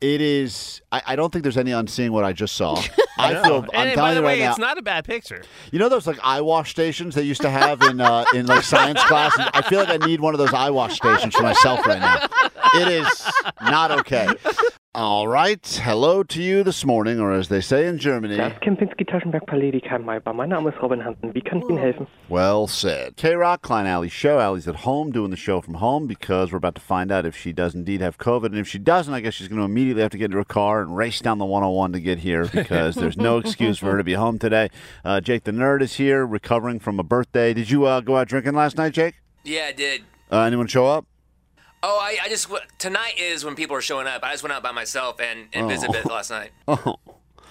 Speaker 2: it is. I, I don't think there's any unseeing what I just saw. I
Speaker 5: No.
Speaker 2: feel. I'm
Speaker 5: and by
Speaker 2: telling
Speaker 5: the
Speaker 2: you right
Speaker 5: way,
Speaker 2: now.
Speaker 5: it's not a bad picture.
Speaker 2: you know those like eye wash stations they used to have in uh, in like science class. And I feel like I need one of those eye wash stations for myself right now. It is not okay. All right, hello to you this morning, or as they say in Germany.
Speaker 6: Das Kempinski Taschenberg Palais, die Karl-May-Bar. Mein Name ist Robin Hansen. Wie kann ich Ihnen helfen?
Speaker 2: Well said. K Rock, Klein Alley Show. Alley's at home doing the show from home because we're about to find out if she does indeed have COVID. And if she doesn't, I guess she's going to immediately have to get into her car and race down the 101 to get here because there's no excuse for her to be home today. Uh, Jake the Nerd is here, recovering from a birthday. Did you uh, go out drinking last night, Jake?
Speaker 9: Yeah, I did.
Speaker 2: Uh, anyone show up?
Speaker 9: Oh, I, I just w- tonight is when people are showing up. I just went out by myself and, and
Speaker 2: Oh.
Speaker 9: visited Beth last night.
Speaker 2: Oh,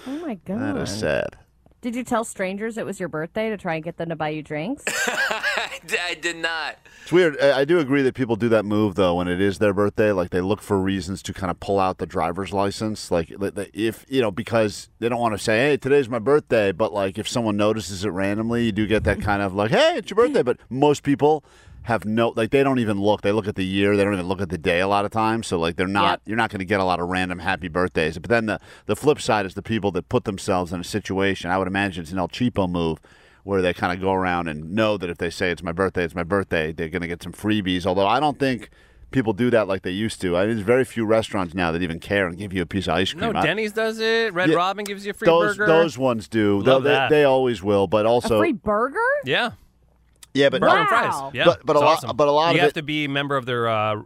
Speaker 11: Oh my god.
Speaker 2: that is sad.
Speaker 11: Did you tell strangers it was your birthday to try and get them to buy you drinks?
Speaker 9: I, d- I did not.
Speaker 2: It's weird. I I do agree that people do that move though when it is their birthday. Like they look for reasons to kind of pull out the driver's license. Like li- li- if you know because they don't want to say, "Hey, today's my birthday," but like if someone notices it randomly, you do get that kind of like, "Hey, it's your birthday." But most people have no like they don't even look. They look at the year. They don't even look at the day a lot of times. So like they're not you're not going to get a lot of random happy birthdays. But then the the flip side is the people that put themselves in a situation. I would imagine it's an El Cheapo move where they kind of go around and know that if they say it's my birthday, it's my birthday, they're going to get some freebies. Although I don't think people do that like they used to. I mean, there's very few restaurants now that even care and give you a piece of ice
Speaker 5: No,
Speaker 2: cream. I-
Speaker 5: Denny's does it. Red
Speaker 2: Yeah,
Speaker 5: Robin gives you a free
Speaker 2: those
Speaker 5: burger.
Speaker 2: those ones do.
Speaker 5: Love
Speaker 2: Though they,
Speaker 5: that.
Speaker 2: they always will, but also
Speaker 11: burger?
Speaker 5: Yeah.
Speaker 2: yeah, but
Speaker 5: Burger and fries. Yeah,
Speaker 2: but, but a
Speaker 5: it's
Speaker 2: lot,
Speaker 5: awesome.
Speaker 2: but a lot
Speaker 5: you
Speaker 2: of
Speaker 5: have
Speaker 2: it,
Speaker 5: to be a member of their uh,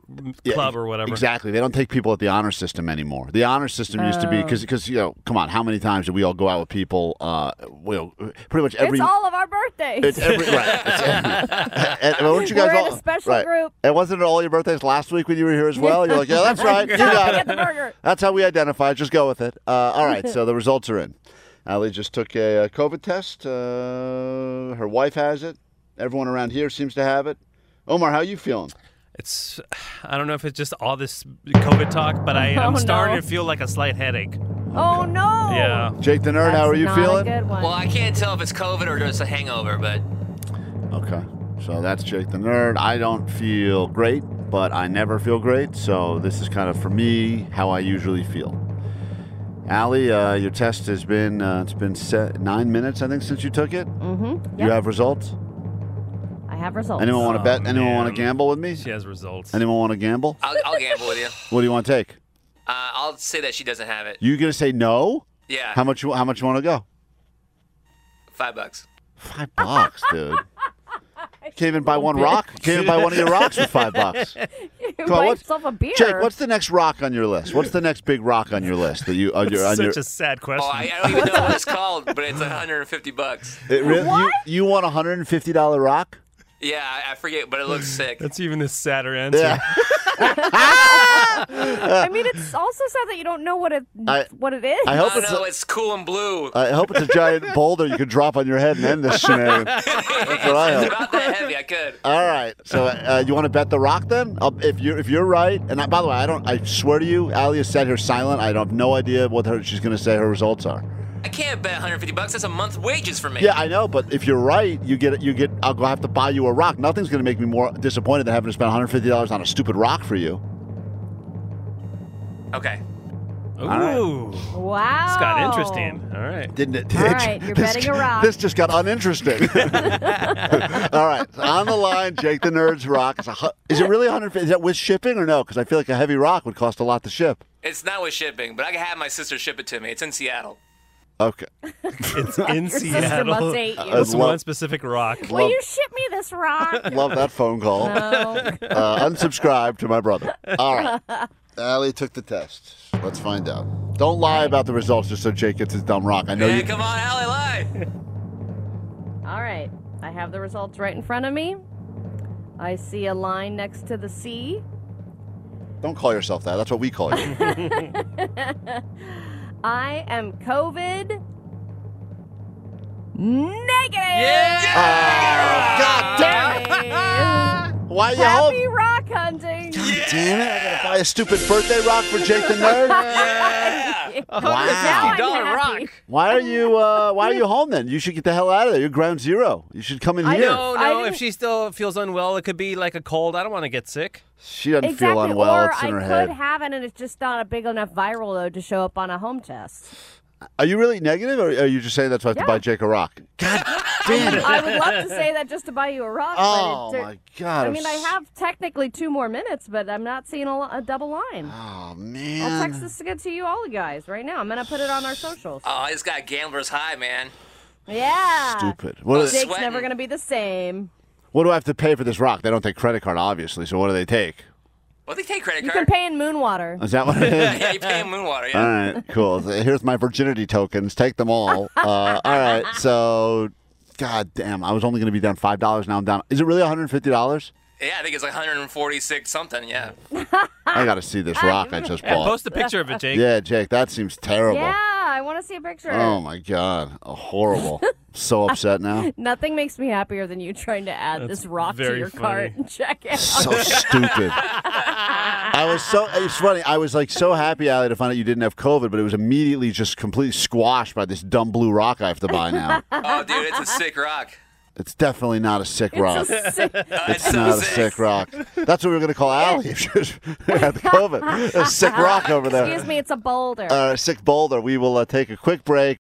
Speaker 5: club or whatever.
Speaker 2: Exactly. They don't take people at the honor system anymore. The honor system used to be
Speaker 11: Oh.
Speaker 2: because because you know, come on, how many times did we all go out with people? Uh, well, pretty much every.
Speaker 11: it's all of our birthdays.
Speaker 2: It's every- right. It's every- and- and weren't you guys
Speaker 11: We're in
Speaker 2: all-
Speaker 11: a special
Speaker 2: right.
Speaker 11: group.
Speaker 2: And wasn't it all your birthdays last week when you were here as well? You're like, yeah, that's right. You got it. That's how we identify. Just go with it. Uh, all right. So the results are in. Allie just took a, uh COVID test. Uh, her wife has it. Everyone around here seems to have it. Omar, how you feeling?
Speaker 5: It's I don't know if it's just all this COVID talk, but I,
Speaker 21: Oh,
Speaker 5: I'm
Speaker 21: no.
Speaker 5: starting to feel like a slight headache.
Speaker 21: Oh no!
Speaker 5: Yeah.
Speaker 2: Jake the nerd, how are you feeling?
Speaker 9: Well, I can't tell if it's COVID or just a hangover, but
Speaker 2: Okay. So that's Jake the Nerd. I don't feel great, but I never feel great. So this is kind of for me how I usually feel. Allie, uh, your test has been uh, it's been set nine minutes I think since you took it.
Speaker 21: Mm-hmm.
Speaker 2: You have results.
Speaker 21: I have results.
Speaker 2: Anyone want to bet? Anyone want to
Speaker 5: man.
Speaker 2: gamble with me?
Speaker 5: She has results.
Speaker 2: Anyone want to gamble?
Speaker 9: I'll, I'll gamble with you.
Speaker 2: What do you want to take?
Speaker 9: Uh, I'll say that she doesn't have it.
Speaker 2: You gonna say
Speaker 9: Uh,
Speaker 2: no?
Speaker 9: Yeah.
Speaker 2: How much? you- How much you want to go?
Speaker 9: Five bucks.
Speaker 2: Five bucks, dude. Can't even buy one rock. Can't even buy one of your rocks for five bucks.
Speaker 11: You
Speaker 2: Come on,
Speaker 11: buy
Speaker 2: what's-
Speaker 11: yourself a beer.
Speaker 2: Jake, what's the next rock on your list? What's the next big rock on your list that you on your on
Speaker 5: Such
Speaker 2: your?
Speaker 5: a sad question.
Speaker 9: Oh, I, I don't even know what it's called, but it's 150 bucks.
Speaker 2: It really- You, you want a hundred and fifty dollar rock?
Speaker 9: Yeah, I, I forget, but it looks sick.
Speaker 5: That's even a sadder answer.
Speaker 11: I mean, it's also sad that you don't know what it
Speaker 2: I-
Speaker 11: what it is.
Speaker 2: I hope
Speaker 9: no,
Speaker 2: it's
Speaker 9: no,
Speaker 2: a-
Speaker 9: it's cool and blue.
Speaker 2: I hope it's a giant boulder you could drop on your head and end this scenario. That's what I
Speaker 9: it's
Speaker 2: hope.
Speaker 9: about that heavy. I could.
Speaker 2: All right, so uh, you want to bet the rock then? Uh, if you're if you're right, and I, by the way, I don't. I swear to you, Ali has sat here silent. I don't have no idea what her, she's going to say. Her results are.
Speaker 9: I can't bet 150 bucks. That's a month's wages for me.
Speaker 2: Yeah, I know, but if you're right, you get you get. I'll go have to buy you a rock. Nothing's going to make me more disappointed than having to spend 150 dollars on a stupid rock for you.
Speaker 9: Okay.
Speaker 5: Ooh.
Speaker 21: Wow.
Speaker 5: It's got interesting. All right.
Speaker 2: Didn't it?
Speaker 21: Oh. All right, you're betting a rock.
Speaker 2: This just got uninteresting. All right, so on the line, Jake the Nerd's rock. Is, a, hu- is it really 150? Is that with shipping or no? Because I feel like a heavy rock would cost a lot to ship.
Speaker 9: It's not with shipping, but I can have my sister ship it to me. It's in Seattle.
Speaker 2: Okay.
Speaker 5: It's in
Speaker 11: sister
Speaker 5: Seattle.
Speaker 11: must hate you.
Speaker 5: That's
Speaker 2: I'd love-
Speaker 5: one specific rock.
Speaker 11: Will you ship me this rock?
Speaker 2: Love that phone call. Uh, unsubscribe to my brother. All right. Allie took the test. Let's find out. Don't lie about the results just so Jake gets his dumb rock. I know
Speaker 9: Yeah,
Speaker 2: you.
Speaker 9: come on, Allie, lie.
Speaker 21: All right, I have the results right in front of me. I see a line next to the sea.
Speaker 2: Don't call yourself that. That's what we call you.
Speaker 21: I am COVID negative.
Speaker 2: God
Speaker 21: damn
Speaker 2: Why you
Speaker 21: Happy
Speaker 2: home?
Speaker 21: rock hunting.
Speaker 2: Damn it! I gotta buy a stupid birthday rock for Jake the Nerd.
Speaker 21: Now
Speaker 2: Wow.
Speaker 21: I'm happy.
Speaker 2: Why are you uh, Why are you home then? You should get the hell out of there. You're ground zero. You should come in here.
Speaker 5: No, no. If she still feels unwell, it could be like a cold. I don't want to get sick.
Speaker 2: She doesn't feel
Speaker 21: Exactly,
Speaker 2: unwell.
Speaker 21: or
Speaker 2: it's in
Speaker 21: I
Speaker 2: her
Speaker 21: could
Speaker 2: head.
Speaker 21: have it, and it's just not a big enough viral load to show up on a home test.
Speaker 2: Are you really negative, or are you just saying that's why I have to buy Jake a rock? Damn it.
Speaker 21: I would love to say that just to buy you a rock.
Speaker 2: Oh,
Speaker 21: but it-
Speaker 2: my God,
Speaker 21: I
Speaker 2: I'm
Speaker 21: mean, I
Speaker 2: s-
Speaker 21: have technically two more minutes, but I'm not seeing a, lo- a double line.
Speaker 2: Oh
Speaker 21: I'll
Speaker 2: man.
Speaker 21: text this to get to you all the guys right now. I'm gonna put it on our socials.
Speaker 9: Oh, I just got gambler's high, man.
Speaker 21: Yeah.
Speaker 2: Stupid. What is-
Speaker 21: Jake's
Speaker 2: Sweating.
Speaker 21: never gonna be the same.
Speaker 2: What do I have to pay for this rock? They don't take credit card, obviously. So what do they take?
Speaker 9: Well, they take credit
Speaker 21: You can
Speaker 9: card.
Speaker 21: pay in moon water.
Speaker 2: Is that what it is?
Speaker 9: yeah, you pay in moon water. Yeah.
Speaker 2: All right, cool. So Here's my virginity tokens. Take them all. Uh, all right, so god damn, I was only going to be down five dollars. Now I'm down. Is it really 150 dollars?
Speaker 9: Yeah, I think it's like 146 something. Yeah.
Speaker 2: I got to see this rock I just
Speaker 5: Yeah,
Speaker 2: bought.
Speaker 5: post a picture of it, Jake.
Speaker 2: Yeah, Jake, that seems terrible.
Speaker 21: Yeah, I want to see a picture.
Speaker 2: Oh my god, oh, horrible. so upset now.
Speaker 21: Nothing makes me happier than you trying to add this rock to
Speaker 2: very
Speaker 21: your
Speaker 2: funny.
Speaker 21: cart and check it out.
Speaker 2: So stupid. I was so it's funny. I was like so happy, Allie, to find out you didn't have COVID, but it was immediately just completely squashed by this dumb blue rock I have to buy now.
Speaker 9: Oh, dude, it's a sick rock.
Speaker 2: It's definitely not a sick rock. It's
Speaker 9: It's so
Speaker 2: not a
Speaker 9: sick.
Speaker 2: sick rock. That's what we were going to call Allie if she was- had the COVID. A sick rock over there.
Speaker 21: Excuse me, it's a boulder.
Speaker 2: Uh, a sick boulder. We will uh, take a quick break.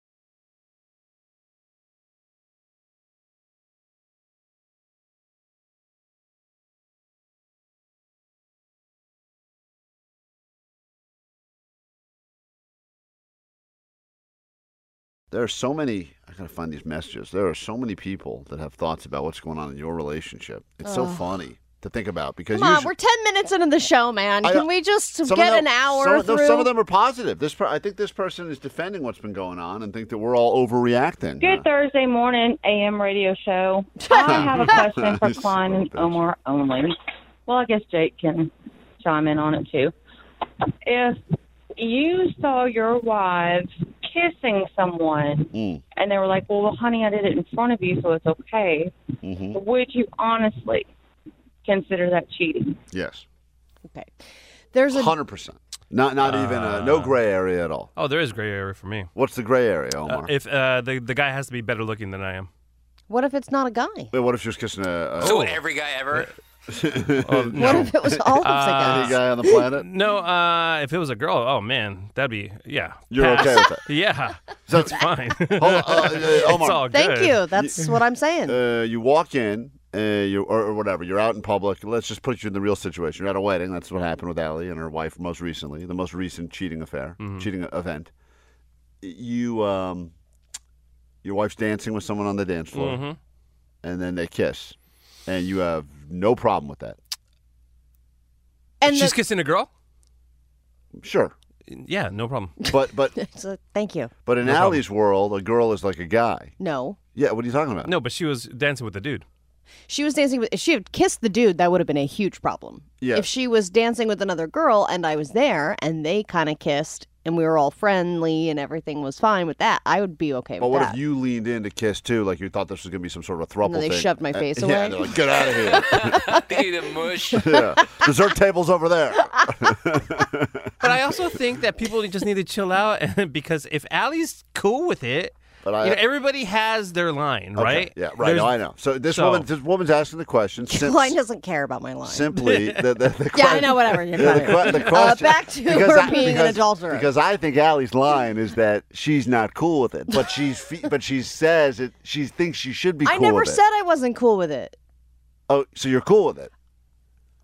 Speaker 2: There are so many. I gotta find these messages. There are so many people that have thoughts about what's going on in your relationship. It's so
Speaker 4: Ugh.
Speaker 2: funny to think about because
Speaker 4: Come on,
Speaker 2: usu-
Speaker 4: we're ten minutes into the show, man.
Speaker 2: I-
Speaker 4: Can we just
Speaker 2: some
Speaker 4: get
Speaker 2: of them-
Speaker 4: an hour
Speaker 2: Some, of- no,
Speaker 4: through?
Speaker 2: some of them are positive. This, per- I think, this person is defending what's been going on and think that we're all overreacting.
Speaker 7: Good Thursday morning AM radio show. I have a question for
Speaker 2: Yes.
Speaker 7: Klein and Omar only. Well, I guess Jake can chime in on it too. If you saw your wives kissing someone
Speaker 2: Mm,
Speaker 7: and they were like, well, honey, I did it in front of you, so it's okay,
Speaker 2: mm-hmm.
Speaker 4: Mm-hmm.
Speaker 7: would you honestly consider that cheating?
Speaker 2: Yes,
Speaker 4: Okay. There's a
Speaker 2: hundred percent. Not, not even uh, no gray area at all.
Speaker 5: Oh, there is gray area for me.
Speaker 2: What's the gray area,
Speaker 5: Uh,
Speaker 2: Omar?
Speaker 5: if uh, the the guy has to be better looking than I am.
Speaker 4: What if it's not a guy?
Speaker 2: Wait, what if she was kissing a? a
Speaker 5: So
Speaker 9: every guy ever.
Speaker 4: What if it was all of the
Speaker 5: Uh,
Speaker 4: guys?
Speaker 2: Any guy on the planet?
Speaker 5: No, uh, if it was a girl, oh man, that'd be yeah.
Speaker 2: You're okay with that?
Speaker 5: Yeah, that's fine.
Speaker 2: uh,
Speaker 5: it's all
Speaker 4: Thank
Speaker 2: good.
Speaker 4: you. That's what I'm saying.
Speaker 2: Uh, you walk in, uh, you or, or whatever. You're out in public. Let's just put you in the real situation. You're at a wedding. That's what happened with Allie and her wife most recently. The most recent cheating affair,
Speaker 5: Mm-hmm.
Speaker 2: cheating event. You, um, your wife's dancing with someone on the dance floor,
Speaker 5: Mhm.
Speaker 2: and then they kiss, and you have no problem with that.
Speaker 4: And
Speaker 5: she's
Speaker 4: the-
Speaker 5: kissing a girl.
Speaker 2: Sure.
Speaker 5: Yeah, no problem.
Speaker 2: But but
Speaker 4: So, thank you.
Speaker 2: but in
Speaker 5: No problem.
Speaker 2: Allie's world, a girl is like a guy.
Speaker 4: No.
Speaker 2: Yeah. What are you talking about?
Speaker 5: No, but she was dancing with a dude.
Speaker 4: She was dancing with. If she had kissed the dude, that would have been a huge problem.
Speaker 5: Yeah.
Speaker 4: If she was dancing with another girl and I was there and they kind of kissed and we were all friendly and everything was fine with that, I would be okay
Speaker 2: But
Speaker 4: with
Speaker 2: what
Speaker 4: that.
Speaker 2: if you leaned in to kiss too? Like you thought this was gonna be some sort of a throuple
Speaker 4: And they
Speaker 2: thing. Uh,
Speaker 4: shoved my face
Speaker 2: yeah,
Speaker 4: away.
Speaker 2: they're like, get out of here.
Speaker 9: Dude, a mush.
Speaker 2: yeah. Dessert table's over there.
Speaker 5: But I also think that people just need to chill out and- because if Allie's cool with it,
Speaker 2: but I-
Speaker 5: you know, everybody has their line,
Speaker 2: Okay,
Speaker 5: right?
Speaker 2: Yeah, right.
Speaker 5: There's-
Speaker 2: no, I know. So this
Speaker 5: so-
Speaker 2: woman, this woman's asking the question. sim-
Speaker 4: Line doesn't care about my line.
Speaker 2: simply, the, the, the
Speaker 4: Yeah, I know. Whatever. You're
Speaker 2: Yeah, the, que- the question.
Speaker 4: Uh, back to
Speaker 2: because
Speaker 4: her
Speaker 2: I-
Speaker 4: being an
Speaker 2: because-
Speaker 4: adulterer.
Speaker 2: Because I think Allie's line is that she's not cool with it, but she's fe- but she says it. She thinks she should be. Cool
Speaker 4: I never
Speaker 2: with
Speaker 4: said
Speaker 2: It.
Speaker 4: I wasn't cool with it.
Speaker 2: Oh, so you're cool with it?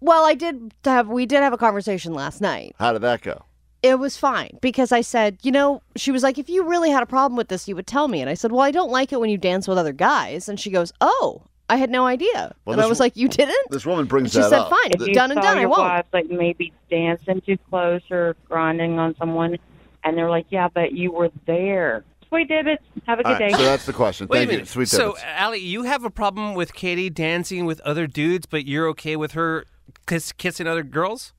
Speaker 4: Well, I did have. We did have a conversation last night.
Speaker 2: How did that go?
Speaker 4: It was fine because I said, you know, she was like, if you really had a problem with this, you would tell me. And I said, well, I don't like it when you dance with other guys. And she goes, oh, I had no idea.
Speaker 2: Well,
Speaker 4: and I
Speaker 2: this
Speaker 4: was
Speaker 2: w-
Speaker 4: like, you didn't?
Speaker 2: This woman brings
Speaker 4: She
Speaker 2: that
Speaker 4: said,
Speaker 2: up.
Speaker 4: "Fine,
Speaker 2: Th-
Speaker 7: you
Speaker 4: done and
Speaker 7: saw
Speaker 4: done, I
Speaker 7: Your
Speaker 4: won't."
Speaker 7: wives like maybe dancing too close or grinding on someone, and they're like, "Yeah, but you were there." Sweet dibbits. Have a good
Speaker 2: All right,
Speaker 7: day.
Speaker 2: so that's the question.
Speaker 5: Wait
Speaker 2: Thank
Speaker 5: a minute.
Speaker 2: you, sweet
Speaker 5: so,
Speaker 2: divots.
Speaker 5: Allie, you have a problem with Katie dancing with other dudes, but you're okay with her kiss- kissing other girls?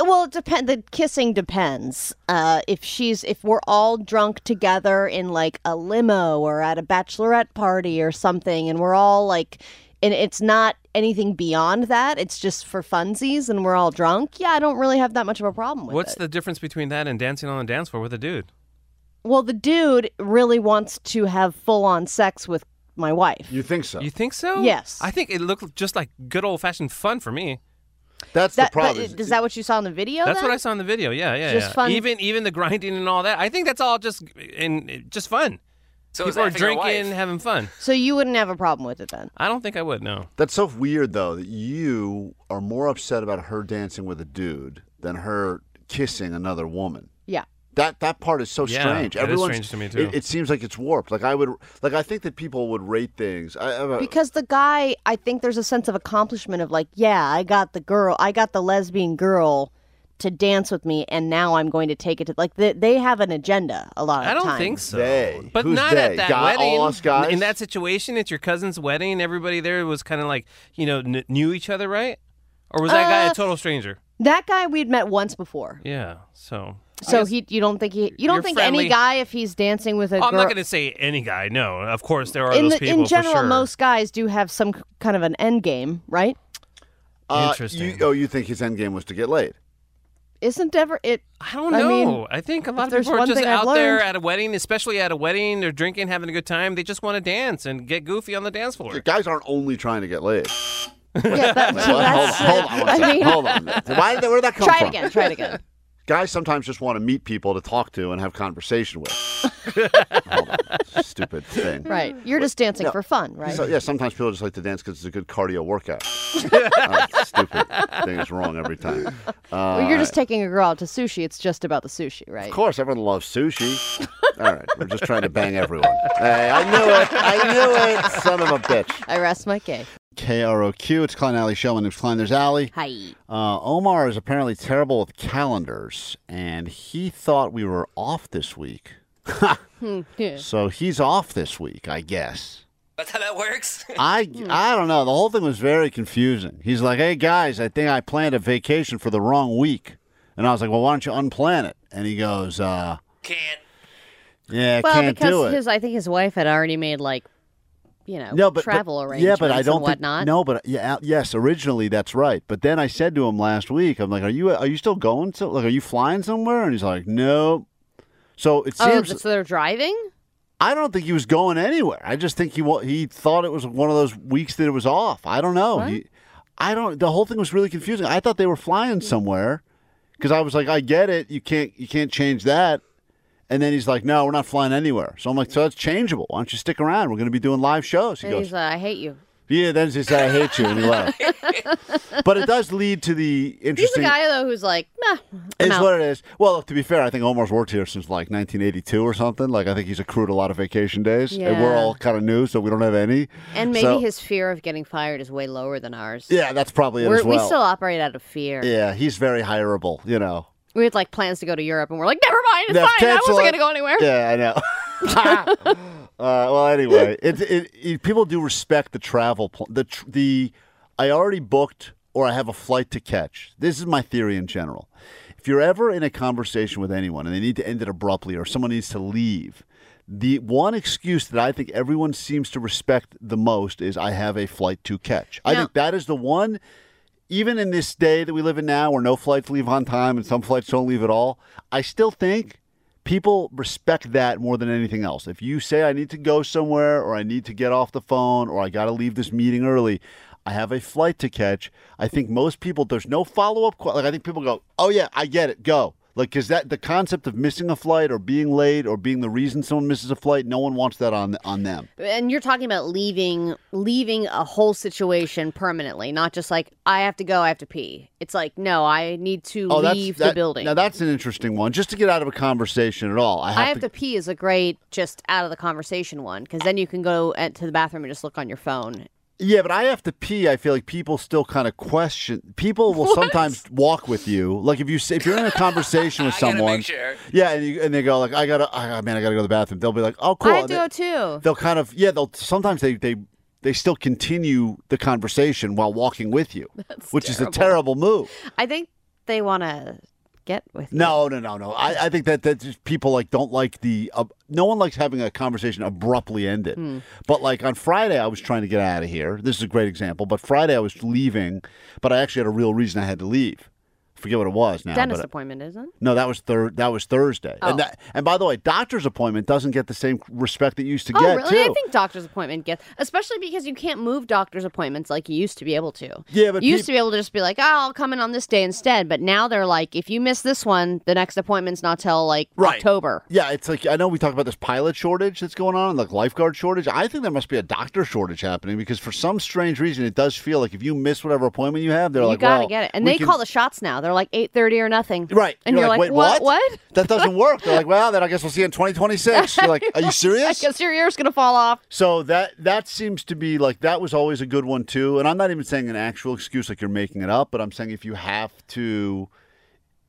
Speaker 4: Well, it depends. The kissing depends. Uh, if she's if we're all drunk together in like a limo or at a bachelorette party or something, and we're all like, and it's not anything beyond that. It's just for funsies, and we're all drunk. Yeah, I don't really have that much of a problem with
Speaker 5: What's
Speaker 4: it.
Speaker 5: the difference between that and dancing on the dance floor with a dude?
Speaker 4: Well, the dude really wants to have full on sex with my wife.
Speaker 2: You think so?
Speaker 5: You think so?
Speaker 4: Yes.
Speaker 5: I think it looked just like good old fashioned fun for me.
Speaker 2: That's
Speaker 4: That, but is that what you saw in the video?
Speaker 5: That's
Speaker 4: then?
Speaker 5: what I saw in the video. Yeah, yeah,
Speaker 4: Just
Speaker 5: yeah.
Speaker 4: fun-
Speaker 5: Even even the grinding and all that. I think that's all just and just fun.
Speaker 9: So is
Speaker 5: people are
Speaker 9: that for your wife?
Speaker 5: drinking, having fun.
Speaker 4: So you wouldn't have a problem with it then?
Speaker 5: I don't think I would. No.
Speaker 2: That's so weird, though, that you are more upset about her dancing with a dude than her kissing another woman.
Speaker 4: Yeah.
Speaker 2: That that part is so
Speaker 5: Yeah,
Speaker 2: strange.
Speaker 5: that is
Speaker 2: Everyone's
Speaker 5: strange to me, too.
Speaker 2: It, it seems like it's warped. Like I would, like I think that people would rate things. I, uh, I, I-
Speaker 4: Because the guy, I think there's a sense of accomplishment of like, yeah, I got the girl, I got the lesbian girl to dance with me, and now I'm going to take it to like they, they have an agenda a lot of
Speaker 5: I don't
Speaker 4: times.
Speaker 5: think so.
Speaker 2: They.
Speaker 5: But
Speaker 2: Who's
Speaker 5: not
Speaker 2: they?
Speaker 5: at that
Speaker 2: Guy-
Speaker 5: wedding.
Speaker 2: all us guys?
Speaker 5: In that situation, it's your cousin's wedding. Everybody there was kind of like, you know, kn- knew each other, right? Or was that guy
Speaker 4: Uh,
Speaker 5: a total stranger?
Speaker 4: That guy we'd met once before,
Speaker 5: Yeah. So.
Speaker 4: so he you don't think he you
Speaker 5: You're
Speaker 4: don't think
Speaker 5: friendly.
Speaker 4: any guy if he's dancing with a
Speaker 5: Oh, I'm
Speaker 4: girl
Speaker 5: not going to say any guy. No, of course there are
Speaker 4: in
Speaker 5: those
Speaker 4: the,
Speaker 5: people
Speaker 4: in general
Speaker 5: for sure.
Speaker 4: most guys do have some k- kind of an end game, right?
Speaker 2: uh,
Speaker 5: Interesting.
Speaker 2: you- oh, you think his end game was to get laid?
Speaker 4: Isn't ever it?
Speaker 5: I don't
Speaker 4: I
Speaker 5: know.
Speaker 4: mean,
Speaker 5: Oh, I think a
Speaker 4: if
Speaker 5: lot of
Speaker 4: there's
Speaker 5: people are
Speaker 4: one
Speaker 5: just
Speaker 4: thing I've
Speaker 5: out there
Speaker 4: learned-
Speaker 5: at a wedding, especially at a wedding. They're drinking, having a good time. They just want to dance and get goofy on the dance floor.
Speaker 2: Guys aren't only trying to get laid.
Speaker 4: that's-
Speaker 2: hold on, hold
Speaker 11: uh,
Speaker 2: on, one
Speaker 4: I
Speaker 2: second,
Speaker 4: mean-
Speaker 2: hold on. Why did that, where did that come
Speaker 4: try
Speaker 2: from?
Speaker 4: it again. Try it again.
Speaker 2: Guys sometimes just want to meet people to talk to and have conversation with. hold on, stupid thing.
Speaker 4: Right, you're just dancing
Speaker 2: No.
Speaker 4: for fun, right?
Speaker 2: So, yeah, sometimes people just like to dance because it's a good cardio workout. oh, stupid thing is wrong every time. Uh, Uh,
Speaker 4: Well, you're just taking a girl out to sushi. It's just about the sushi, right?
Speaker 2: of course, everyone loves sushi. All right, we're just trying to bang everyone. Hey, I knew it. I knew it. Son of a bitch.
Speaker 4: I rest my case.
Speaker 2: K R O Q. It's Klein Alley Show. My name's Klein. There's Alley.
Speaker 4: Hi.
Speaker 2: Uh, Omar is apparently terrible with calendars, and he thought we were off this week.
Speaker 4: Hmm, yeah.
Speaker 2: So he's off this week, I guess.
Speaker 9: That's how that works.
Speaker 2: I
Speaker 4: Hmm.
Speaker 2: I don't know. The whole thing was very confusing. He's like, "Hey guys, I think I planned a vacation for the wrong week," and I was like, "Well, why don't you unplan it?" And he goes, uh,
Speaker 9: "Can't."
Speaker 2: Yeah,
Speaker 4: well,
Speaker 2: can't
Speaker 4: because
Speaker 2: do it.
Speaker 4: his, I think his wife had already made like, you know,
Speaker 2: no, but
Speaker 4: travel
Speaker 2: but, Yeah,
Speaker 4: arrangements
Speaker 2: but I don't
Speaker 4: and
Speaker 2: think-
Speaker 4: whatnot.
Speaker 2: no, but yeah, uh, yes, originally that's right. But then I said to him last week, I'm like, "Are you are you still going to like are you flying somewhere?" And he's like, "No." So it
Speaker 4: oh,
Speaker 2: seems
Speaker 4: so they're driving.
Speaker 2: I don't think he was going anywhere. I just think he wa- he thought it was one of those weeks that it was off. I don't know. He, I don't. The whole thing was really confusing. I thought they were flying somewhere because I was like, I get it. You can't you can't change that. And then he's like, No, we're not flying anywhere. So I'm like, So that's changeable. Why don't you stick around? We're going to be doing live shows. He
Speaker 4: and
Speaker 2: goes,
Speaker 4: he's like, I hate you.
Speaker 2: Yeah. Then he said, I hate you, and he left. but it does lead to the
Speaker 4: He's a
Speaker 2: interesting.
Speaker 4: guy though who's like, nah, I'm
Speaker 2: It's
Speaker 4: out.
Speaker 2: what it is. Well, to be fair, I think Omar's worked here since like 1982 or something. Like I think he's accrued a lot of vacation days, and we're
Speaker 4: Yeah.
Speaker 2: all kind of new, so we don't have any.
Speaker 4: and maybe
Speaker 2: So-
Speaker 4: his fear of getting fired is way lower than ours.
Speaker 2: yeah, that's probably it
Speaker 4: We're,
Speaker 2: as well.
Speaker 4: We still operate out of fear.
Speaker 2: yeah, he's very hireable. You know,
Speaker 4: We had like plans to go to Europe, and we're like, never mind, it's
Speaker 2: Yeah,
Speaker 4: fine. I
Speaker 2: cancel
Speaker 4: wasn't
Speaker 2: it.
Speaker 4: gonna go anywhere.
Speaker 2: Yeah, I know. Uh, well, anyway, it, it, it- people do respect the travel. Pl- the tr- the I already booked or I have a flight to catch. This is my theory in general. If you're ever in a conversation with anyone and they need to end it abruptly or someone needs to leave, the one excuse that I think everyone seems to respect the most is I have a flight to catch. I think that is the one even in this day that we live in now where no flights leave on time and some flights don't leave at all, I still think people respect that more than anything else. If you say, I need to go somewhere or I need to get off the phone or I got to leave this meeting early, I have a flight to catch. I think most people, there's no follow up. Like, I think people go, oh, yeah, I get it, go. Like, because that the concept of missing a flight or being late or being the reason someone misses a flight, no one wants that on on them.
Speaker 4: And you're talking about leaving leaving a whole situation permanently, not just like I have to go, I have to pee. It's like no, I need to leave the
Speaker 2: Oh, that-
Speaker 4: building.
Speaker 2: Now that's an interesting one. Just to get out of a conversation at all, I have,
Speaker 4: I have to, pee is a great just out of the conversation one because then you can go at, to the bathroom and just look on your phone.
Speaker 2: Yeah, but I have to pee. I feel like people still kind of question. People will sometimes walk with you. Like if you say- if you're in a conversation with someone,
Speaker 9: sure.
Speaker 2: yeah, and, you, and they go like, "I gotta, I, oh, man, I gotta go to the bathroom." They'll be like, "Oh, cool."
Speaker 4: I have to
Speaker 2: They-
Speaker 4: go too.
Speaker 2: They'll kind of yeah. They'll sometimes they they they still continue the conversation while walking with you, which is a terrible move.
Speaker 4: I think they want to get with.
Speaker 2: No, no, no, no. I, I think that that just people like don't like the. Uh, no one likes having a conversation abruptly ended.
Speaker 4: Hmm.
Speaker 2: But like on Friday, I was trying to get out of here. This is a great example. But Friday, I was leaving, but I actually had a real reason I had to leave. Forget what it was now.
Speaker 4: Dentist
Speaker 2: but-
Speaker 4: appointment isn't.
Speaker 2: No, that was thir- That was Thursday.
Speaker 4: Oh.
Speaker 2: And that, and by the way, doctor's appointment doesn't get the same respect that you used to
Speaker 4: oh
Speaker 2: get
Speaker 4: really?
Speaker 2: too.
Speaker 4: I think doctor's appointment gets especially because you can't move doctor's appointments like you used to be able to.
Speaker 2: Yeah, but
Speaker 4: you used
Speaker 2: peop-
Speaker 4: to be able to just be like, oh, I'll come in on this day instead. But now they're like, if you miss this one, the next appointment's not till like October.
Speaker 2: Yeah, it's like I know we talk about this pilot shortage that's going on, like lifeguard shortage. I think there must be a doctor shortage happening because for some strange reason, it does feel like if you miss whatever appointment you have, they're
Speaker 4: you
Speaker 2: like,
Speaker 4: gotta
Speaker 2: well,
Speaker 4: get it. And
Speaker 2: we
Speaker 4: they
Speaker 2: can-
Speaker 4: call the shots now. They're like eight thirty or nothing.
Speaker 2: right,
Speaker 4: And
Speaker 2: you're,
Speaker 4: you're,
Speaker 2: like, wait,
Speaker 4: what? What?
Speaker 2: That doesn't work. They're like, well, then I guess we'll see you in 2026. You're like, are you serious?
Speaker 4: Because your ear's gonna fall off.
Speaker 2: So that that seems to be like that was always a good one too. And I'm not even saying an actual excuse like you're making it up, but I'm saying if you have to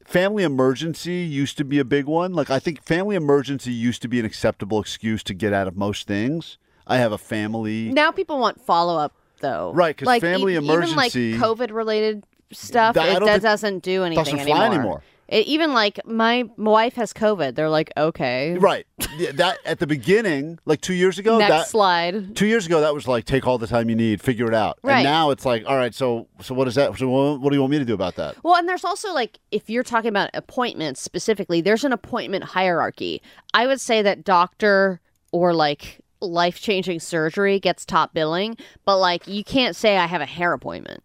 Speaker 2: family emergency used to be a big one. Like I think family emergency used to be an acceptable excuse to get out of most things. I have a family
Speaker 4: Now people want follow up though.
Speaker 2: Right, 'cause
Speaker 4: Like,
Speaker 2: family
Speaker 4: e-
Speaker 2: emergency-
Speaker 4: even like COVID related stuff.
Speaker 2: That- I
Speaker 4: it
Speaker 2: don't
Speaker 4: do-
Speaker 2: think-
Speaker 4: doesn't do anything
Speaker 2: doesn't fly anymore.
Speaker 4: It, even like my wife has COVID. They're like, okay,
Speaker 2: Right. Yeah, that at the beginning, like 2 years ago,
Speaker 4: Next
Speaker 2: that
Speaker 4: slide.
Speaker 2: 2 years ago that was like take all the time you need, figure it out.
Speaker 4: Right.
Speaker 2: And now it's like, all right, so so what is that? So what, what do you want me to do about that?
Speaker 4: Well, and there's also like if you're talking about appointments specifically, there's an appointment hierarchy. I would say that doctor or like life changing surgery gets top billing, but like you can't say I have a hair appointment.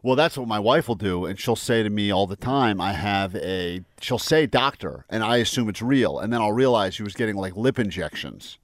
Speaker 2: Well, that's what my wife will do, and she'll say to me all the time, "I have a." She'll say doctor, and I assume it's real, and then I'll realize she was getting like lip injections.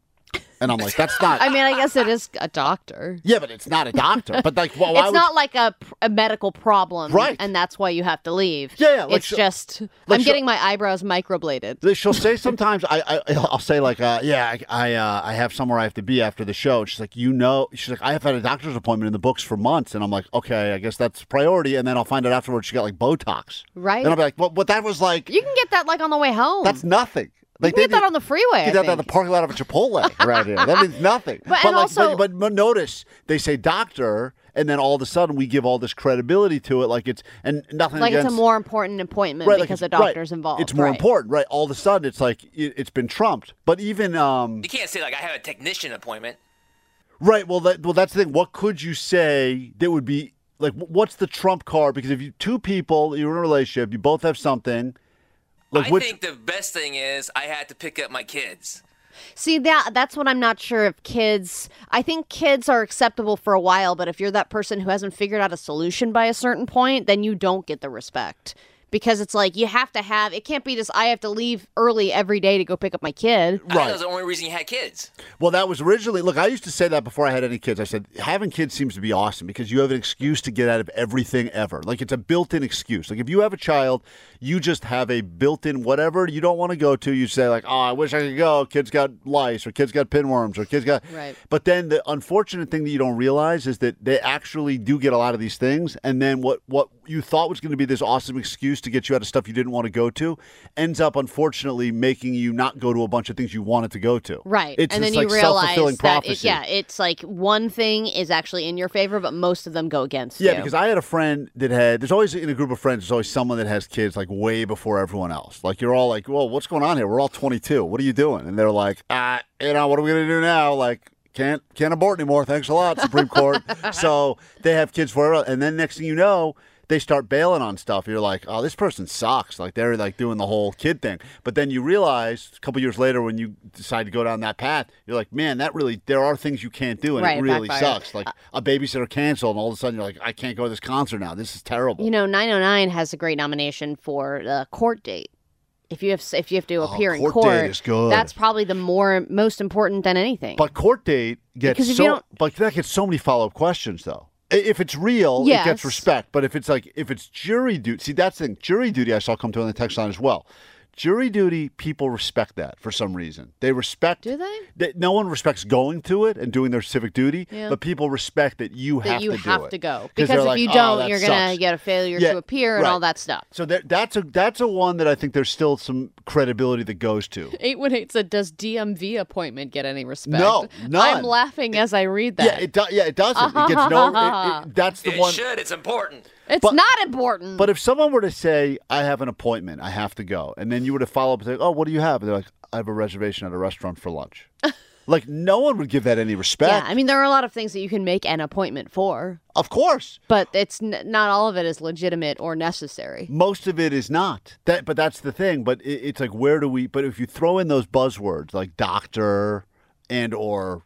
Speaker 2: And I'm like, that's not.
Speaker 4: I mean, I guess it is a doctor.
Speaker 2: yeah, but it's not a doctor. But like, well, why
Speaker 4: it's
Speaker 2: would-
Speaker 4: not like a, pr- a medical problem,
Speaker 2: Right.
Speaker 4: And that's why you have to leave.
Speaker 2: Yeah, yeah, like
Speaker 4: it's
Speaker 2: sh-
Speaker 4: just
Speaker 2: like
Speaker 4: I'm
Speaker 2: sh-
Speaker 4: getting my eyebrows microbladed.
Speaker 2: They- She'll say sometimes I, I I'll say like uh, yeah I I, uh, I have somewhere I have to be after the show. And she's like you know she's like I have had a doctor's appointment in the books for months, and I'm like okay I guess that's priority, and then I'll find out afterwards she got like Botox,
Speaker 4: Right.
Speaker 2: And I'll be like well, but that was like
Speaker 4: You can get that like on the way home.
Speaker 2: that's nothing. Like
Speaker 4: you can get that on the freeway. I
Speaker 2: Get that
Speaker 4: think.
Speaker 2: on the parking lot of a Chipotle right here. That means nothing.
Speaker 4: But- and
Speaker 2: like,
Speaker 4: also-
Speaker 2: but, but notice they say doctor, and then all of a sudden we give all this credibility to it, like it's and nothing
Speaker 4: like
Speaker 2: against
Speaker 4: it's a more important appointment
Speaker 2: Right, like
Speaker 4: because
Speaker 2: it's-
Speaker 4: the doctor's
Speaker 2: right.
Speaker 4: involved.
Speaker 2: It's more
Speaker 4: right.
Speaker 2: important, right? All of a sudden, it's like it, it's been trumped. But even um,
Speaker 9: You can't say like I have a technician appointment.
Speaker 2: right, well, that, well, that's the thing. What could you say that would be like? wh- What's the trump card? Because if you two people, you're in a relationship, you both have something. Like
Speaker 9: I
Speaker 2: which,
Speaker 9: think the best thing is I had to pick up my kids.
Speaker 4: See that that's what I'm not sure if kids I think kids are acceptable for a while, but if you're that person who hasn't figured out a solution by a certain point, then you don't get the respect. Because it's like you have to have it can't be just I have to leave early every day to go pick up my kid.
Speaker 9: I thought that was the only reason you had kids.
Speaker 2: Well, that was originally. Look, I used to say that before I had any kids. I said having kids seems to be awesome because you have an excuse to get out of everything ever. Like it's a built-in excuse. Like if you have a child, you just have a built-in whatever you don't want to go to. You say like, "Oh, I wish I could go. Kids got lice, or kids got pinworms, or kids got."
Speaker 8: Right.
Speaker 2: But then the unfortunate thing that you don't realize is that they actually do get a lot of these things, and then what what you thought was going to be this awesome excuse to get you out of stuff you didn't want to go to ends up unfortunately making you not go to a bunch of things you wanted to go to.
Speaker 4: Right.
Speaker 2: It's
Speaker 4: and
Speaker 2: this,
Speaker 4: then
Speaker 2: like
Speaker 4: you realize
Speaker 2: self-fulfilling
Speaker 4: that it,
Speaker 2: prophecy.
Speaker 4: yeah, it's like one thing is actually in your favor, but most of them go against
Speaker 2: Yeah,
Speaker 4: you.
Speaker 2: because I had a friend that had. There's always in a group of friends. There's always someone that has kids like way before everyone else. Like you're all like, "Well, what's going on here? We're all 22. What are you doing?" And they're like, "Ah, you know, what are we gonna do now? Like, can't can't abort anymore. Thanks a lot, Supreme Court." so they have kids for it, and then next thing you know, they start bailing on stuff. You're like, "Oh, this person sucks." Like they're like doing the whole kid thing. But then you realize a couple years later when you decide to go down that path, you're like, "Man, that really there are things you can't do, and
Speaker 4: Right,
Speaker 2: it
Speaker 4: it
Speaker 2: really
Speaker 4: backfired.
Speaker 2: sucks." Like a babysitter canceled, and all of a sudden you're like, I can't go to this concert now. This is terrible.
Speaker 4: You know, 909 has a great nomination for the court date. If you have if you have to appear in
Speaker 2: Oh, court date
Speaker 4: court,
Speaker 2: is good.
Speaker 4: that's probably the more most important than anything.
Speaker 2: But court date gets
Speaker 4: Because if
Speaker 2: so,
Speaker 4: you don't-
Speaker 2: but that gets so many follow up questions though. I- If it's real, it gets
Speaker 4: Yes.
Speaker 2: respect. But if it's like if it's jury duty, see that's the thing. Jury duty, I saw come to on the text line as well. Jury duty, people respect that for some reason. They respect. Do
Speaker 4: they?
Speaker 2: no one respects going to it and doing their civic duty,
Speaker 4: Yeah.
Speaker 2: but people respect that you
Speaker 4: that
Speaker 2: have
Speaker 4: you
Speaker 2: to do
Speaker 4: have
Speaker 2: it.
Speaker 4: to go
Speaker 2: 'Cause
Speaker 4: because
Speaker 2: they're
Speaker 4: if
Speaker 2: like,
Speaker 4: you
Speaker 2: "Oh,
Speaker 4: don't,
Speaker 2: that
Speaker 4: you're gonna
Speaker 2: sucks."
Speaker 4: get a failure
Speaker 2: Yeah,
Speaker 4: to appear and
Speaker 2: right.
Speaker 4: all that stuff.
Speaker 2: So there, that's a that's a one that I think there's still some credibility that goes to.
Speaker 4: 818 said, Does DMV appointment get any respect?
Speaker 2: No, none.
Speaker 4: I'm laughing as I read that. Uh-huh,
Speaker 2: Yeah, it do, yeah it doesn't. It gets no. it- it- that's the
Speaker 9: It
Speaker 2: one.
Speaker 9: should. It's important.
Speaker 4: it's
Speaker 2: but-
Speaker 4: not important.
Speaker 2: But if someone were to say, "I have an appointment, I have to go," and then you were to follow up and say, "Oh, what do you have?" And they're like, "I have a reservation at a restaurant for lunch." like no one would give that any
Speaker 4: yeah,
Speaker 2: respect.
Speaker 4: I mean, there are a lot of things that you can make an appointment for.
Speaker 2: Of course.
Speaker 4: But it's n- not all of it is legitimate or necessary.
Speaker 2: Most of it is not. That, but that's the thing. But it, it's like, where do we? But if you throw in those buzzwords like doctor and or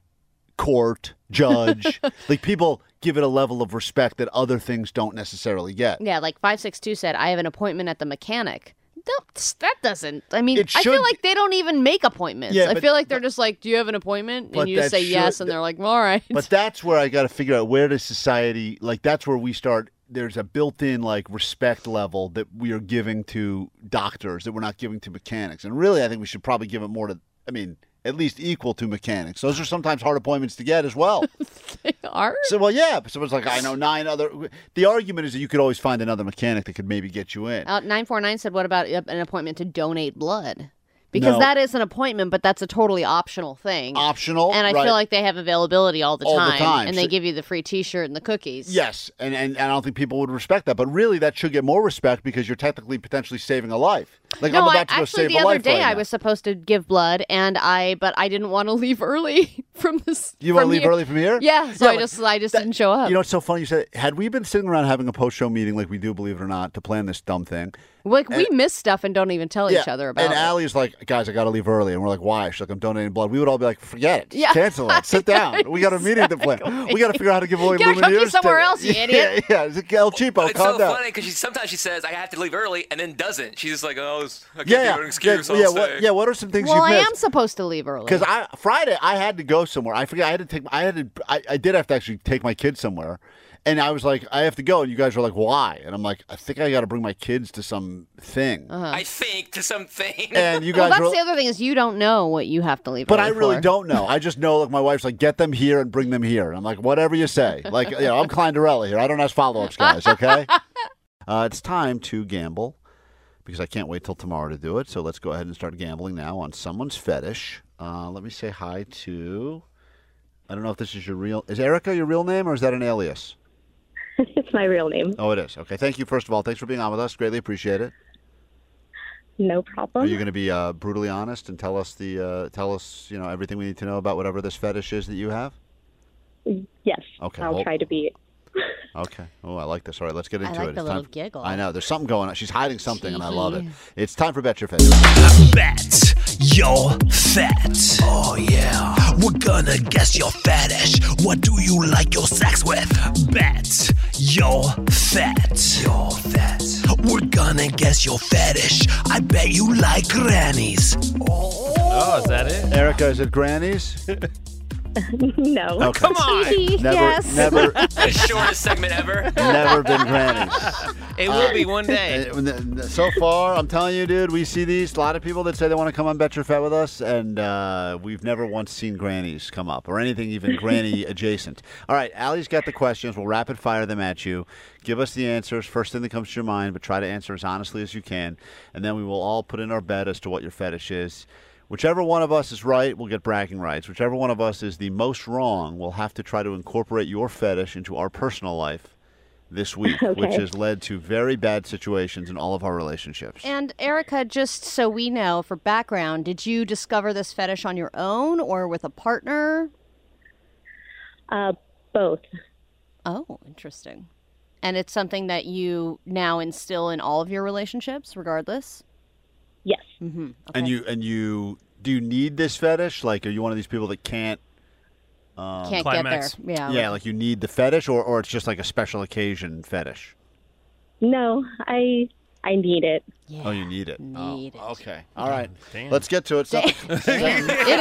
Speaker 2: court judge, like people give it a level of respect that other things don't necessarily get.
Speaker 4: Yeah, like 562 said, I have an appointment at the mechanic. Don't- That doesn't. I mean,
Speaker 2: It
Speaker 4: I
Speaker 2: should-
Speaker 4: feel like they don't even make appointments.
Speaker 2: Yeah,
Speaker 4: I
Speaker 2: but-
Speaker 4: feel like they're just like, "Do you have an appointment?"
Speaker 2: But
Speaker 4: And you just
Speaker 2: that
Speaker 4: say yes,
Speaker 2: should-
Speaker 4: and they're like, "All right."
Speaker 2: But that's where I got to figure out where does society like that's where we start. There's a built-in like respect level that we are giving to doctors that we're not giving to mechanics, and really, I think we should probably give it more to. I mean, at least equal to mechanics. Those are sometimes hard appointments to get as well.
Speaker 4: are
Speaker 2: so well, yeah. But someone's like, I know nine other. The argument is that you could always find another mechanic that could maybe get you in.
Speaker 4: Uh, 949 said, What about an appointment to donate blood? Because
Speaker 2: No.
Speaker 4: that is an appointment, but that's a totally optional thing.
Speaker 2: Optional,
Speaker 4: And I
Speaker 2: right.
Speaker 4: feel like they have availability all the
Speaker 2: All the
Speaker 4: time.
Speaker 2: time.
Speaker 4: And
Speaker 2: So-
Speaker 4: they give you the free t shirt and the cookies.
Speaker 2: Yes, and, and, and I don't think people would respect that, but really that should get more respect because you're technically potentially saving a life. Like
Speaker 4: no,
Speaker 2: I'm
Speaker 4: I,
Speaker 2: about to go
Speaker 4: actually,
Speaker 2: save
Speaker 4: the
Speaker 2: a
Speaker 4: other
Speaker 2: life
Speaker 4: day
Speaker 2: right
Speaker 4: I
Speaker 2: now.
Speaker 4: was supposed to give blood, and I, but I didn't want to leave early from this.
Speaker 2: You want to
Speaker 4: from
Speaker 2: leave
Speaker 4: here.
Speaker 2: early from here?
Speaker 4: Yeah, so
Speaker 2: Yeah,
Speaker 4: I
Speaker 2: like
Speaker 4: just, I just didn't show up.
Speaker 2: You know, it's so funny. You said, had we been sitting around having a post show meeting like we do, believe it or not, to plan this dumb thing.
Speaker 4: like we
Speaker 2: and-
Speaker 4: miss stuff and don't even tell
Speaker 2: yeah,
Speaker 4: each other about
Speaker 2: And
Speaker 4: it.
Speaker 2: Allie's like, guys, I got to leave early. And we're like, why? She's like, I'm donating blood. We would all be like, forget it. Just
Speaker 4: Yeah.
Speaker 2: Cancel it. Sit down. We got a meeting to plan. We got to figure out how to give away
Speaker 4: Get a cookie
Speaker 2: Lumineers
Speaker 4: somewhere
Speaker 2: tickets.
Speaker 4: else, you idiot.
Speaker 2: Yeah, yeah. It's like, El Cheapo,
Speaker 9: it's
Speaker 2: calm
Speaker 9: so
Speaker 2: down.
Speaker 9: funny because she sometimes she says I have to leave early and then doesn't. She's just like, oh,
Speaker 8: was. I can't
Speaker 2: Yeah,
Speaker 8: give
Speaker 2: yeah.
Speaker 8: an excuse.
Speaker 2: Yeah,
Speaker 8: I'll
Speaker 2: yeah,
Speaker 8: say.
Speaker 2: what- yeah, what are some things
Speaker 4: well,
Speaker 2: you've
Speaker 4: I
Speaker 2: missed?
Speaker 4: am supposed to leave early.
Speaker 2: Because I Friday I had to go somewhere. I forget I had to take I had to I, I did have to actually take my kids somewhere. And I was like, I have to go. And you guys were like, why? And I'm like, I think I got to bring my kids to some thing.
Speaker 9: I think to something.
Speaker 2: And you
Speaker 4: Uh-huh. well,
Speaker 2: guys
Speaker 4: that's
Speaker 2: were-
Speaker 4: the other thing is you don't know what you have to leave.
Speaker 2: But
Speaker 4: early
Speaker 2: I really
Speaker 4: for.
Speaker 2: don't know. I just know, like, my wife's like, get them here and bring them here. And I'm like, whatever you say. Like, you know, I'm Clinderella here. I don't ask follow ups, guys, okay? uh, it's time to gamble because I can't wait till tomorrow to do it. So let's go ahead and start gambling now on someone's fetish. Uh, let me say hi to. I don't know if this is your real. Is Erica your real name or is that an alias?
Speaker 10: it's my real name.
Speaker 2: Oh, it is. Okay. Thank you, first of all. Thanks for being on with us. Greatly appreciate it.
Speaker 10: No
Speaker 2: Are
Speaker 10: problem.
Speaker 2: you going to be uh, brutally honest and tell us the uh, tell us you know everything we need to know about whatever this fetish is that you have?
Speaker 10: Yes.
Speaker 2: Okay,
Speaker 10: I'll
Speaker 2: hold-
Speaker 10: try to be.
Speaker 2: Okay. Oh, I like this. All right, let's get
Speaker 10: I
Speaker 2: into
Speaker 10: like
Speaker 2: it.
Speaker 10: the
Speaker 2: It's
Speaker 10: little
Speaker 2: time-
Speaker 10: giggle.
Speaker 2: I know. There's something going on. She's hiding something, and I love it.
Speaker 10: Gee.
Speaker 2: It's time for Bet Your Fetish.
Speaker 24: Bet your fet. Oh yeah. We're gonna guess your fetish. What do you like your sex with? Bet your fet. Your fet. We're gonna guess your fetish. I bet you like grannies.
Speaker 5: Oh, is that it?
Speaker 2: Erica, is it Granny's?
Speaker 10: no.
Speaker 2: Oh, come on. Never- Yes. never-
Speaker 9: the shortest segment ever.
Speaker 2: Never been Uh, Granny's.
Speaker 9: It will be
Speaker 2: one day. So far, I'm telling you, dude, we see these. A lot of people that say they want to come on Bet Your Fet with us, and uh, we've never once seen grannies come up or anything even granny adjacent. All right, Allie's got the questions. We'll rapid fire them at you. Give us the answers, first thing that comes to your mind, but try to answer as honestly as you can. And then we will all put in our bet as to what your fetish is. Whichever one of us is right, we'll get bragging rights. Whichever one of us is the most wrong, we'll have to try to incorporate your fetish into our personal life this week, which
Speaker 4: Okay.
Speaker 2: has led to very bad situations in all of our relationships.
Speaker 4: And Erica, just so we know for background, did you discover this fetish on your own or with a partner?
Speaker 10: Uh, both.
Speaker 4: Oh, interesting. And it's something that you now instill in all of your relationships, regardless.
Speaker 10: Yes.
Speaker 4: Mm-hmm.
Speaker 2: And you and you do you need this fetish? Like, are you one of these people that can't? Um,
Speaker 4: Can't get Climax. there. Yeah,
Speaker 2: Yeah,
Speaker 4: like-
Speaker 2: like you need the fetish, or, or it's just like a special occasion fetish.
Speaker 10: No, I I need it.
Speaker 2: oh, you need it.
Speaker 4: Need
Speaker 2: it. Okay. All right. Let's get to it.
Speaker 10: It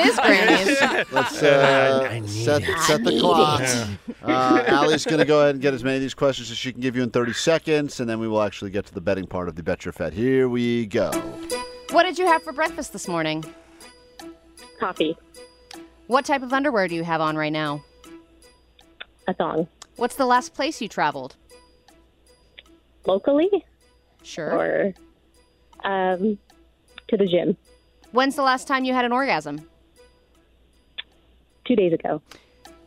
Speaker 10: is Granny's.
Speaker 2: Let's
Speaker 10: Uh,
Speaker 2: uh, set, set the
Speaker 10: need
Speaker 2: clock.
Speaker 10: it.
Speaker 2: Uh, Allie's going to go ahead and get as many of these questions as she can give you in 30 seconds, and then we will actually get to the betting part of the Bet Your Fet. Here we go.
Speaker 4: What did you have for breakfast this morning?
Speaker 10: Coffee.
Speaker 4: What type of underwear do you have on right now?
Speaker 10: A thong.
Speaker 4: What's the last place you traveled?
Speaker 10: Locally
Speaker 4: Sure.
Speaker 10: or um, to the gym
Speaker 4: When's the last time you had an orgasm?
Speaker 10: two days ago.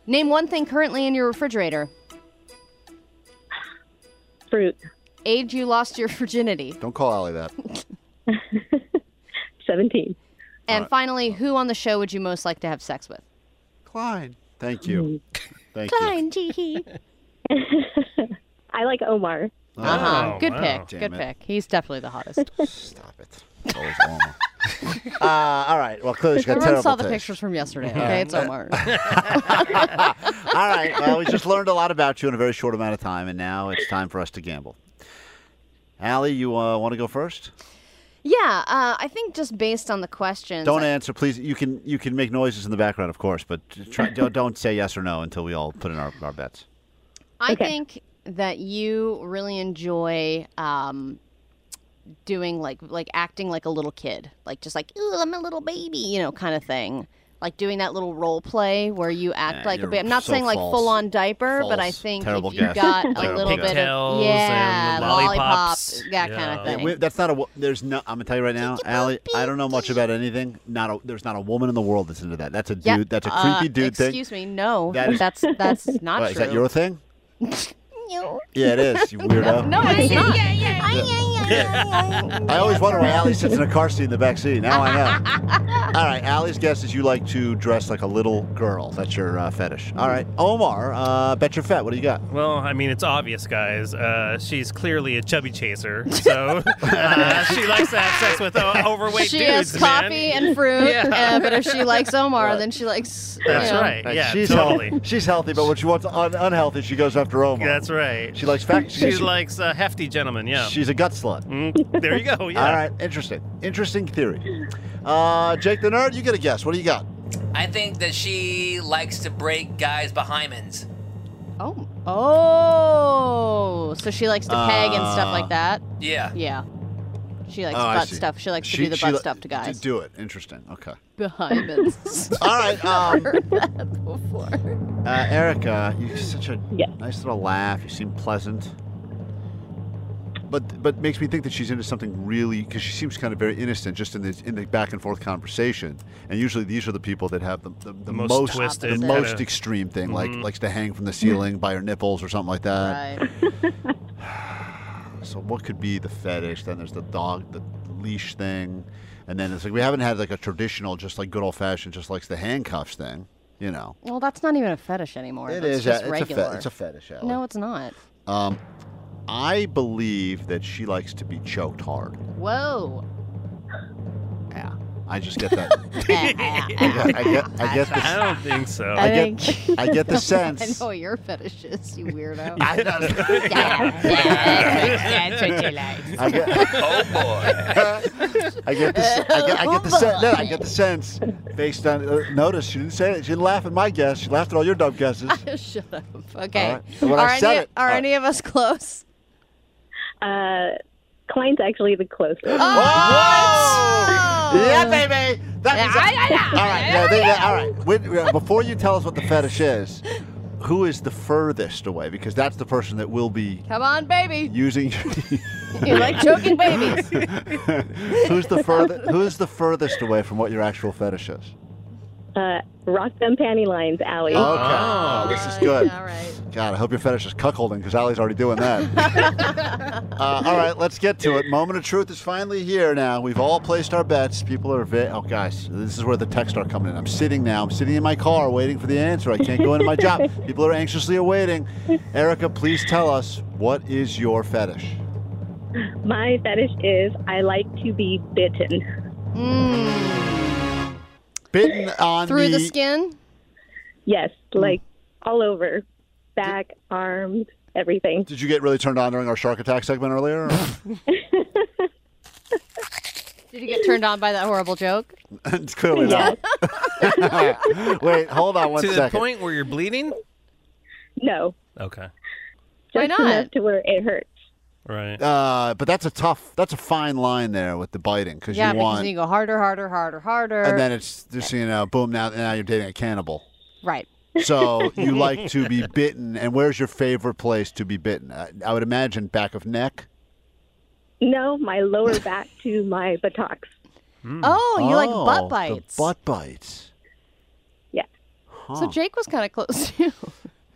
Speaker 4: Name one thing currently in your refrigerator.
Speaker 10: Fruit.
Speaker 4: Age you lost your virginity.
Speaker 2: Don't call Allie that.
Speaker 10: 17.
Speaker 4: And
Speaker 2: right.
Speaker 4: finally, who on the show would you most like to have sex with?
Speaker 2: Klein. Thank you.
Speaker 4: Mm.
Speaker 2: Thank you.
Speaker 10: Klein, gee. I like Omar.
Speaker 2: Oh,
Speaker 4: Uh-huh. Good
Speaker 2: wow.
Speaker 4: pick.
Speaker 2: Damn
Speaker 4: Good
Speaker 2: it.
Speaker 4: pick. He's definitely the hottest.
Speaker 2: Stop it. It's always Omar. uh, all right. Well, clearly she's got terrible
Speaker 4: Everyone saw the
Speaker 2: taste. Uh-huh.
Speaker 4: pictures from yesterday.
Speaker 2: Yeah.
Speaker 4: Okay, it's Omar.
Speaker 2: All right. Well, we just learned a lot about you in a very short amount of time, and now it's time for us to gamble. Allie, you uh, want to go first?
Speaker 4: yeah, uh, I think just based on the questions.
Speaker 2: Don't
Speaker 4: I-
Speaker 2: answer, please. You can you can make noises in the background, of course, but try, don't, don't say yes or no until we all put in our, our bets.
Speaker 4: I think that you really enjoy um, doing like like acting like a little kid, like just like ooh, I'm a little baby, you know, kind of thing. Like doing that little role play where you act like a
Speaker 2: you're
Speaker 4: baby. I'm not
Speaker 2: so
Speaker 4: saying like
Speaker 2: false.
Speaker 4: full on diaper, but I
Speaker 2: False.
Speaker 4: think
Speaker 2: Terrible
Speaker 4: if you
Speaker 2: guess.
Speaker 4: got a
Speaker 2: Terrible
Speaker 4: little
Speaker 2: guess.
Speaker 4: bit of
Speaker 2: Pigtails
Speaker 4: yeah,
Speaker 2: and
Speaker 4: lollipop,
Speaker 2: lollipops.
Speaker 4: that kind
Speaker 2: Yeah,
Speaker 4: of thing.
Speaker 2: we- that's not a. wo- There's no. I'm gonna tell you right now, Allie. I don't know much about anything. Not a, there's not a woman in the world that's into that. That's a dude.
Speaker 4: Yeah,
Speaker 2: That's a creepy
Speaker 4: uh,
Speaker 2: dude thing.
Speaker 4: Excuse me, no,
Speaker 2: That is-
Speaker 4: that's that's not
Speaker 2: Wait,
Speaker 4: true.
Speaker 2: Is that your thing? Yeah, it is. You weirdo.
Speaker 4: No, it's not.
Speaker 2: I always wonder why Allie sits in a car seat in the back seat. Now I know. All right, Allie's guess is you like to dress like a little girl. That's your uh, fetish. All right, Omar, uh, bet your fet. What do you got?
Speaker 5: Well, I mean, it's obvious, guys. Uh, she's clearly a chubby chaser, so uh, she likes to have sex with uh, overweight
Speaker 4: she
Speaker 5: dudes.
Speaker 4: has coffee
Speaker 5: man.
Speaker 4: and fruit,
Speaker 5: Yeah.
Speaker 4: uh, but if she likes Omar, then she likes. you
Speaker 5: That's
Speaker 4: know.
Speaker 5: right. Yeah,
Speaker 2: she's
Speaker 5: totally.
Speaker 2: Healthy. She's healthy, but when she wants un- unhealthy, she goes after Omar.
Speaker 5: That's right.
Speaker 2: She likes fat.
Speaker 5: She likes uh, hefty gentlemen. Yeah.
Speaker 2: She's a gut slut. salad.
Speaker 5: Mm, there you go, yeah.
Speaker 2: All right. Interesting. Interesting theory. Uh, Jake the Nerd, you get a guess. What do you got?
Speaker 9: I think that she likes to break guys' behindments.
Speaker 4: Oh. Oh. So she likes to peg and stuff like that?
Speaker 9: Yeah.
Speaker 4: Yeah. She likes
Speaker 2: Uh. Oh, I
Speaker 4: butt
Speaker 2: see.
Speaker 4: stuff. She likes
Speaker 2: She-
Speaker 4: to do the
Speaker 2: she
Speaker 4: butt
Speaker 2: li-
Speaker 4: stuff to guys.
Speaker 2: To do it. Interesting. Okay.
Speaker 4: Behind us.
Speaker 2: All right. Um,
Speaker 4: before.
Speaker 2: Uh, Erica, you have such a nice little laugh. You seem pleasant. But but makes me think that she's into something really because she seems kind of very innocent just in the in the back and forth conversation. And usually these are the people that have the, the, the
Speaker 5: Most
Speaker 2: most,
Speaker 5: twisted, Mm-hmm.
Speaker 2: the
Speaker 5: kinda-
Speaker 2: most extreme thing, like likes to hang from the ceiling by her nipples or something like that. So what could be the fetish? Then there's the dog, the leash thing, and then it's like we haven't had like a traditional, just like good old fashioned, just likes the handcuffs thing. You know.
Speaker 4: Well, that's not even a fetish anymore.
Speaker 2: It
Speaker 4: That's
Speaker 2: is,
Speaker 4: Just
Speaker 2: uh, it's a fe-
Speaker 4: regular.
Speaker 2: it's a fetish, Ally.
Speaker 4: No, it's not.
Speaker 2: Um, I believe that she likes to be choked hard.
Speaker 4: Whoa.
Speaker 2: I just get that. I, I get. I get the.
Speaker 5: I don't think so.
Speaker 2: I get. I get the
Speaker 4: I
Speaker 2: sense.
Speaker 4: know what your fetish is, you weirdo.
Speaker 2: I know.
Speaker 4: yeah, yeah, that's what you like.
Speaker 2: I get, I get the. se- I get, I get the sense. No, I get the sense. Based on uh, notice, she didn't say it. She didn't laugh at my guess. She laughed at all your dumb guesses.
Speaker 4: Shut up. Okay.
Speaker 2: All right. Well, I
Speaker 4: are
Speaker 2: said
Speaker 4: any,
Speaker 2: it.
Speaker 4: Are
Speaker 2: Uh,
Speaker 4: any of us close?
Speaker 10: Uh, Klein's actually the closest.
Speaker 4: Oh!
Speaker 2: Yeah, baby. That means all right. Yeah, they- yeah, all right. Wait, yeah, uh, before you tell us what the fetish is, who is the furthest away? Because that's the person that will be
Speaker 4: Come on, baby.
Speaker 2: using.
Speaker 4: You like choking babies.
Speaker 2: who's the further? Who's the furthest away from what your actual fetish is?
Speaker 10: Uh, rock them panty lines, Allie.
Speaker 2: Okay. this is good. All right. Oh. God, I hope your fetish is cuckolding because Allie's already doing that. uh, all right, let's get to it. Moment of truth is finally here now. We've all placed our bets. People are. Vi- oh, guys, this is where the texts are coming in. I'm sitting now. I'm sitting in my car waiting for the answer. I can't go into my job. People are anxiously awaiting. Erica, please tell us what is your fetish?
Speaker 10: My fetish is I like to be bitten.
Speaker 2: Bitten on Hmm.
Speaker 4: Through the skin?
Speaker 10: Yes, like all over, back, arms, everything.
Speaker 2: Did you get really turned on during our shark attack segment earlier?
Speaker 4: Did you get turned on by that horrible joke?
Speaker 2: it's clearly not. Wait, hold on one
Speaker 5: to
Speaker 2: second.
Speaker 5: the point where you're bleeding?
Speaker 10: No,
Speaker 5: Okay.
Speaker 4: Why
Speaker 10: just
Speaker 4: not?
Speaker 10: enough to where it hurts.
Speaker 5: Right.
Speaker 2: Uh, but that's a tough, that's a fine line there with the biting because
Speaker 4: Yeah,
Speaker 2: you
Speaker 4: because
Speaker 2: want,
Speaker 4: then you go harder, harder, harder, harder.
Speaker 2: and then it's just you know, boom, now now you're dating a cannibal.
Speaker 4: right.
Speaker 2: So you like to be bitten, and where's your favorite place to be bitten? I, I would imagine back of neck.
Speaker 10: No, my lower back to my buttocks.
Speaker 4: Oh, you like
Speaker 2: Oh, the
Speaker 4: butt bites.
Speaker 2: butt bites.
Speaker 10: Yeah.
Speaker 4: So Jake was kind of close too.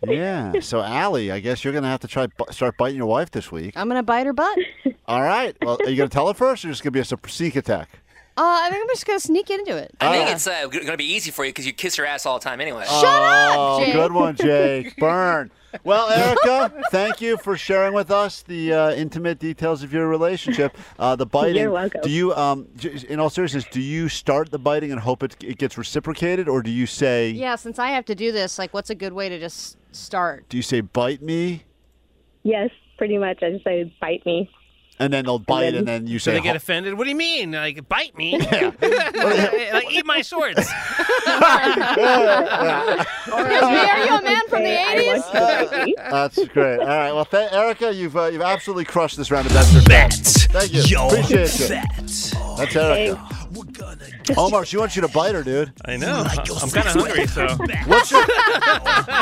Speaker 2: yeah. So Allie, I guess you're gonna have to try bu- start biting your wife this week.
Speaker 4: I'm gonna bite her butt. Uh,
Speaker 2: All right. Well, are you gonna tell her first, or just gonna be a sup- sneak attack?
Speaker 4: Uh, I think I'm just gonna sneak into it.
Speaker 9: I
Speaker 2: Ah.
Speaker 9: think it's uh, going to be easy for you because you kiss her ass all the time anyway.
Speaker 2: oh, good one, Jake. Burn. Well, Erica, thank you for sharing with us the uh, intimate details of your relationship. Uh, the biting.
Speaker 10: You're welcome.
Speaker 2: Do you, um, j- in all seriousness, do you start the biting and hope it, it gets reciprocated, or do you say,
Speaker 4: Yeah, since I have to do this, like, what's a good way to just start?
Speaker 2: do you say bite me,
Speaker 10: Yes, pretty much. I just say bite me.
Speaker 2: and then they'll bite, and then you
Speaker 5: So
Speaker 2: say,
Speaker 5: they get
Speaker 2: "Ho-
Speaker 5: offended. What do you mean? Like bite me? like eat my shorts.
Speaker 4: Excuse me, are you a man from the
Speaker 10: '80s?
Speaker 2: That's great. All right. Well, th- Erica, you've uh, you've absolutely crushed this round of bets. or Bets. Thank you.
Speaker 24: Yo,
Speaker 2: Appreciate you.
Speaker 24: bet.
Speaker 2: That's Erica. Omar, she wants you to bite her, dude.
Speaker 5: I know. I'm kind of hungry, so.
Speaker 2: What's your,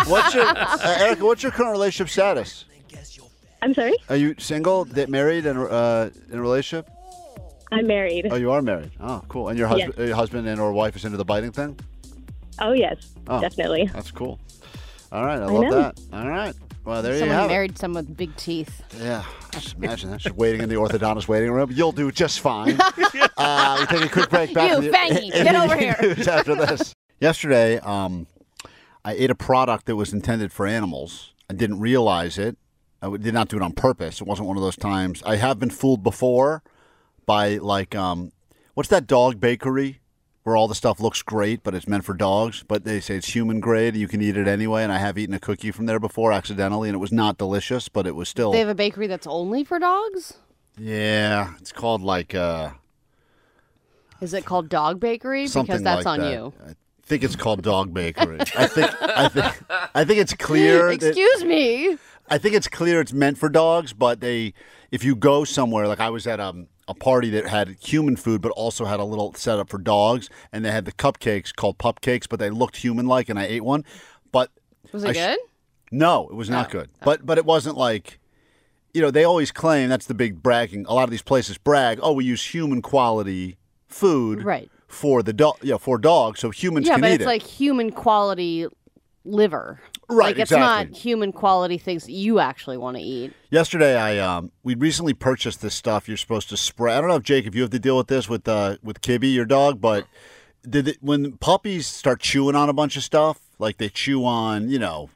Speaker 2: what's your uh, Erica? What's your current relationship status?
Speaker 10: I'm sorry?
Speaker 2: Are you single, da- married, and uh, in a relationship?
Speaker 10: I'm married.
Speaker 2: Oh, you are married. Oh, cool. And your
Speaker 10: Yes.
Speaker 2: husband, your husband and or wife is into the biting thing.
Speaker 10: Oh, yes,
Speaker 2: Oh,
Speaker 10: definitely.
Speaker 2: That's cool. All right, I,
Speaker 10: know.
Speaker 2: love that. All right. Well, there
Speaker 4: someone
Speaker 2: you have
Speaker 4: married someone with big teeth.
Speaker 2: it. Yeah, just imagine that. Just waiting in the orthodontist waiting room. You'll do just fine. uh, we take a quick break. Back
Speaker 4: You
Speaker 2: in the,
Speaker 4: fangy,
Speaker 2: in
Speaker 4: get
Speaker 2: the
Speaker 4: over here.
Speaker 2: news After this, yesterday, um, I ate a product that was intended for animals. I didn't realize it. I w- did not do it on purpose. It wasn't one of those times. I have been fooled before by like, um, what's that dog bakery where all the stuff looks great, but it's meant for dogs, but they say it's human grade. You can eat it anyway. And I have eaten a cookie from there before accidentally, and it was not delicious, but it was still.
Speaker 4: They have a bakery that's only for dogs?
Speaker 2: Yeah, it's called like uh,
Speaker 4: Is it called Dog Bakery?
Speaker 2: something
Speaker 4: because that's
Speaker 2: like
Speaker 4: on
Speaker 2: that.
Speaker 4: you.
Speaker 2: I think it's called Dog Bakery. I think I think I think it's clear. that-
Speaker 4: Excuse me.
Speaker 2: I think it's clear it's meant for dogs, but they if you go somewhere like I was at um, a party that had human food but also had a little setup for dogs and they had the cupcakes called pupcakes but they looked human like and I ate one but
Speaker 4: Was it
Speaker 2: I sh-
Speaker 4: good?
Speaker 2: No, it was
Speaker 4: Oh,
Speaker 2: not good. But but it wasn't like you know, they always claim that's the big bragging. A lot of these places brag, "Oh, we use human quality food
Speaker 4: Right.
Speaker 2: for the dog, yeah, for dogs, so humans
Speaker 4: yeah,
Speaker 2: can
Speaker 4: but
Speaker 2: eat
Speaker 4: it's
Speaker 2: it."
Speaker 4: like human quality liver.
Speaker 2: Right,
Speaker 4: Like it's
Speaker 2: exactly.
Speaker 4: not human quality things that you actually want to eat.
Speaker 2: Yesterday, I um, we recently purchased this stuff. You're supposed to spray. I don't know if Jake, if you have to deal with this with uh, with Kibby, your dog, but did it, when puppies start chewing on a bunch of stuff, like they chew on, you know,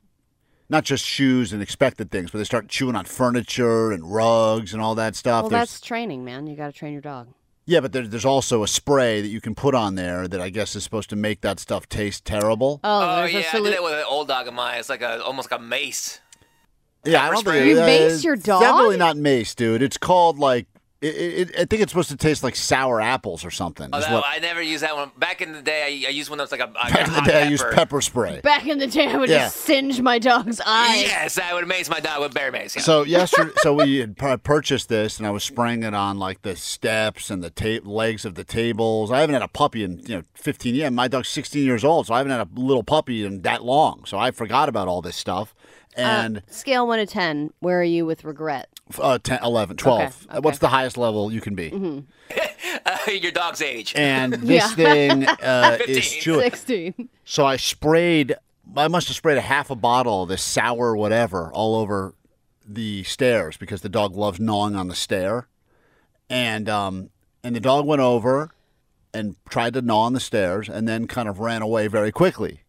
Speaker 2: not just shoes and expected things, but they start chewing on furniture and rugs and all that stuff.
Speaker 4: well,
Speaker 2: There's-
Speaker 4: that's training, man. You got to train your dog.
Speaker 2: yeah, but there, there's also a spray that you can put on there that I guess is supposed to make that stuff taste terrible.
Speaker 9: Uh,
Speaker 4: Oh,
Speaker 9: yeah, I did that with an old dog of mine. It's like a almost like a mace.
Speaker 2: Yeah, I don't
Speaker 9: Pepper
Speaker 2: think
Speaker 9: spray. You
Speaker 2: uh,
Speaker 9: mace your
Speaker 2: it's
Speaker 9: dog?
Speaker 2: Definitely not mace, dude. It's called like it, it, it- I think it's supposed to taste like sour apples or something.
Speaker 9: Oh,
Speaker 2: is
Speaker 9: that,
Speaker 2: what-
Speaker 9: I never used that one. Back in the day, I, I used one that was like a, a
Speaker 2: back in the
Speaker 9: hot
Speaker 2: day, I
Speaker 9: pepper.
Speaker 2: used pepper spray.
Speaker 4: Back in the day, I would
Speaker 2: Yeah.
Speaker 4: just singe my dog's eyes.
Speaker 9: Yes, I would mace my dog with bear mace. Yeah.
Speaker 2: So yesterday, so we had pur- purchased this, and I was spraying it on like the steps and the ta- legs of the tables. I haven't had a puppy in you know 15 years. My dog's 16 years old, so I haven't had a little puppy in that long. So I forgot about all this stuff.
Speaker 9: Uh,
Speaker 2: And
Speaker 4: Uh, Scale one to ten. Where are you with regret?
Speaker 2: f- uh, 10, 11, 12.
Speaker 4: Okay,
Speaker 2: Uh, What's the highest level you can be?
Speaker 4: hmm
Speaker 9: Uh, your dog's age.
Speaker 2: And this thing uh, is chewing.
Speaker 4: Sixteen.
Speaker 2: So I sprayed. I must have sprayed a half a bottle of this sour whatever all over the stairs because the dog loves gnawing on the stair, and um, and the dog went over and tried to gnaw on the stairs and then kind of ran away very quickly.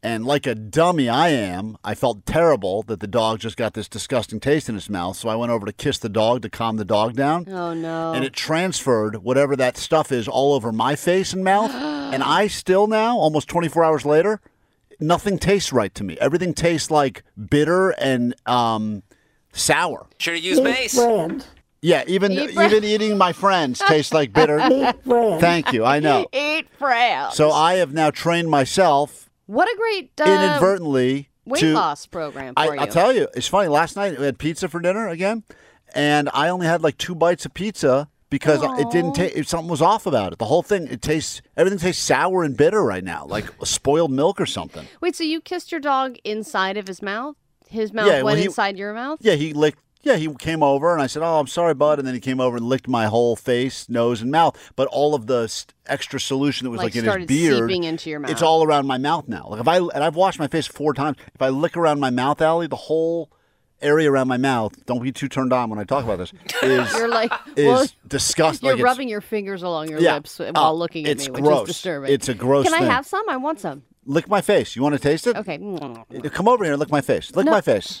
Speaker 2: And like a dummy I am, I felt terrible that the dog just got this disgusting taste in his mouth. So I went over to kiss the dog to calm the dog down
Speaker 4: Oh no.
Speaker 2: and it transferred whatever that stuff is all over my face and mouth. and I still now, almost 24 hours later, nothing tastes right to me. Everything tastes like bitter and um, sour.
Speaker 9: Should have used mace.
Speaker 2: Yeah, even
Speaker 9: Eat bread.
Speaker 2: even eating my friends tastes like bitter.
Speaker 4: Eat bread.
Speaker 2: Thank you. I know.
Speaker 4: Eat frail.
Speaker 2: So I have now trained myself
Speaker 4: what a great uh,
Speaker 2: inadvertently
Speaker 4: weight
Speaker 2: to
Speaker 4: loss program for
Speaker 2: I,
Speaker 4: you.
Speaker 2: I'll tell you, it's funny. Last night we had pizza for dinner again, and I only had like two bites of pizza because it didn't taste. Something was off about it. The whole thing, it tastes everything tastes sour and bitter right now, like spoiled milk or something.
Speaker 4: Wait, so you kissed your dog inside of his mouth? His mouth
Speaker 2: Yeah, well,
Speaker 4: went
Speaker 2: he-
Speaker 4: inside your mouth?
Speaker 2: Yeah, he licked. Yeah, he came over and I said, "Oh, I'm sorry, bud." And then he came over and licked my whole face, nose, and mouth. But all of the st- extra solution that was like,
Speaker 4: Like,
Speaker 2: in his
Speaker 4: started
Speaker 2: beard,
Speaker 4: seeping into your mouth.
Speaker 2: it's all around my mouth now. Like if I and I've washed my face four times. If I lick around my mouth alley, the whole area around my mouth. Don't be too turned on when I talk about this. Is
Speaker 4: You're like,
Speaker 2: is
Speaker 4: well,
Speaker 2: disgust-
Speaker 4: You're
Speaker 2: like it's-
Speaker 4: rubbing your fingers along your
Speaker 2: Yeah.
Speaker 4: lips while
Speaker 2: Uh,
Speaker 4: looking at
Speaker 2: it's
Speaker 4: me, which
Speaker 2: gross.
Speaker 4: is disturbing.
Speaker 2: It's a gross
Speaker 4: Can
Speaker 2: thing.
Speaker 4: I have some? I want some.
Speaker 2: lick my face. You want to taste it?
Speaker 4: Okay.
Speaker 2: Come over here and lick my face. Lick my face.